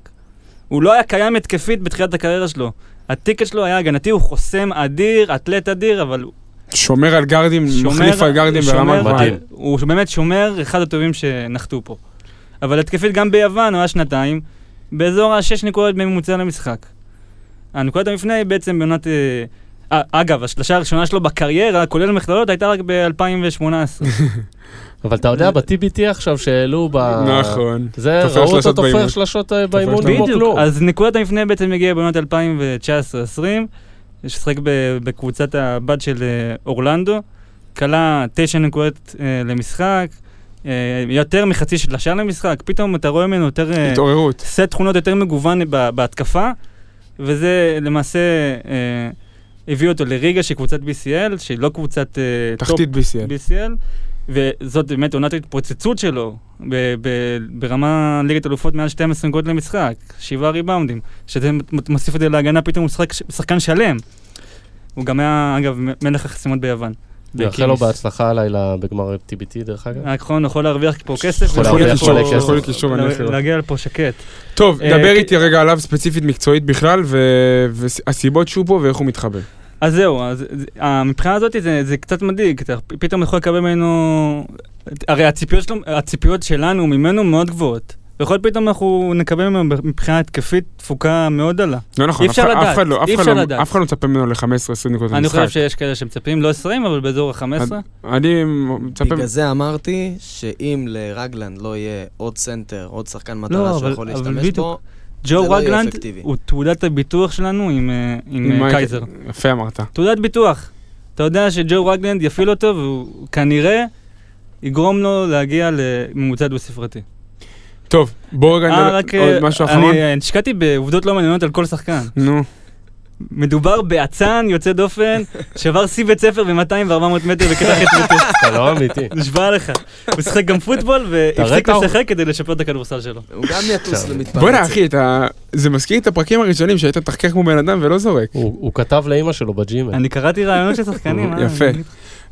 [SPEAKER 3] הוא לא היה קיים התקפית בתחילת הקריירה שלו. הטיקט שלו היה הגנתי, הוא חוסם אדיר, אתלט אדיר, אבל הוא
[SPEAKER 1] שומר על גארדים,
[SPEAKER 3] שומר...
[SPEAKER 1] מחליף על גארדים
[SPEAKER 3] שומר
[SPEAKER 1] ברמה
[SPEAKER 3] על-
[SPEAKER 1] גבוהה.
[SPEAKER 4] מדהים.
[SPEAKER 3] הוא באמת שומר אחד הטובים שנחתו פה. אבל התקפית גם ביוון, הוא היה שנתיים, באזור השש נקודות בממוצע למשחק. הנקודת המפנה היא בעצם בעונת... אה, אה, אגב, השלושה הראשונה שלו בקריירה, כולל מכללות, הייתה רק ב-2018.
[SPEAKER 4] אבל אתה
[SPEAKER 3] אה,
[SPEAKER 4] יודע, ב-TBT עכשיו שהעלו ב...
[SPEAKER 1] נכון.
[SPEAKER 4] זה,
[SPEAKER 1] תופר
[SPEAKER 4] ראו אותו
[SPEAKER 1] שלשות
[SPEAKER 4] תופר
[SPEAKER 1] באימון.
[SPEAKER 4] שלשות אה, באימון
[SPEAKER 1] שלשות.
[SPEAKER 4] כמו
[SPEAKER 3] בדיוק,
[SPEAKER 4] כלום.
[SPEAKER 3] אז נקודת המפנה בעצם הגיעה בעונת 2019-2020, ששחק ב- בקבוצת הבת של אה, אורלנדו, כלה תשע נקודות אה, למשחק, אה, יותר מחצי שלושה למשחק, פתאום אתה רואה ממנו יותר... אה,
[SPEAKER 1] התעוררות.
[SPEAKER 3] סט תכונות יותר מגוון ב- בהתקפה, וזה למעשה אה, הביא אותו לריגה שהיא קבוצת BCL, שהיא לא קבוצת אה, טופ
[SPEAKER 1] תחתית BCL.
[SPEAKER 3] BCL, וזאת באמת עונת ההתפוצצות שלו ב- ב- ברמה ליגת אלופות מעל 12 נקודות למשחק, שבעה ריבאונדים, שזה מ- מוסיף את זה להגנה, פתאום הוא משחק, שחקן שלם. הוא גם היה, אגב, מ- מלך החסימות ביוון.
[SPEAKER 4] נאחל לו
[SPEAKER 3] בקימיס.
[SPEAKER 4] בהצלחה הלילה בגמר TBT,
[SPEAKER 3] [laughs]
[SPEAKER 4] דרך אגב.
[SPEAKER 3] האחרון אה, נכון, יכול להרוויח פה כסף,
[SPEAKER 4] יכול
[SPEAKER 3] ולהגיע
[SPEAKER 4] להרוויח
[SPEAKER 3] פה-
[SPEAKER 4] מלא כסף. יכול
[SPEAKER 1] להיות קישור, אני הכי אוהב.
[SPEAKER 3] להגיע לפה שקט.
[SPEAKER 1] טוב,
[SPEAKER 3] אה,
[SPEAKER 1] דבר
[SPEAKER 3] כי-
[SPEAKER 1] איתי רגע עליו ספציפית מקצועית בכלל, ו- והסיבות שהוא פה ואיך הוא מתחבר.
[SPEAKER 3] אז זהו, אז זה- אה, מבחינה הזאת זה, זה קצת מדאיג, אתה פ- פתאום יכול לקבל ממנו... הרי הציפיות, שלו, הציפיות שלנו ממנו מאוד גבוהות. ויכול להיות פתאום אנחנו נקבל ממנו מבחינה התקפית תפוקה מאוד דלה.
[SPEAKER 1] לא נכון,
[SPEAKER 3] אי
[SPEAKER 1] אף
[SPEAKER 3] אפשר
[SPEAKER 1] אחד- אף
[SPEAKER 3] לדעת,
[SPEAKER 1] אחד לא- אף
[SPEAKER 3] אי
[SPEAKER 1] אחד
[SPEAKER 3] אפשר
[SPEAKER 1] לא-
[SPEAKER 3] לדעת.
[SPEAKER 1] אף אחד לא מצפה ממנו ל-15-20 נקודות
[SPEAKER 3] אני
[SPEAKER 1] במשחק.
[SPEAKER 3] חושב שיש כאלה שמצפים, לא 20, אבל באזור ה-15.
[SPEAKER 1] אני מצפה...
[SPEAKER 5] בגלל זה אמרתי שאם לרגלנד לא יהיה עוד סנטר, עוד שחקן
[SPEAKER 3] לא,
[SPEAKER 5] מטרה שהוא
[SPEAKER 3] אבל-
[SPEAKER 5] יכול
[SPEAKER 3] אבל
[SPEAKER 5] להשתמש
[SPEAKER 3] בדיוק.
[SPEAKER 5] בו,
[SPEAKER 3] ג'ו
[SPEAKER 5] זה לא יהיה
[SPEAKER 3] רגלנד
[SPEAKER 5] אפקטיבי.
[SPEAKER 3] הוא תעודת הביטוח שלנו עם, אה, עם, עם
[SPEAKER 1] מה-
[SPEAKER 3] קייזר.
[SPEAKER 1] יפה אמרת.
[SPEAKER 3] תעודת ביטוח. אתה יודע שג'ו רגלנד יפעיל אותו והוא כנראה יגרום לו להגיע לממוצע דו ספרתי.
[SPEAKER 1] טוב, בואו רגע
[SPEAKER 3] אה,
[SPEAKER 1] נדבר
[SPEAKER 3] רק...
[SPEAKER 1] עוד
[SPEAKER 3] אה,
[SPEAKER 1] משהו
[SPEAKER 3] אני-
[SPEAKER 1] אחרון.
[SPEAKER 3] אה, השקעתי בעובדות לא מעניינות על כל שחקן.
[SPEAKER 1] נו,
[SPEAKER 3] מדובר באצן יוצא
[SPEAKER 1] [laughs]
[SPEAKER 3] דופן, שבר שיא בית ספר ב-200 ו-400 מטר בקטע חטאי.
[SPEAKER 4] אתה לא
[SPEAKER 3] [laughs]
[SPEAKER 4] אמיתי.
[SPEAKER 3] נשבע לך. הוא שיחק גם פוטבול
[SPEAKER 4] תראה את
[SPEAKER 3] והפסיק
[SPEAKER 4] האור-
[SPEAKER 3] לשחק כדי לשפר את הכדורסל שלו.
[SPEAKER 5] הוא גם יטוס
[SPEAKER 4] עכשיו.
[SPEAKER 5] למתפרצת.
[SPEAKER 1] בוא'נה אחי, אתה... זה מזכיר את הפרקים הראשונים שהיית מתחכך כמו בן אדם ולא זורק.
[SPEAKER 4] הוא הוא כתב לאימא שלו בג'ימל.
[SPEAKER 3] אני קראתי רעיונות של שחקנים. אה,
[SPEAKER 1] יפה.
[SPEAKER 3] אני-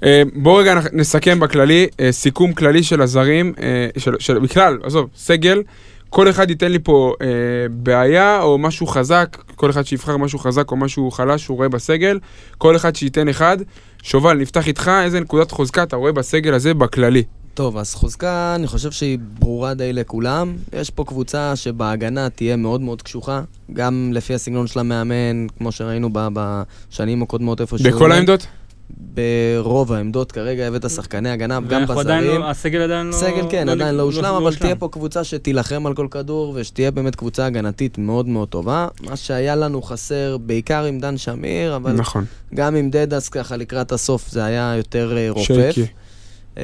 [SPEAKER 1] אה, בואו רגע נח- נסכם בכללי, אה, סיכום כללי של הזרים, אה, של, של בכלל, עזוב, סגל, כל אחד ייתן לי פה אה, בעיה או משהו חזק, כל אחד שיבחר משהו חזק או משהו חלש שהוא רואה בסגל, כל אחד שייתן אחד. שובל, נפתח איתך, איזה נקודת חוזקה אתה רואה בסגל הזה בכללי.
[SPEAKER 5] טוב, אז חוזקה, אני חושב שהיא ברורה די לכולם. יש פה קבוצה שבהגנה תהיה מאוד מאוד קשוחה, גם לפי הסגנון של המאמן, כמו שראינו ב- בשנים הקודמות איפה שהוא...
[SPEAKER 1] בכל
[SPEAKER 5] עולה.
[SPEAKER 1] העמדות?
[SPEAKER 5] ברוב העמדות כרגע הבאת שחקני הגנה, גם
[SPEAKER 3] ואנחנו עדיין
[SPEAKER 5] בזרים.
[SPEAKER 3] לא- הסגל עדיין לא...
[SPEAKER 5] סגל כן, עדיין לא הושלם, אבל
[SPEAKER 3] הושלם.
[SPEAKER 5] תהיה פה קבוצה שתילחם על כל כדור, ושתהיה באמת קבוצה הגנתית מאוד מאוד טובה. מה שהיה לנו חסר, בעיקר עם דן שמיר, אבל
[SPEAKER 1] נכון.
[SPEAKER 5] גם עם דדס ככה לקראת הסוף זה היה יותר אה, רופף.
[SPEAKER 1] שייקי.
[SPEAKER 5] אה,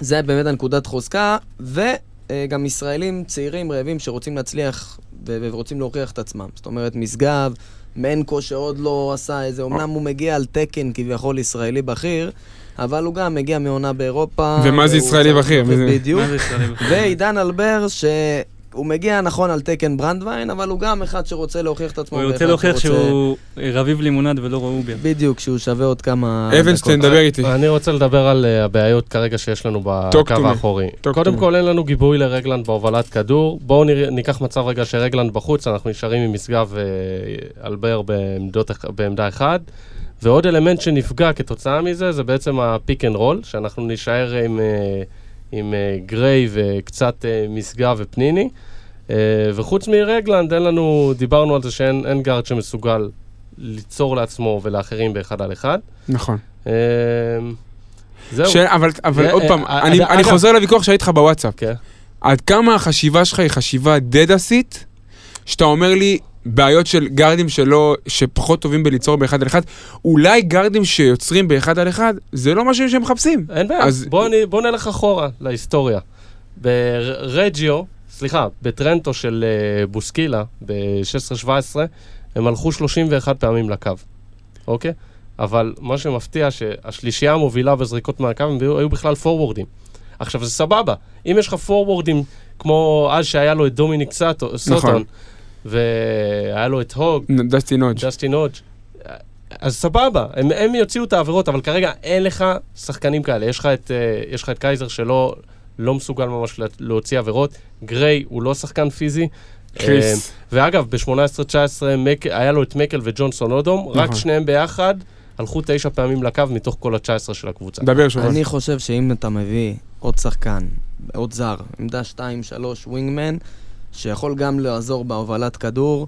[SPEAKER 5] זה באמת הנקודת חוזקה, וגם ישראלים צעירים רעבים שרוצים להצליח ו- ורוצים להוכיח את עצמם. זאת אומרת, משגב, מנקו שעוד לא עשה איזה, אמנם הוא מגיע על תקן כביכול ישראלי בכיר, אבל הוא גם מגיע מעונה באירופה.
[SPEAKER 1] ומה זה
[SPEAKER 5] והוא
[SPEAKER 1] ישראלי
[SPEAKER 5] צריך-
[SPEAKER 1] בכיר? מי זה?
[SPEAKER 5] בדיוק.
[SPEAKER 6] מה זה ישראלי בכלל?
[SPEAKER 5] ועידן אלבר, שהוא מגיע נכון על תקן ברנדווין, אבל הוא גם אחד שרוצה להוכיח את עצמו.
[SPEAKER 3] הוא
[SPEAKER 5] ואחד
[SPEAKER 3] רוצה להוכיח
[SPEAKER 5] שרוצה-
[SPEAKER 3] שהוא אה, רביב לימונד ולא רובי.
[SPEAKER 1] אה,
[SPEAKER 5] בדיוק, שהוא שווה עוד כמה...
[SPEAKER 1] אבנשטיין,
[SPEAKER 5] דקות. אה,
[SPEAKER 1] דבר איתי.
[SPEAKER 4] אני רוצה לדבר על אה, הבעיות כרגע שיש לנו
[SPEAKER 1] Talk to
[SPEAKER 4] בקו
[SPEAKER 1] me.
[SPEAKER 4] האחורי.
[SPEAKER 1] Talk to
[SPEAKER 4] קודם
[SPEAKER 1] me.
[SPEAKER 4] כל, אין לנו גיבוי לרגלנד בהובלת כדור. בואו נראה- ניקח מצב רגע שרגלנד בחוץ, אנחנו נשארים עם משגב ואלבר בעמדות אח- בעמדה אחת. ועוד אלמנט שנפגע כתוצאה מזה, זה בעצם הפיק אנד רול, שאנחנו נישאר עם, אה, עם אה, גריי וקצת אה, משגב ופניני. אה, וחוץ מרגלנד, אין לנו, דיברנו על זה שאין אין גארד שמסוגל ליצור לעצמו ולאחרים באחד על אחד.
[SPEAKER 1] נכון.
[SPEAKER 4] אמ, זהו.
[SPEAKER 1] שאל- אבל- אבל
[SPEAKER 4] אה,
[SPEAKER 1] עוד
[SPEAKER 4] אה,
[SPEAKER 1] פעם,
[SPEAKER 4] אה,
[SPEAKER 1] אני
[SPEAKER 4] אגב-
[SPEAKER 1] אני
[SPEAKER 4] אגב-
[SPEAKER 1] חוזר לוויכוח שהיה איתך בוואטסאפ.
[SPEAKER 4] כן.
[SPEAKER 1] עד כמה החשיבה שלך היא חשיבה דדסית, שאתה אומר לי בעיות של גארדים שלא, שפחות טובים בליצור באחד על אחד, אולי גארדים שיוצרים באחד על אחד, זה לא משהו שהם מחפשים.
[SPEAKER 4] אין בעיה,
[SPEAKER 1] אז-
[SPEAKER 4] בוא אני- בוא נלך אחורה להיסטוריה. ברג'יו, סליחה, בטרנטו של אה, בוסקילה, ב-16-17, הם הלכו 31 פעמים לקו, אוקיי? אבל מה שמפתיע, שהשלישייה המובילה בזריקות מהקו, הם היו- היו בכלל פורוורדים. עכשיו, זה סבבה. אם יש לך פורוורדים, כמו אז שהיה לו את דומיניק סאטו- סוטון, והיה לו את הוג,
[SPEAKER 1] דסטי נודג'.
[SPEAKER 4] ג'סטין הודג'. אז סבבה, הם, הם יוציאו את העבירות, אבל כרגע אין לך שחקנים כאלה. יש לך את, אה, יש לך את קייזר שלא לא מסוגל ממש לה- להוציא עבירות, גריי הוא לא שחקן פיזי.
[SPEAKER 1] קריס.
[SPEAKER 4] אה, ואגב, ב-18-19 מק- היה לו את מקל וג'ונסון אודום, רק
[SPEAKER 1] נכון.
[SPEAKER 4] שניהם ביחד הלכו תשע פעמים לקו מתוך כל ה-19 של הקבוצה.
[SPEAKER 1] דבר שובל.
[SPEAKER 5] אני חושב שאם אתה מביא עוד שחקן, עוד זר, עמדה 2-3 ווינגמן, שיכול גם לעזור בהובלת כדור,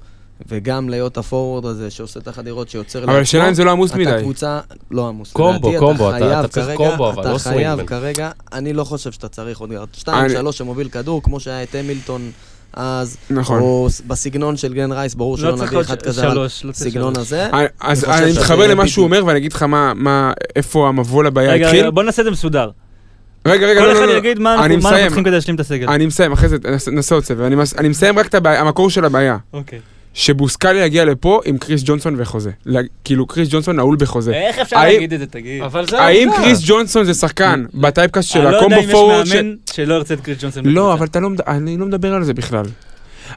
[SPEAKER 5] וגם להיות הפורוורד הזה שעושה את החדירות שיוצר
[SPEAKER 1] אבל השאלה אם זה לא עמוס
[SPEAKER 5] אתה
[SPEAKER 1] מדי.
[SPEAKER 5] קבוצה, לא עמוס.
[SPEAKER 4] קומבו,
[SPEAKER 5] לדעתי,
[SPEAKER 4] קומבו, אתה-
[SPEAKER 5] חייב
[SPEAKER 4] אתה צריך
[SPEAKER 5] כרגע-
[SPEAKER 4] קומבו, אבל לא
[SPEAKER 5] אתה חייב
[SPEAKER 4] סווינגמן.
[SPEAKER 5] כרגע, אני לא חושב שאתה צריך עוד גארד. שתיים,
[SPEAKER 1] אני-
[SPEAKER 5] שלוש שמוביל כדור, כמו שהיה את המילטון אז,
[SPEAKER 1] נכון.
[SPEAKER 5] או ס- בסגנון של גלן רייס, ברור שלא
[SPEAKER 3] לא צריך
[SPEAKER 5] נביא
[SPEAKER 3] עוד
[SPEAKER 5] אחד
[SPEAKER 3] ש-
[SPEAKER 5] כזה, אבל
[SPEAKER 3] שלוש, לא צריך
[SPEAKER 5] סגנון
[SPEAKER 3] שלוש.
[SPEAKER 5] הזה.
[SPEAKER 1] אה, אז
[SPEAKER 5] אני חושב
[SPEAKER 1] אני
[SPEAKER 5] שזה
[SPEAKER 1] מתחבר למה
[SPEAKER 5] בדיוק.
[SPEAKER 1] שהוא אומר ואני אגיד לך מה, מה, איפה המבוא לבעיה
[SPEAKER 3] רגע,
[SPEAKER 1] התחיל.
[SPEAKER 3] רגע, בוא נעשה את זה מסודר.
[SPEAKER 1] רגע, רגע,
[SPEAKER 3] כל
[SPEAKER 1] לא,
[SPEAKER 3] אחד
[SPEAKER 1] לא, לא.
[SPEAKER 3] יגיד מה
[SPEAKER 1] אני
[SPEAKER 3] אנחנו מה אנחנו
[SPEAKER 1] מסיים.
[SPEAKER 3] צריכים כדי להשלים את הסגל.
[SPEAKER 1] אני מסיים, אחרי זה נעשה- נעשה עוד סבב. אני מס- אני מסיים רק את הבעיה- המקור של הבעיה.
[SPEAKER 3] אוקיי.
[SPEAKER 1] שבוסקלי יגיע לפה עם קריס ג'ונסון וחוזה. לה- כאילו, קריס ג'ונסון נעול בחוזה.
[SPEAKER 3] איך אפשר
[SPEAKER 1] האם-
[SPEAKER 3] להגיד את זה, תגיד?
[SPEAKER 4] אבל זה
[SPEAKER 1] האם
[SPEAKER 4] העובדה.
[SPEAKER 1] קריס ג'ונסון זה שחקן בטייפקאסט של
[SPEAKER 3] לא, אני לא יודע
[SPEAKER 1] הקומבו
[SPEAKER 3] אם
[SPEAKER 1] פורוורד
[SPEAKER 3] יש
[SPEAKER 1] ש...
[SPEAKER 3] מאמן שלא ירצה את קריס ג'ונסון.
[SPEAKER 1] לא,
[SPEAKER 3] בקבוצה.
[SPEAKER 1] אבל אתה לא, מד- אני לא מדבר על זה בכלל.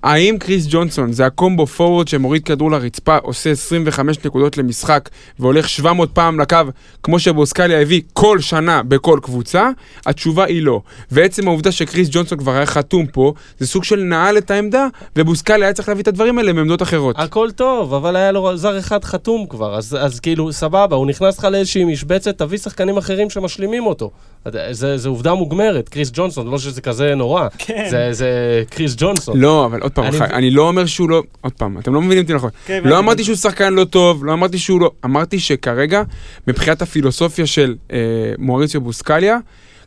[SPEAKER 1] האם קריס ג'ונסון זה הקומבו פורוורד שמוריד כדור לרצפה, עושה 25 נקודות למשחק והולך 700 פעם לקו, כמו שבוסקליה הביא כל שנה בכל קבוצה? התשובה היא לא. ועצם העובדה שקריס ג'ונסון כבר היה חתום פה, זה סוג של נעל את העמדה, ובוסקליה היה צריך להביא את הדברים האלה מעמדות אחרות.
[SPEAKER 4] הכל טוב, אבל היה לו זר אחד חתום כבר, אז, אז כאילו, סבבה, הוא נכנס לך לאיזושהי משבצת, תביא שחקנים אחרים שמשלימים אותו. זה, זה עובדה מוגמרת, קריס ג'ונסון, לא שזה כזה נורא,
[SPEAKER 3] כן.
[SPEAKER 4] זה, זה קריס ג'ונסון.
[SPEAKER 1] לא, אבל עוד פעם,
[SPEAKER 4] אני
[SPEAKER 1] אני...
[SPEAKER 4] מבין.
[SPEAKER 1] אני לא אומר שהוא לא... עוד פעם, אתם לא מבינים אותי נכון.
[SPEAKER 3] כן, הבנתי.
[SPEAKER 1] לא אמרתי שהוא שחקן לא טוב, לא אמרתי שהוא לא... אמרתי שכרגע, מבחינת הפילוסופיה של אה, מוריציו בוסקליה,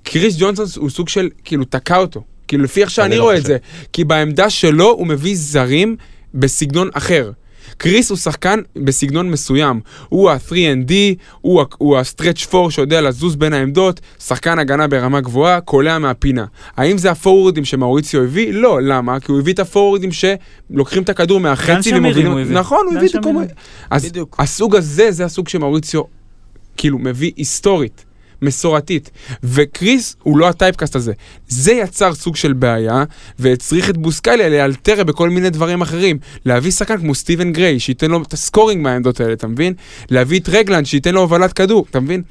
[SPEAKER 1] קריס ג'ונסון הוא סוג של, כאילו, תקע אותו. כאילו, לפי איך
[SPEAKER 4] אני
[SPEAKER 1] שאני
[SPEAKER 4] לא
[SPEAKER 1] רואה את
[SPEAKER 4] חושב.
[SPEAKER 1] זה. כי בעמדה שלו הוא מביא זרים בסגנון אחר. קריס הוא שחקן בסגנון מסוים. הוא ה-3&D, הוא, ה- הוא ה-stretch 4 שיודע לזוז בין העמדות, שחקן הגנה ברמה גבוהה, קולע מהפינה. האם זה הפורורדים שמאוריציו הביא? לא, למה? כי הוא הביא את הפורורדים שלוקחים את הכדור
[SPEAKER 3] דן
[SPEAKER 1] מהחצי
[SPEAKER 3] שמירים הוא הביא.
[SPEAKER 1] נכון, הוא
[SPEAKER 3] דן
[SPEAKER 1] הביא את
[SPEAKER 3] שמירים.
[SPEAKER 1] הכדור. אז
[SPEAKER 5] בדיוק.
[SPEAKER 1] הסוג הזה, זה הסוג שמאוריציו כאילו מביא היסטורית, מסורתית. וקריס הוא לא הטייפקאסט הזה. זה יצר סוג של בעיה, והצריך את בוסקליה לאלתר בכל מיני דברים אחרים. להביא שחקן כמו סטיבן גריי, שייתן לו את הסקורינג מהעמדות האלה, אתה מבין? להביא את רגלנד, שייתן לו הובלת כדור, אתה מבין?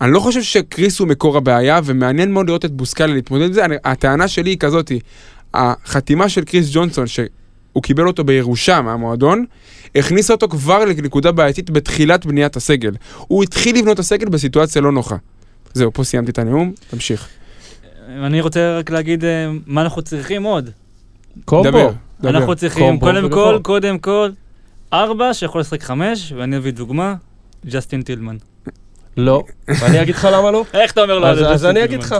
[SPEAKER 1] אני לא חושב שקריס הוא מקור הבעיה, ומעניין מאוד לראות את בוסקליה להתמודד עם זה. אני- הטענה שלי היא כזאתי, החתימה של קריס ג'ונסון, שהוא קיבל אותו בירושה מהמועדון, הכניסה אותו כבר לנקודה בעייתית בתחילת בניית הסגל. הוא התחיל לבנות את הסגל בסיטואציה לא נוחה. זהו, פה סיימתי את הנאום, תמשיך.
[SPEAKER 3] אני רוצה רק להגיד אה, מה אנחנו צריכים עוד.
[SPEAKER 1] דבר,
[SPEAKER 4] קומבו.
[SPEAKER 1] דבר.
[SPEAKER 3] אנחנו צריכים,
[SPEAKER 4] קומבו
[SPEAKER 3] קודם
[SPEAKER 4] ובכל.
[SPEAKER 3] כל, קודם כל, ארבע שיכול לשחק חמש, ואני אביא דוגמה, ג'סטין טילמן.
[SPEAKER 4] לא. אני אגיד לך
[SPEAKER 3] [laughs]
[SPEAKER 4] למה לא?
[SPEAKER 3] איך אתה אומר לו על
[SPEAKER 4] אז, אז
[SPEAKER 3] ג'סטין
[SPEAKER 4] אני
[SPEAKER 3] טילמן?
[SPEAKER 4] אגיד לך.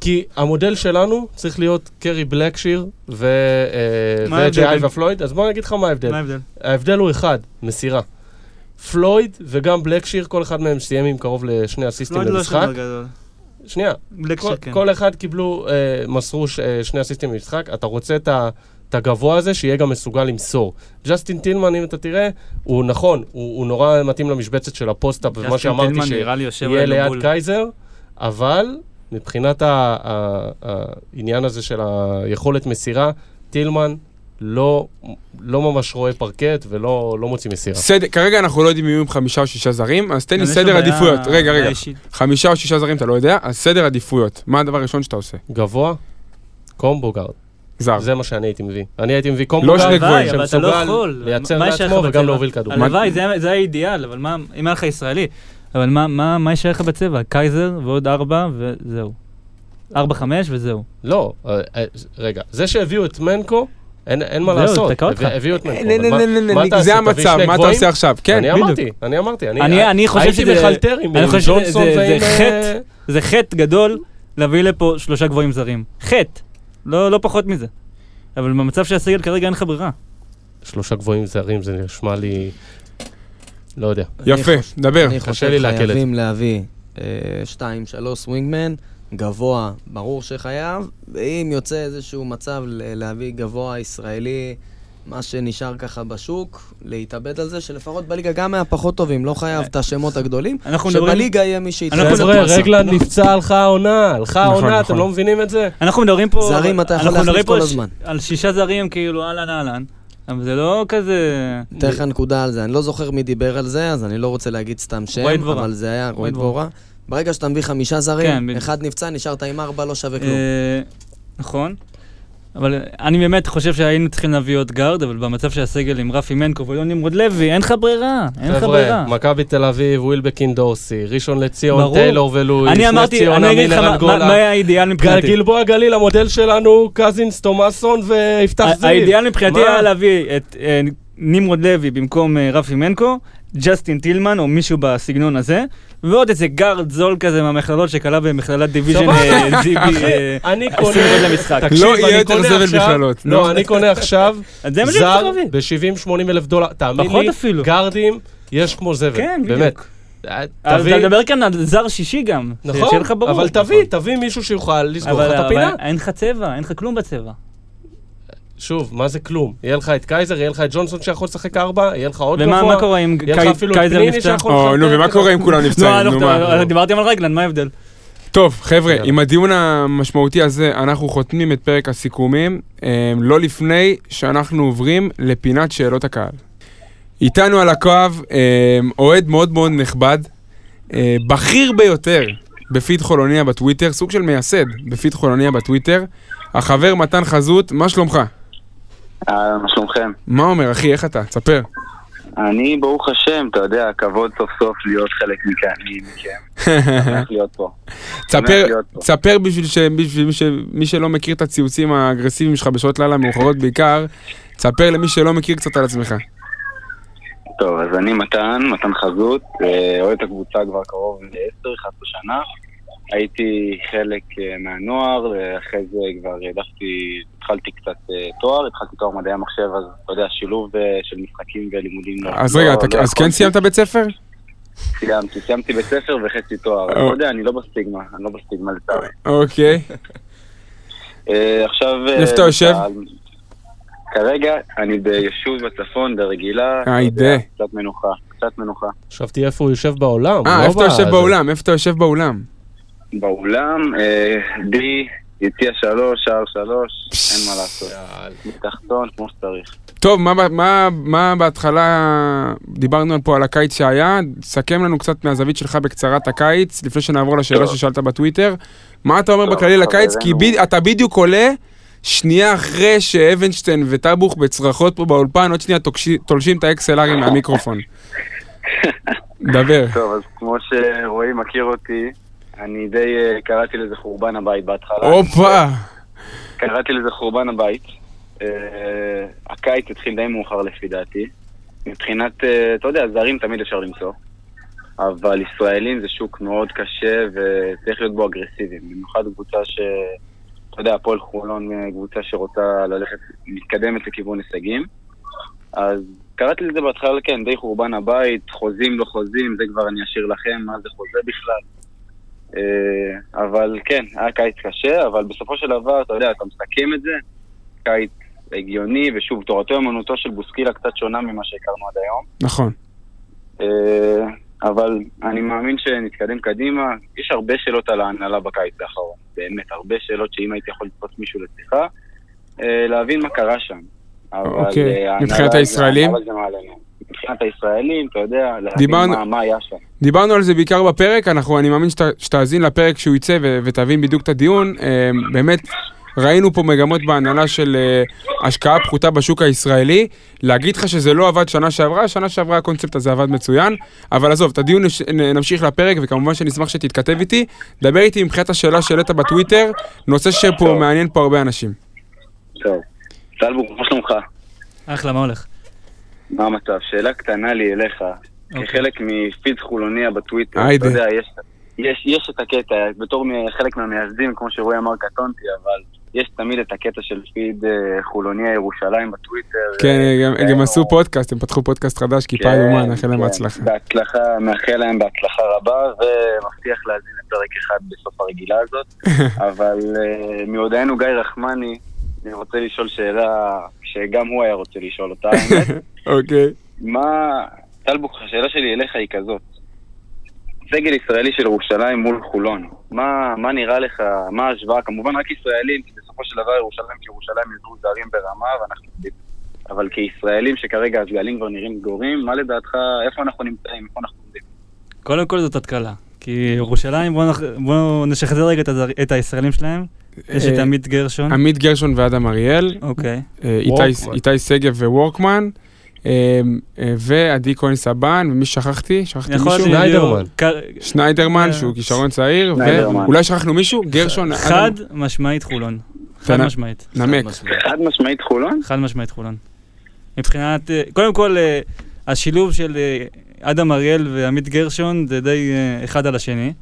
[SPEAKER 4] כי המודל שלנו צריך להיות קרי בלקשיר ו- אה,
[SPEAKER 3] מה ההבדל
[SPEAKER 4] וג'י
[SPEAKER 3] בין-
[SPEAKER 4] ופלויד, אז בוא אני אגיד לך מה ההבדל.
[SPEAKER 3] מה ההבדל?
[SPEAKER 4] ההבדל הוא אחד, מסירה. פלויד וגם בלקשיר, כל אחד מהם סיים עם קרוב לשני אסיסטים
[SPEAKER 3] לא
[SPEAKER 6] לא
[SPEAKER 4] למשחק.
[SPEAKER 3] גדול.
[SPEAKER 4] שנייה,
[SPEAKER 3] בלק
[SPEAKER 4] כל,
[SPEAKER 3] שיר, כן.
[SPEAKER 4] כל אחד קיבלו, אה, מסרו ש, אה, שני אסיסטים במשחק, אתה רוצה את את הגבוה הזה, שיהיה גם מסוגל למסור. ג'סטין טילמן, אם אתה תראה, הוא נכון, הוא, הוא נורא מתאים למשבצת של הפוסט-אפ, ומה שאמרתי
[SPEAKER 6] ג'סטין
[SPEAKER 4] ש...
[SPEAKER 6] טילמן נראה לי יושב
[SPEAKER 4] יהיה
[SPEAKER 6] עלינו
[SPEAKER 4] ליד
[SPEAKER 6] בול.
[SPEAKER 4] קייזר, אבל מבחינת ה- ה- ה- העניין הזה של היכולת מסירה, טילמן לא, לא ממש רואה פרקט ולא לא מוציא מסירה.
[SPEAKER 1] סדר, כרגע אנחנו לא יודעים מי יהיו עם חמישה או שישה זרים, אז תן
[SPEAKER 3] גם
[SPEAKER 1] לי
[SPEAKER 3] יש לו
[SPEAKER 1] סדר
[SPEAKER 3] בעיה-
[SPEAKER 1] עדיפויות. רגע,
[SPEAKER 3] בעיה
[SPEAKER 1] רגע.
[SPEAKER 3] אישית.
[SPEAKER 1] חמישה או שישה זרים אתה לא יודע, אז סדר עדיפויות. מה הדבר הראשון שאתה עושה?
[SPEAKER 4] גבוה, קומבוגארד.
[SPEAKER 1] זר.
[SPEAKER 4] זה מה שאני הייתי מביא. אני הייתי מביא קומבוגארד,
[SPEAKER 1] שני גבוהים.
[SPEAKER 6] הלוואי, אבל אתה לא
[SPEAKER 4] שמסוגל
[SPEAKER 6] יכול.
[SPEAKER 4] לייצר
[SPEAKER 3] מה יש לך
[SPEAKER 4] לעצמו
[SPEAKER 3] בצבע?
[SPEAKER 4] וגם להוביל כדור.
[SPEAKER 3] הלוואי, זה היה- זה היה אידיאל, אבל מה, אם היה לך ישראלי, אבל מה- מה מה יישאר לך בצבע? קייזר ועוד ארבע וזהו. ארבע, חמש וזהו.
[SPEAKER 4] לא, אה, אה, רגע, זה שהביאו את מנקו, אין, אין מה
[SPEAKER 3] זהו,
[SPEAKER 4] לעשות.
[SPEAKER 3] תקע אותך.
[SPEAKER 4] הביא- הביאו את מנקו.
[SPEAKER 1] אה, נה,
[SPEAKER 4] אבל
[SPEAKER 1] נה,
[SPEAKER 4] מה-
[SPEAKER 1] נה, נה,
[SPEAKER 4] אה, מה
[SPEAKER 1] נה,
[SPEAKER 4] תעשה?
[SPEAKER 1] זה
[SPEAKER 4] תביא
[SPEAKER 1] המצב,
[SPEAKER 4] שני
[SPEAKER 1] מה אתה
[SPEAKER 4] גבוהים?
[SPEAKER 1] עושה עכשיו? כן,
[SPEAKER 4] אני
[SPEAKER 3] בדיוק.
[SPEAKER 4] אמרתי, אני אמרתי.
[SPEAKER 3] אני- אני חושב
[SPEAKER 4] הייתי
[SPEAKER 3] שזה-
[SPEAKER 4] בחלטר עם
[SPEAKER 3] אני חושב שזה-
[SPEAKER 4] ג'ונסון
[SPEAKER 3] זה- זה
[SPEAKER 4] ועם... אה,
[SPEAKER 3] חטא. זה חטא גדול להביא לפה שלושה גבוהים זרים. חטא. לא לא פחות מזה. אבל במצב של הסגל כרגע אין לך ברירה.
[SPEAKER 4] שלושה גבוהים זרים, זה נשמע לי... לא יודע.
[SPEAKER 1] יפה,
[SPEAKER 5] אני חוש-
[SPEAKER 1] דבר. לא
[SPEAKER 5] אני
[SPEAKER 4] קשה
[SPEAKER 5] חושב
[SPEAKER 4] לי לעכל את זה.
[SPEAKER 5] חייבים להביא אה, שתיים, שלוש סווינגמן, גבוה, ברור שחייב, ואם יוצא איזשהו מצב ל- להביא גבוה ישראלי, מה שנשאר ככה בשוק, להתאבד על זה, שלפחות בליגה גם מהפחות טובים, לא חייב את השמות הגדולים,
[SPEAKER 3] אנחנו מדברים-
[SPEAKER 5] שבליגה יהיה מי שיתחייב.
[SPEAKER 3] אנחנו
[SPEAKER 4] חבר'ה,
[SPEAKER 3] מדברים-
[SPEAKER 4] רגלן נפצע, הלכה העונה, הלכה
[SPEAKER 1] נכון,
[SPEAKER 4] העונה,
[SPEAKER 1] נכון.
[SPEAKER 4] אתם לא מבינים את זה?
[SPEAKER 3] אנחנו מדברים פה...
[SPEAKER 5] זרים אתה יכול
[SPEAKER 3] אנחנו
[SPEAKER 5] להחליף
[SPEAKER 3] מדברים פה
[SPEAKER 5] כל
[SPEAKER 3] על-
[SPEAKER 5] הזמן.
[SPEAKER 3] על שישה זרים, כאילו, אהלן אהלן. אבל זה לא כזה...
[SPEAKER 5] אתן לך נקודה על זה, אני לא זוכר מי דיבר על זה, אז אני לא רוצה להגיד סתם
[SPEAKER 3] רועי
[SPEAKER 5] שם,
[SPEAKER 3] דבורה.
[SPEAKER 5] אבל זה היה רועי
[SPEAKER 3] רועי דבורה.
[SPEAKER 5] דבורה. ברגע שאתה מביא חמישה
[SPEAKER 3] כן,
[SPEAKER 5] זרים,
[SPEAKER 3] בדיוק.
[SPEAKER 5] אחד נפצע, נשארת עם ארבע, לא שווה כלום.
[SPEAKER 3] אה, נכון. אבל אה, אני באמת חושב שהיינו צריכים להביא עוד גארד, אבל במצב של הסגל עם רפי מנקו ולא נמרוד לוי, אין לך ברירה, אין לך
[SPEAKER 4] חבר'ה,
[SPEAKER 3] ברירה.
[SPEAKER 4] מכבי תל אביב, ווילבקין דורסי, ראשון לציון,
[SPEAKER 3] ברור.
[SPEAKER 4] טיילור ולואיס,
[SPEAKER 3] אני
[SPEAKER 4] נס
[SPEAKER 3] אמרתי, אני
[SPEAKER 4] ציונה,
[SPEAKER 3] אגיד לך
[SPEAKER 4] מילר
[SPEAKER 3] מה- מה מה
[SPEAKER 4] אנגולה.
[SPEAKER 3] היה האידיאל
[SPEAKER 4] גל- כאילו,
[SPEAKER 3] מבחינתי.
[SPEAKER 4] גלבוע גליל, המודל שלנו, קזינס, תומאסון ויפתח
[SPEAKER 3] ה-
[SPEAKER 4] זיו.
[SPEAKER 3] האידיאל מבחינתי
[SPEAKER 4] מה?
[SPEAKER 3] היה להביא את אה, נמרוד לוי במקום אה, רפי מנקו, ג'סטין טילמן או מישהו בסגנון הזה, ועוד איזה גארד זול כזה מהמכללות שכלה במכללת דיוויז'ן
[SPEAKER 4] סבבה.
[SPEAKER 3] אה, זיבי.
[SPEAKER 4] [laughs]
[SPEAKER 3] אה,
[SPEAKER 4] אני
[SPEAKER 3] עשרים
[SPEAKER 4] קונה...
[SPEAKER 3] דקות למשחק.
[SPEAKER 4] תקשיב,
[SPEAKER 1] לא
[SPEAKER 4] אני
[SPEAKER 1] יהיה יותר
[SPEAKER 4] קונה
[SPEAKER 1] זבל
[SPEAKER 4] עכשיו-
[SPEAKER 1] בכללות.
[SPEAKER 4] לא,
[SPEAKER 1] לא.
[SPEAKER 4] אני קונה
[SPEAKER 3] [laughs]
[SPEAKER 4] עכשיו
[SPEAKER 3] זה מה שצריך
[SPEAKER 4] זר
[SPEAKER 3] להביא.
[SPEAKER 4] ב-70-80 אלף דולר. תאמין
[SPEAKER 3] פחות
[SPEAKER 4] לי,
[SPEAKER 3] אפילו.
[SPEAKER 4] גארדים יש כמו זבל.
[SPEAKER 3] כן,
[SPEAKER 4] באמת. אה,
[SPEAKER 3] בדיוק. אז
[SPEAKER 4] תביא,
[SPEAKER 3] אתה מדבר כאן על זר שישי גם. שיהיה
[SPEAKER 4] נכון,
[SPEAKER 3] לך ברור.
[SPEAKER 4] אבל תביא, תביא מישהו שיוכל לסגור לך
[SPEAKER 3] אבל
[SPEAKER 4] את
[SPEAKER 3] אבל
[SPEAKER 4] הפינה.
[SPEAKER 3] אין לך צבע, אין לך כלום בצבע.
[SPEAKER 4] שוב, מה זה כלום? יהיה לך את קייזר, יהיה לך את ג'ונסון שיכול לשחק ארבע, יהיה לך עוד
[SPEAKER 3] ומה
[SPEAKER 4] גבוה.
[SPEAKER 3] מה קורה אם
[SPEAKER 4] יהיה לך
[SPEAKER 3] קי-
[SPEAKER 4] אפילו את
[SPEAKER 3] קייזר
[SPEAKER 4] פניני
[SPEAKER 3] נפצע?
[SPEAKER 4] שיכול
[SPEAKER 1] או,
[SPEAKER 4] לחלק
[SPEAKER 1] אה, נו,
[SPEAKER 4] את
[SPEAKER 1] ומה
[SPEAKER 4] זה.
[SPEAKER 1] קורה אם כולם נפצעים?
[SPEAKER 3] [laughs] לא,
[SPEAKER 1] נו,
[SPEAKER 3] לא,
[SPEAKER 1] מה?
[SPEAKER 3] לא, דיברתם על רגלן, מה ההבדל?
[SPEAKER 1] טוב, חבר'ה,
[SPEAKER 4] יאללה.
[SPEAKER 1] עם הדיון המשמעותי הזה, אנחנו חותמים את פרק הסיכומים, אה, לא לפני שאנחנו עוברים לפינת שאלות הקהל. איתנו על הקו אה, אוהד מאוד מאוד נכבד, אה, בכיר ביותר בפיד חולוניה בטוויטר, סוג של מייסד בפיד חולוניה בטוויטר, החבר מתן חזות, מה שלומך?
[SPEAKER 7] אהלן, מה שלומכם?
[SPEAKER 1] מה אומר, אחי, איך אתה? תספר.
[SPEAKER 7] אני, ברוך השם, אתה יודע, כבוד סוף סוף להיות חלק מכאן, מי-
[SPEAKER 1] [laughs]
[SPEAKER 7] מכם. שמח להיות פה.
[SPEAKER 1] תספר,
[SPEAKER 7] להיות פה.
[SPEAKER 1] תספר בשביל, ש, בשביל מי, ש, מי שלא מכיר את הציוצים האגרסיביים שלך בשעות לילה מאוחרות בעיקר, תספר למי שלא מכיר קצת על עצמך.
[SPEAKER 7] לא, טוב, אז אני מתן, מתן חזות, אה, אוהד את הקבוצה כבר קרוב ל-10-11 שנה. הייתי חלק אה, מהנוער, אה, אחרי זה כבר העדפתי, התחלתי קצת אה, תואר, התחלתי תואר מדעי המחשב, אז אתה יודע, שילוב אה, של משחקים ולימודים.
[SPEAKER 1] אז
[SPEAKER 7] לא-
[SPEAKER 1] רגע,
[SPEAKER 7] לא
[SPEAKER 1] אתה, אז
[SPEAKER 7] יכולתי.
[SPEAKER 1] כן סיימת בית ספר?
[SPEAKER 7] סיימתי, סיימתי בית ספר וחצי תואר.
[SPEAKER 1] אה.
[SPEAKER 7] אתה יודע, אני לא בסטיגמה, אני לא בסטיגמה לצערי. [laughs]
[SPEAKER 1] אוקיי.
[SPEAKER 7] אה, עכשיו... אה,
[SPEAKER 1] איפה אתה יושב?
[SPEAKER 7] כרגע אני ביישוב בצפון, ברגילה.
[SPEAKER 1] אה,
[SPEAKER 7] אתה יודע,
[SPEAKER 1] די.
[SPEAKER 7] קצת מנוחה, קצת מנוחה.
[SPEAKER 4] חשבתי איפה הוא יושב בעולם.
[SPEAKER 1] אה,
[SPEAKER 4] לא
[SPEAKER 1] איפה אתה
[SPEAKER 4] בא-
[SPEAKER 1] יושב
[SPEAKER 4] זה-
[SPEAKER 1] באולם? איפה אתה יושב באולם?
[SPEAKER 7] באולם, אה, די, יציע שלוש, שער שלוש, אין מה לעשות. מתחתון, כמו שצריך.
[SPEAKER 1] טוב, מה, ב- מה, מה בהתחלה דיברנו פה על הקיץ שהיה? סכם לנו קצת מהזווית שלך בקצרה את הקיץ, לפני שנעבור לשאלה
[SPEAKER 7] טוב.
[SPEAKER 1] ששאלת בטוויטר. מה אתה אומר
[SPEAKER 7] טוב,
[SPEAKER 1] בכללי לקיץ? כי
[SPEAKER 7] חברנו.
[SPEAKER 1] ב, אתה בדיוק עולה שנייה אחרי שאבנשטיין וטבוך בצרחות פה באולפן, עוד שנייה תוקשי- תולשים את ה-XLRים מהמיקרופון.
[SPEAKER 7] [laughs]
[SPEAKER 1] דבר.
[SPEAKER 7] טוב, אז כמו שרועי מכיר אותי, אני די אה, קראתי לזה חורבן הבית בהתחלה.
[SPEAKER 1] הופה!
[SPEAKER 7] קראתי לזה חורבן הבית. אה, הקיץ התחיל די מאוחר לפי דעתי. מבחינת, אה, אתה יודע, זרים תמיד אפשר למצוא. אבל ישראלים זה שוק מאוד קשה וצריך להיות בו אגרסיביים. במיוחד קבוצה ש... אתה יודע, הפועל חולון אה, קבוצה שרוצה ללכת, מתקדמת לכיוון הישגים. אז קראתי לזה בהתחלה, כן, די חורבן הבית, חוזים לא חוזים, זה כבר אני אשאיר לכם, מה זה חוזה בכלל. אה, אבל כן, היה קיץ קשה, אבל בסופו של דבר, אתה יודע, אתה מסכם את זה, קיץ הגיוני, ושוב, תורתו אמנותו של בוסקילה קצת שונה ממה שהכרנו עד היום.
[SPEAKER 1] נכון.
[SPEAKER 7] אה, אבל אני מאמין שנתקדם קדימה. יש הרבה שאלות על ההנהלה בקיץ האחרון, באמת, הרבה שאלות שאם הייתי יכול לתפוס מישהו לשיחה, אה, להבין מה קרה שם. אבל,
[SPEAKER 1] אוקיי.
[SPEAKER 7] אה, ההנהלה
[SPEAKER 1] מבחינת
[SPEAKER 7] זה-
[SPEAKER 1] הישראלים?
[SPEAKER 7] ההנהלה זה מעל עיניהם. מבחינת הישראלים, אתה יודע, להבין
[SPEAKER 1] דיברנו-
[SPEAKER 7] מה- מה היה שם.
[SPEAKER 1] דיברנו על זה בעיקר בפרק, אנחנו, אני מאמין שת, שתאזין לפרק שהוא יצא ו, ותבין בדיוק את הדיון. אה, באמת, ראינו פה מגמות בהנהלה של אה, השקעה פחותה בשוק הישראלי. להגיד לך שזה לא עבד שנה שעברה, שנה שעברה הקונספט הזה עבד מצוין. אבל עזוב, את הדיון נש, נ- נמשיך לפרק, וכמובן שנשמח שתתכתב איתי. דבר איתי מבחינת השאלה שהעלית בטוויטר, נושא שפה
[SPEAKER 7] טוב.
[SPEAKER 1] מעניין פה הרבה אנשים.
[SPEAKER 7] טוב. טלבוק, מה שלומך?
[SPEAKER 3] אחלה, מה הולך?
[SPEAKER 7] מה המצב? שאלה קטנה לי אליך. כחלק מפיד חולוניה בטוויטר,
[SPEAKER 1] אוקיי. היידה.
[SPEAKER 7] אתה יודע, יש, יש, יש את הקטע, בתור מ- חלק מהמייסדים, כמו שרועי אמר, קטונתי, אבל יש תמיד את הקטע של פיד אה, חולוניה ירושלים בטוויטר.
[SPEAKER 1] כן,
[SPEAKER 7] אה,
[SPEAKER 1] הם- הם גם
[SPEAKER 7] אה,
[SPEAKER 1] עשו פודקאסט, הם פתחו פודקאסט חדש, כיפה
[SPEAKER 7] כן,
[SPEAKER 1] יומן, נאחל להם
[SPEAKER 7] כן. [laughs]
[SPEAKER 1] בהצלחה.
[SPEAKER 7] בהצלחה, מאחל להם בהצלחה רבה, ומבטיח להזין לפרק אחד בסוף הרגילה
[SPEAKER 1] [laughs]
[SPEAKER 7] הזאת. אבל אה, מיודענו גיא רחמני, אני רוצה לשאול שאלה שגם הוא היה רוצה לשאול אותה, האמת.
[SPEAKER 1] [laughs] אוקיי.
[SPEAKER 7] מה, טלבוק, השאלה שלי אליך היא כזאת. סגל ישראלי של ירושלים מול חולון, מה, מה נראה לך, מה ההשוואה? כמובן רק ישראלים, כי בסופו של דבר ירושלים כירושלים ידעו זרים ברמה ואנחנו יודעים. אבל כישראלים שכרגע הסגלים כבר נראים סגורים, מה לדעתך, איפה אנחנו נמצאים, איפה אנחנו עומדים?
[SPEAKER 3] קודם כל זאת התקלה. כי ירושלים, בואו נח- בואו נשחזר רגע את הזר- את הישראלים שלהם. יש את
[SPEAKER 1] אה,
[SPEAKER 3] עמית גרשון.
[SPEAKER 1] עמית גרשון ואדם אריאל,
[SPEAKER 3] אוקיי.
[SPEAKER 1] אה, איתי-
[SPEAKER 4] וורקמן.
[SPEAKER 1] איתי שגב ווורקמן, אה, אה, ועדי כהן סבן, ומי שכחתי? שכחתי
[SPEAKER 3] יכול להיות
[SPEAKER 1] מישהו?
[SPEAKER 3] שיהיו-
[SPEAKER 4] שניידרמן.
[SPEAKER 3] קר-
[SPEAKER 1] שניידרמן,
[SPEAKER 3] אה.
[SPEAKER 1] שהוא כישרון צעיר,
[SPEAKER 7] שניידרמן.
[SPEAKER 1] ואולי שכחנו מישהו? גרשון,
[SPEAKER 3] חד
[SPEAKER 1] אדם,
[SPEAKER 3] משמעית חולון. חד
[SPEAKER 1] אה, תנא-
[SPEAKER 3] משמעית.
[SPEAKER 1] נמק.
[SPEAKER 7] חד משמעית חולון?
[SPEAKER 3] חד משמעית חולון. מבחינת, אה, קודם כל, אה, השילוב של אה, אדם אריאל ועמית גרשון זה די אה, אחד על השני.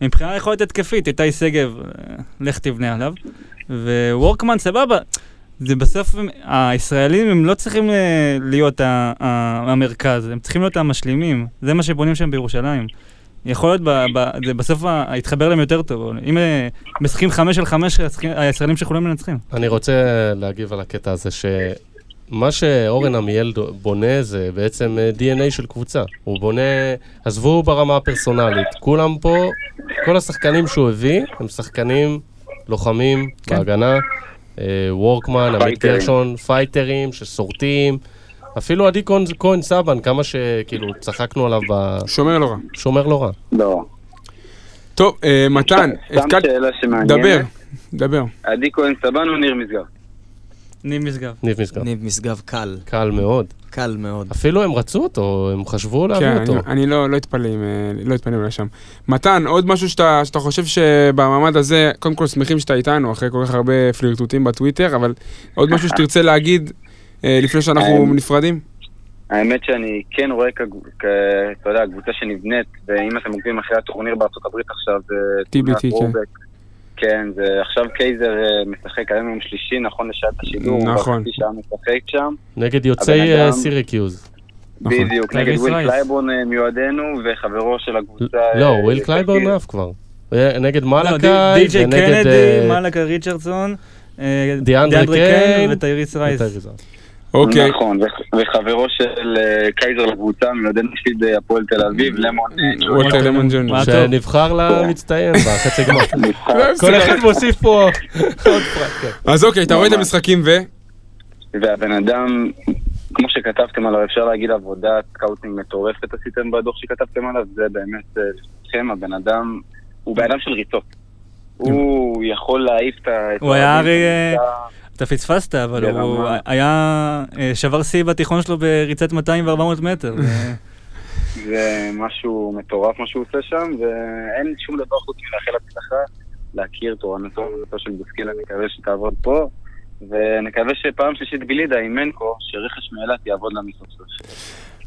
[SPEAKER 3] מבחינה יכולת התקפית, איתי שגב, אה, לך תבנה עליו. ווורקמן, סבבה. זה בסוף, הם- הישראלים הם לא צריכים אה, להיות ה- ה- המרכז, הם צריכים להיות המשלימים. זה מה שבונים שם בירושלים. יכול להיות, ב, ב, זה בסוף ה- התחבר להם יותר טוב. אם אה, משחקים חמש על חמש, הישראלים של חולון מנצחים.
[SPEAKER 4] אני רוצה להגיב על הקטע הזה, שמה שאורן עמיאל דו- בונה זה בעצם אה, DNA של קבוצה. הוא בונה, עזבו ברמה הפרסונלית, כולם פה, כל השחקנים שהוא הביא, הם שחקנים לוחמים
[SPEAKER 3] כן.
[SPEAKER 4] בהגנה, אה, וורקמן, עמית
[SPEAKER 7] פייטרים.
[SPEAKER 4] גרשון, פייטרים שסורטים, אפילו עדי כהן- כהן סבן, כמה שכאילו צחקנו עליו
[SPEAKER 1] שומר לא רע.
[SPEAKER 4] בשומר לא רע.
[SPEAKER 7] לא.
[SPEAKER 1] טוב, אה, מתן,
[SPEAKER 7] סתם
[SPEAKER 1] התקד-
[SPEAKER 7] שאלה שמעניינת.
[SPEAKER 1] דבר, דבר.
[SPEAKER 7] עדי כהן סבן או ניר משגב?
[SPEAKER 3] ניב משגב.
[SPEAKER 4] ניב משגב.
[SPEAKER 5] ניב משגב קל,
[SPEAKER 4] קל מאוד.
[SPEAKER 5] קל מאוד.
[SPEAKER 4] אפילו הם רצו אותו, הם חשבו
[SPEAKER 1] כן,
[SPEAKER 4] להביא אותו.
[SPEAKER 1] אני- אני לא לא אתפלא אם, אה, לא אתפלא אם לשם. מתן, עוד משהו שאתה שאתה חושב שבמעמד הזה, קודם כל שמחים שאתה איתנו, אחרי כל כך הרבה פלירטוטים בטוויטר, אבל עוד משהו שתרצה להגיד אה, לפני שאנחנו
[SPEAKER 7] אה,
[SPEAKER 1] נפרדים?
[SPEAKER 7] האמת שאני כן רואה, כ- כ- אתה יודע, קבוצה שנבנית, ואם אתם עוקבים אחרי הטורניר בארצות הברית עכשיו, זה
[SPEAKER 1] TBT,
[SPEAKER 7] תעודת
[SPEAKER 1] כן.
[SPEAKER 7] רובק. כן, זה עכשיו קייזר אה, משחק היום יום שלישי, נכון לשעת השידור, הוא
[SPEAKER 1] נכון.
[SPEAKER 7] כבר חצי שעה משחק שם.
[SPEAKER 4] נגד יוצאי
[SPEAKER 7] הבן אדם-
[SPEAKER 4] אה, סיריקיוז.
[SPEAKER 1] נכון.
[SPEAKER 7] בדיוק,
[SPEAKER 3] נגד
[SPEAKER 7] נגד וויל
[SPEAKER 3] ישראל.
[SPEAKER 7] קלייבורן אה, מיועדנו, וחברו של הקבוצה...
[SPEAKER 4] לא,
[SPEAKER 7] אה,
[SPEAKER 4] וויל קלייברן
[SPEAKER 7] אה,
[SPEAKER 4] עף כבר. אה, נגד
[SPEAKER 3] לא,
[SPEAKER 4] מלאקי
[SPEAKER 3] די- די.ג'יי
[SPEAKER 4] ונגד...
[SPEAKER 3] קנדי,
[SPEAKER 4] אה,
[SPEAKER 3] מלאקה ריצ'רדסון, אה,
[SPEAKER 4] דיאנדרה קיין
[SPEAKER 3] וטייריס רייס.
[SPEAKER 4] יותר גזען.
[SPEAKER 1] אוקיי.
[SPEAKER 7] נכון, ו- וחברו של אה, קייזר לקבוצה, מיועדנו נפסיד אה, הפועל תל אביב, אה, למון.
[SPEAKER 1] ווטר למון ג'וניור.
[SPEAKER 3] מה טוב. לא,
[SPEAKER 4] שנבחר
[SPEAKER 7] לא.
[SPEAKER 4] למצטיין בחצי
[SPEAKER 7] [laughs]
[SPEAKER 4] גמר.
[SPEAKER 7] נבחר.
[SPEAKER 4] כל אחד מוסיף
[SPEAKER 3] [laughs]
[SPEAKER 4] פה עוד פרט. כן.
[SPEAKER 1] אז אוקיי, אתה רואה את המשחקים ו...
[SPEAKER 7] והבן אדם, כמו שכתבתם עליו, אפשר להגיד עבודת סקאוטינג מטורפת עשיתם בדוח שכתבתם עליו, זה באמת, אה, לזכותכם, הבן אדם, הוא בן אדם של ריצות. הוא יכול להעיף את ה... את
[SPEAKER 3] הוא היה
[SPEAKER 7] האוהדים
[SPEAKER 3] הרי, אה,
[SPEAKER 7] של הקבוצה.
[SPEAKER 3] אתה פספסת, אבל
[SPEAKER 7] ברמה.
[SPEAKER 3] הוא היה אה, שבר שיא בתיכון שלו בריצת 200 ו-400 [laughs] מטר. אה,
[SPEAKER 7] זה משהו מטורף מה שהוא עושה שם, ואין שום דבר חוץ מלאחל הצלחה, להכיר תורנתו ומתו של בוסקילה, נקווה שתעבוד פה, ונקווה שפעם שלישית גלידה עם מנקו, שרכש מאילת יעבוד לנו סוף סוף.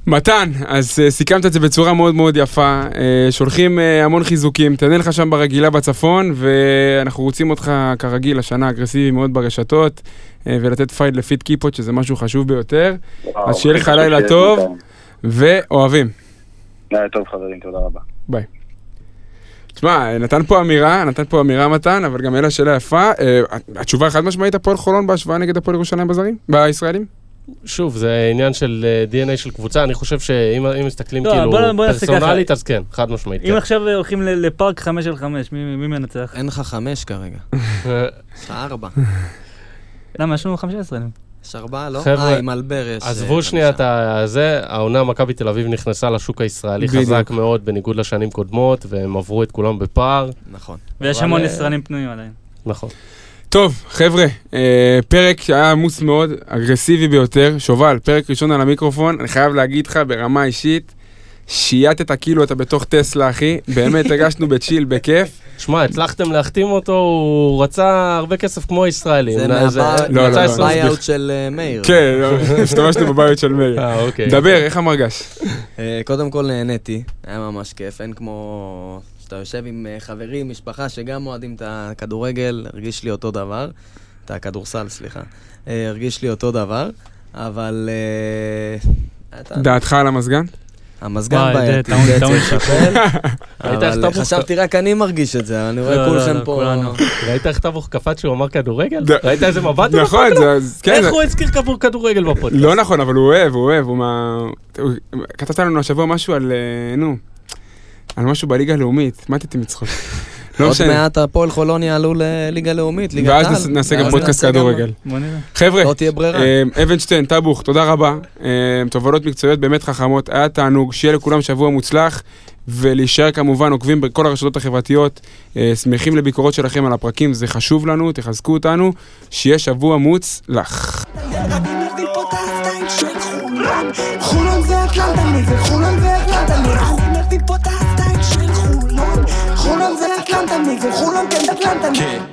[SPEAKER 1] מתן, אז אה, סיכמת את זה בצורה מאוד מאוד יפה. אה, שולחים אה, המון חיזוקים, תענה לך שם ברגילה בצפון, ואנחנו רוצים אותך כרגיל השנה אגרסיבי מאוד ברשתות, אה, ולתת פייד לפיט קיפות, שזה משהו חשוב ביותר,
[SPEAKER 7] וואו,
[SPEAKER 1] אז שיהיה לך לילה
[SPEAKER 7] שיש
[SPEAKER 1] טוב.
[SPEAKER 7] אותם.
[SPEAKER 1] ואוהבים.
[SPEAKER 7] לילה טוב חברים, תודה רבה.
[SPEAKER 1] ביי. תשמע, נתן פה אמירה, נתן פה אמירה מתן, אבל גם העלה שאלה יפה. אה, התשובה החד משמעית, הפועל חולון בהשוואה נגד הפועל ירושלים בזרים? בישראלים?
[SPEAKER 4] שוב, זה עניין של אה, DNA של קבוצה, אני חושב שאם אם מסתכלים
[SPEAKER 3] לא,
[SPEAKER 4] כאילו
[SPEAKER 3] בוא- בוא נעשה ככה.
[SPEAKER 4] פרסונלית, אז כן, חד משמעית.
[SPEAKER 3] אם עכשיו הולכים ל- לפארק חמש על חמש, מי מי מנצח?
[SPEAKER 5] אין לך חמש כרגע.
[SPEAKER 4] כן. אה,
[SPEAKER 5] יש לך ארבע.
[SPEAKER 3] למה? יש לנו חמישה עשרה.
[SPEAKER 5] יש ארבעה, לא?
[SPEAKER 4] חבר'ה,
[SPEAKER 5] אה, עם אלבר יש...
[SPEAKER 4] עזבו
[SPEAKER 5] אה,
[SPEAKER 4] שנייה את
[SPEAKER 5] חמישה.
[SPEAKER 4] ה- זה, העונה מכבי תל אביב נכנסה לשוק הישראלי
[SPEAKER 1] בדיוק.
[SPEAKER 4] חזק מאוד, בניגוד לשנים קודמות, והם עברו את כולם בפער.
[SPEAKER 5] נכון.
[SPEAKER 3] ויש
[SPEAKER 4] אבל,
[SPEAKER 3] המון
[SPEAKER 4] אה,
[SPEAKER 3] ישראלים פנויים עדיין.
[SPEAKER 4] נכון.
[SPEAKER 1] טוב, חבר'ה, אה, פרק שהיה עמוס מאוד, אגרסיבי ביותר. שובל, פרק ראשון על המיקרופון, אני חייב להגיד לך ברמה אישית, שייטת כאילו אתה בתוך טסלה, אחי.
[SPEAKER 5] [laughs]
[SPEAKER 1] באמת הרגשנו בצ'יל, בכיף.
[SPEAKER 4] שמע, הצלחתם להחתים אותו, הוא רצה הרבה כסף כמו אה, הישראלים.
[SPEAKER 5] זה
[SPEAKER 4] נא-
[SPEAKER 5] מהבעיות
[SPEAKER 1] לא, לא,
[SPEAKER 4] רצה
[SPEAKER 1] לא.
[SPEAKER 4] עשרים-
[SPEAKER 1] ביי.
[SPEAKER 5] מהבעיות של אה, מאיר.
[SPEAKER 1] כן, לא,
[SPEAKER 5] [laughs]
[SPEAKER 1] השתמשנו בבית של מאיר.
[SPEAKER 4] אה,
[SPEAKER 5] כן.
[SPEAKER 4] אוקיי.
[SPEAKER 1] דבר, איך המרגש?
[SPEAKER 5] אה, קודם כל נהניתי, היה ממש כיף, אין כמו שאתה יושב עם אה, חברים, משפחה שגם אוהדים את הכדורגל, הרגיש לי אותו דבר, את הכדורסל, סליחה, אה, הרגיש לי אותו דבר, אבל... אה, אתה-
[SPEAKER 1] דעתך על המזגן?
[SPEAKER 5] המזגן
[SPEAKER 3] וואי, זה
[SPEAKER 5] בעייתי,
[SPEAKER 3] טעון-
[SPEAKER 5] זה
[SPEAKER 3] טעון
[SPEAKER 5] צריך לטפל,
[SPEAKER 4] ראית איך
[SPEAKER 5] אבל
[SPEAKER 4] טבוך-
[SPEAKER 5] חשבתי רק אני מרגיש את זה, אני
[SPEAKER 3] לא,
[SPEAKER 5] רואה
[SPEAKER 3] לא,
[SPEAKER 5] כולכם
[SPEAKER 3] לא,
[SPEAKER 5] פה...
[SPEAKER 3] כולנו.
[SPEAKER 4] ראית איך טבוך קפץ שהוא אמר כדורגל?
[SPEAKER 1] ד-
[SPEAKER 4] ראית איזה
[SPEAKER 5] לא,
[SPEAKER 4] מבט הוא דפק
[SPEAKER 1] נכון,
[SPEAKER 4] לו?
[SPEAKER 1] זה... אז- כן,
[SPEAKER 4] איך
[SPEAKER 1] זה-
[SPEAKER 4] הוא הזכיר כבור כדורגל בפודקאסט?
[SPEAKER 1] לא נכון, אבל הוא אוהב, הוא אוהב, הוא מה... הוא- כתבת לנו השבוע משהו על... אה, נו, על משהו בליגה הלאומית, מתתי מצחוק. לא
[SPEAKER 5] עוד
[SPEAKER 1] משנה.
[SPEAKER 5] מעט הפועל חולון יעלו לליגה לאומית, ליגת העל.
[SPEAKER 1] ואז נעשה- נעשה גם
[SPEAKER 5] ואז
[SPEAKER 1] פודקאסט
[SPEAKER 5] נעשה גם-
[SPEAKER 1] כדורגל.
[SPEAKER 3] בוא נראה.
[SPEAKER 1] חבר'ה,
[SPEAKER 5] לא תהיה ברירה.
[SPEAKER 1] אה, אבנשטיין, טבוך, תודה רבה. אה, תובנות מקצועיות באמת חכמות, היה תענוג, שיהיה לכולם שבוע מוצלח, ולהישאר כמובן עוקבים בכל הרשתות החברתיות, אה, שמחים לביקורות שלכם על הפרקים, זה חשוב לנו, תחזקו אותנו, שיהיה שבוע מוצלח.
[SPEAKER 2] אני מביא פה את הסטייל של חולון חולון זה אטלנטני וחולון זה אטלנטני אני מביא פה את הסטייל של חולון חולון זה אטלנטני וחולון כן אטלנטני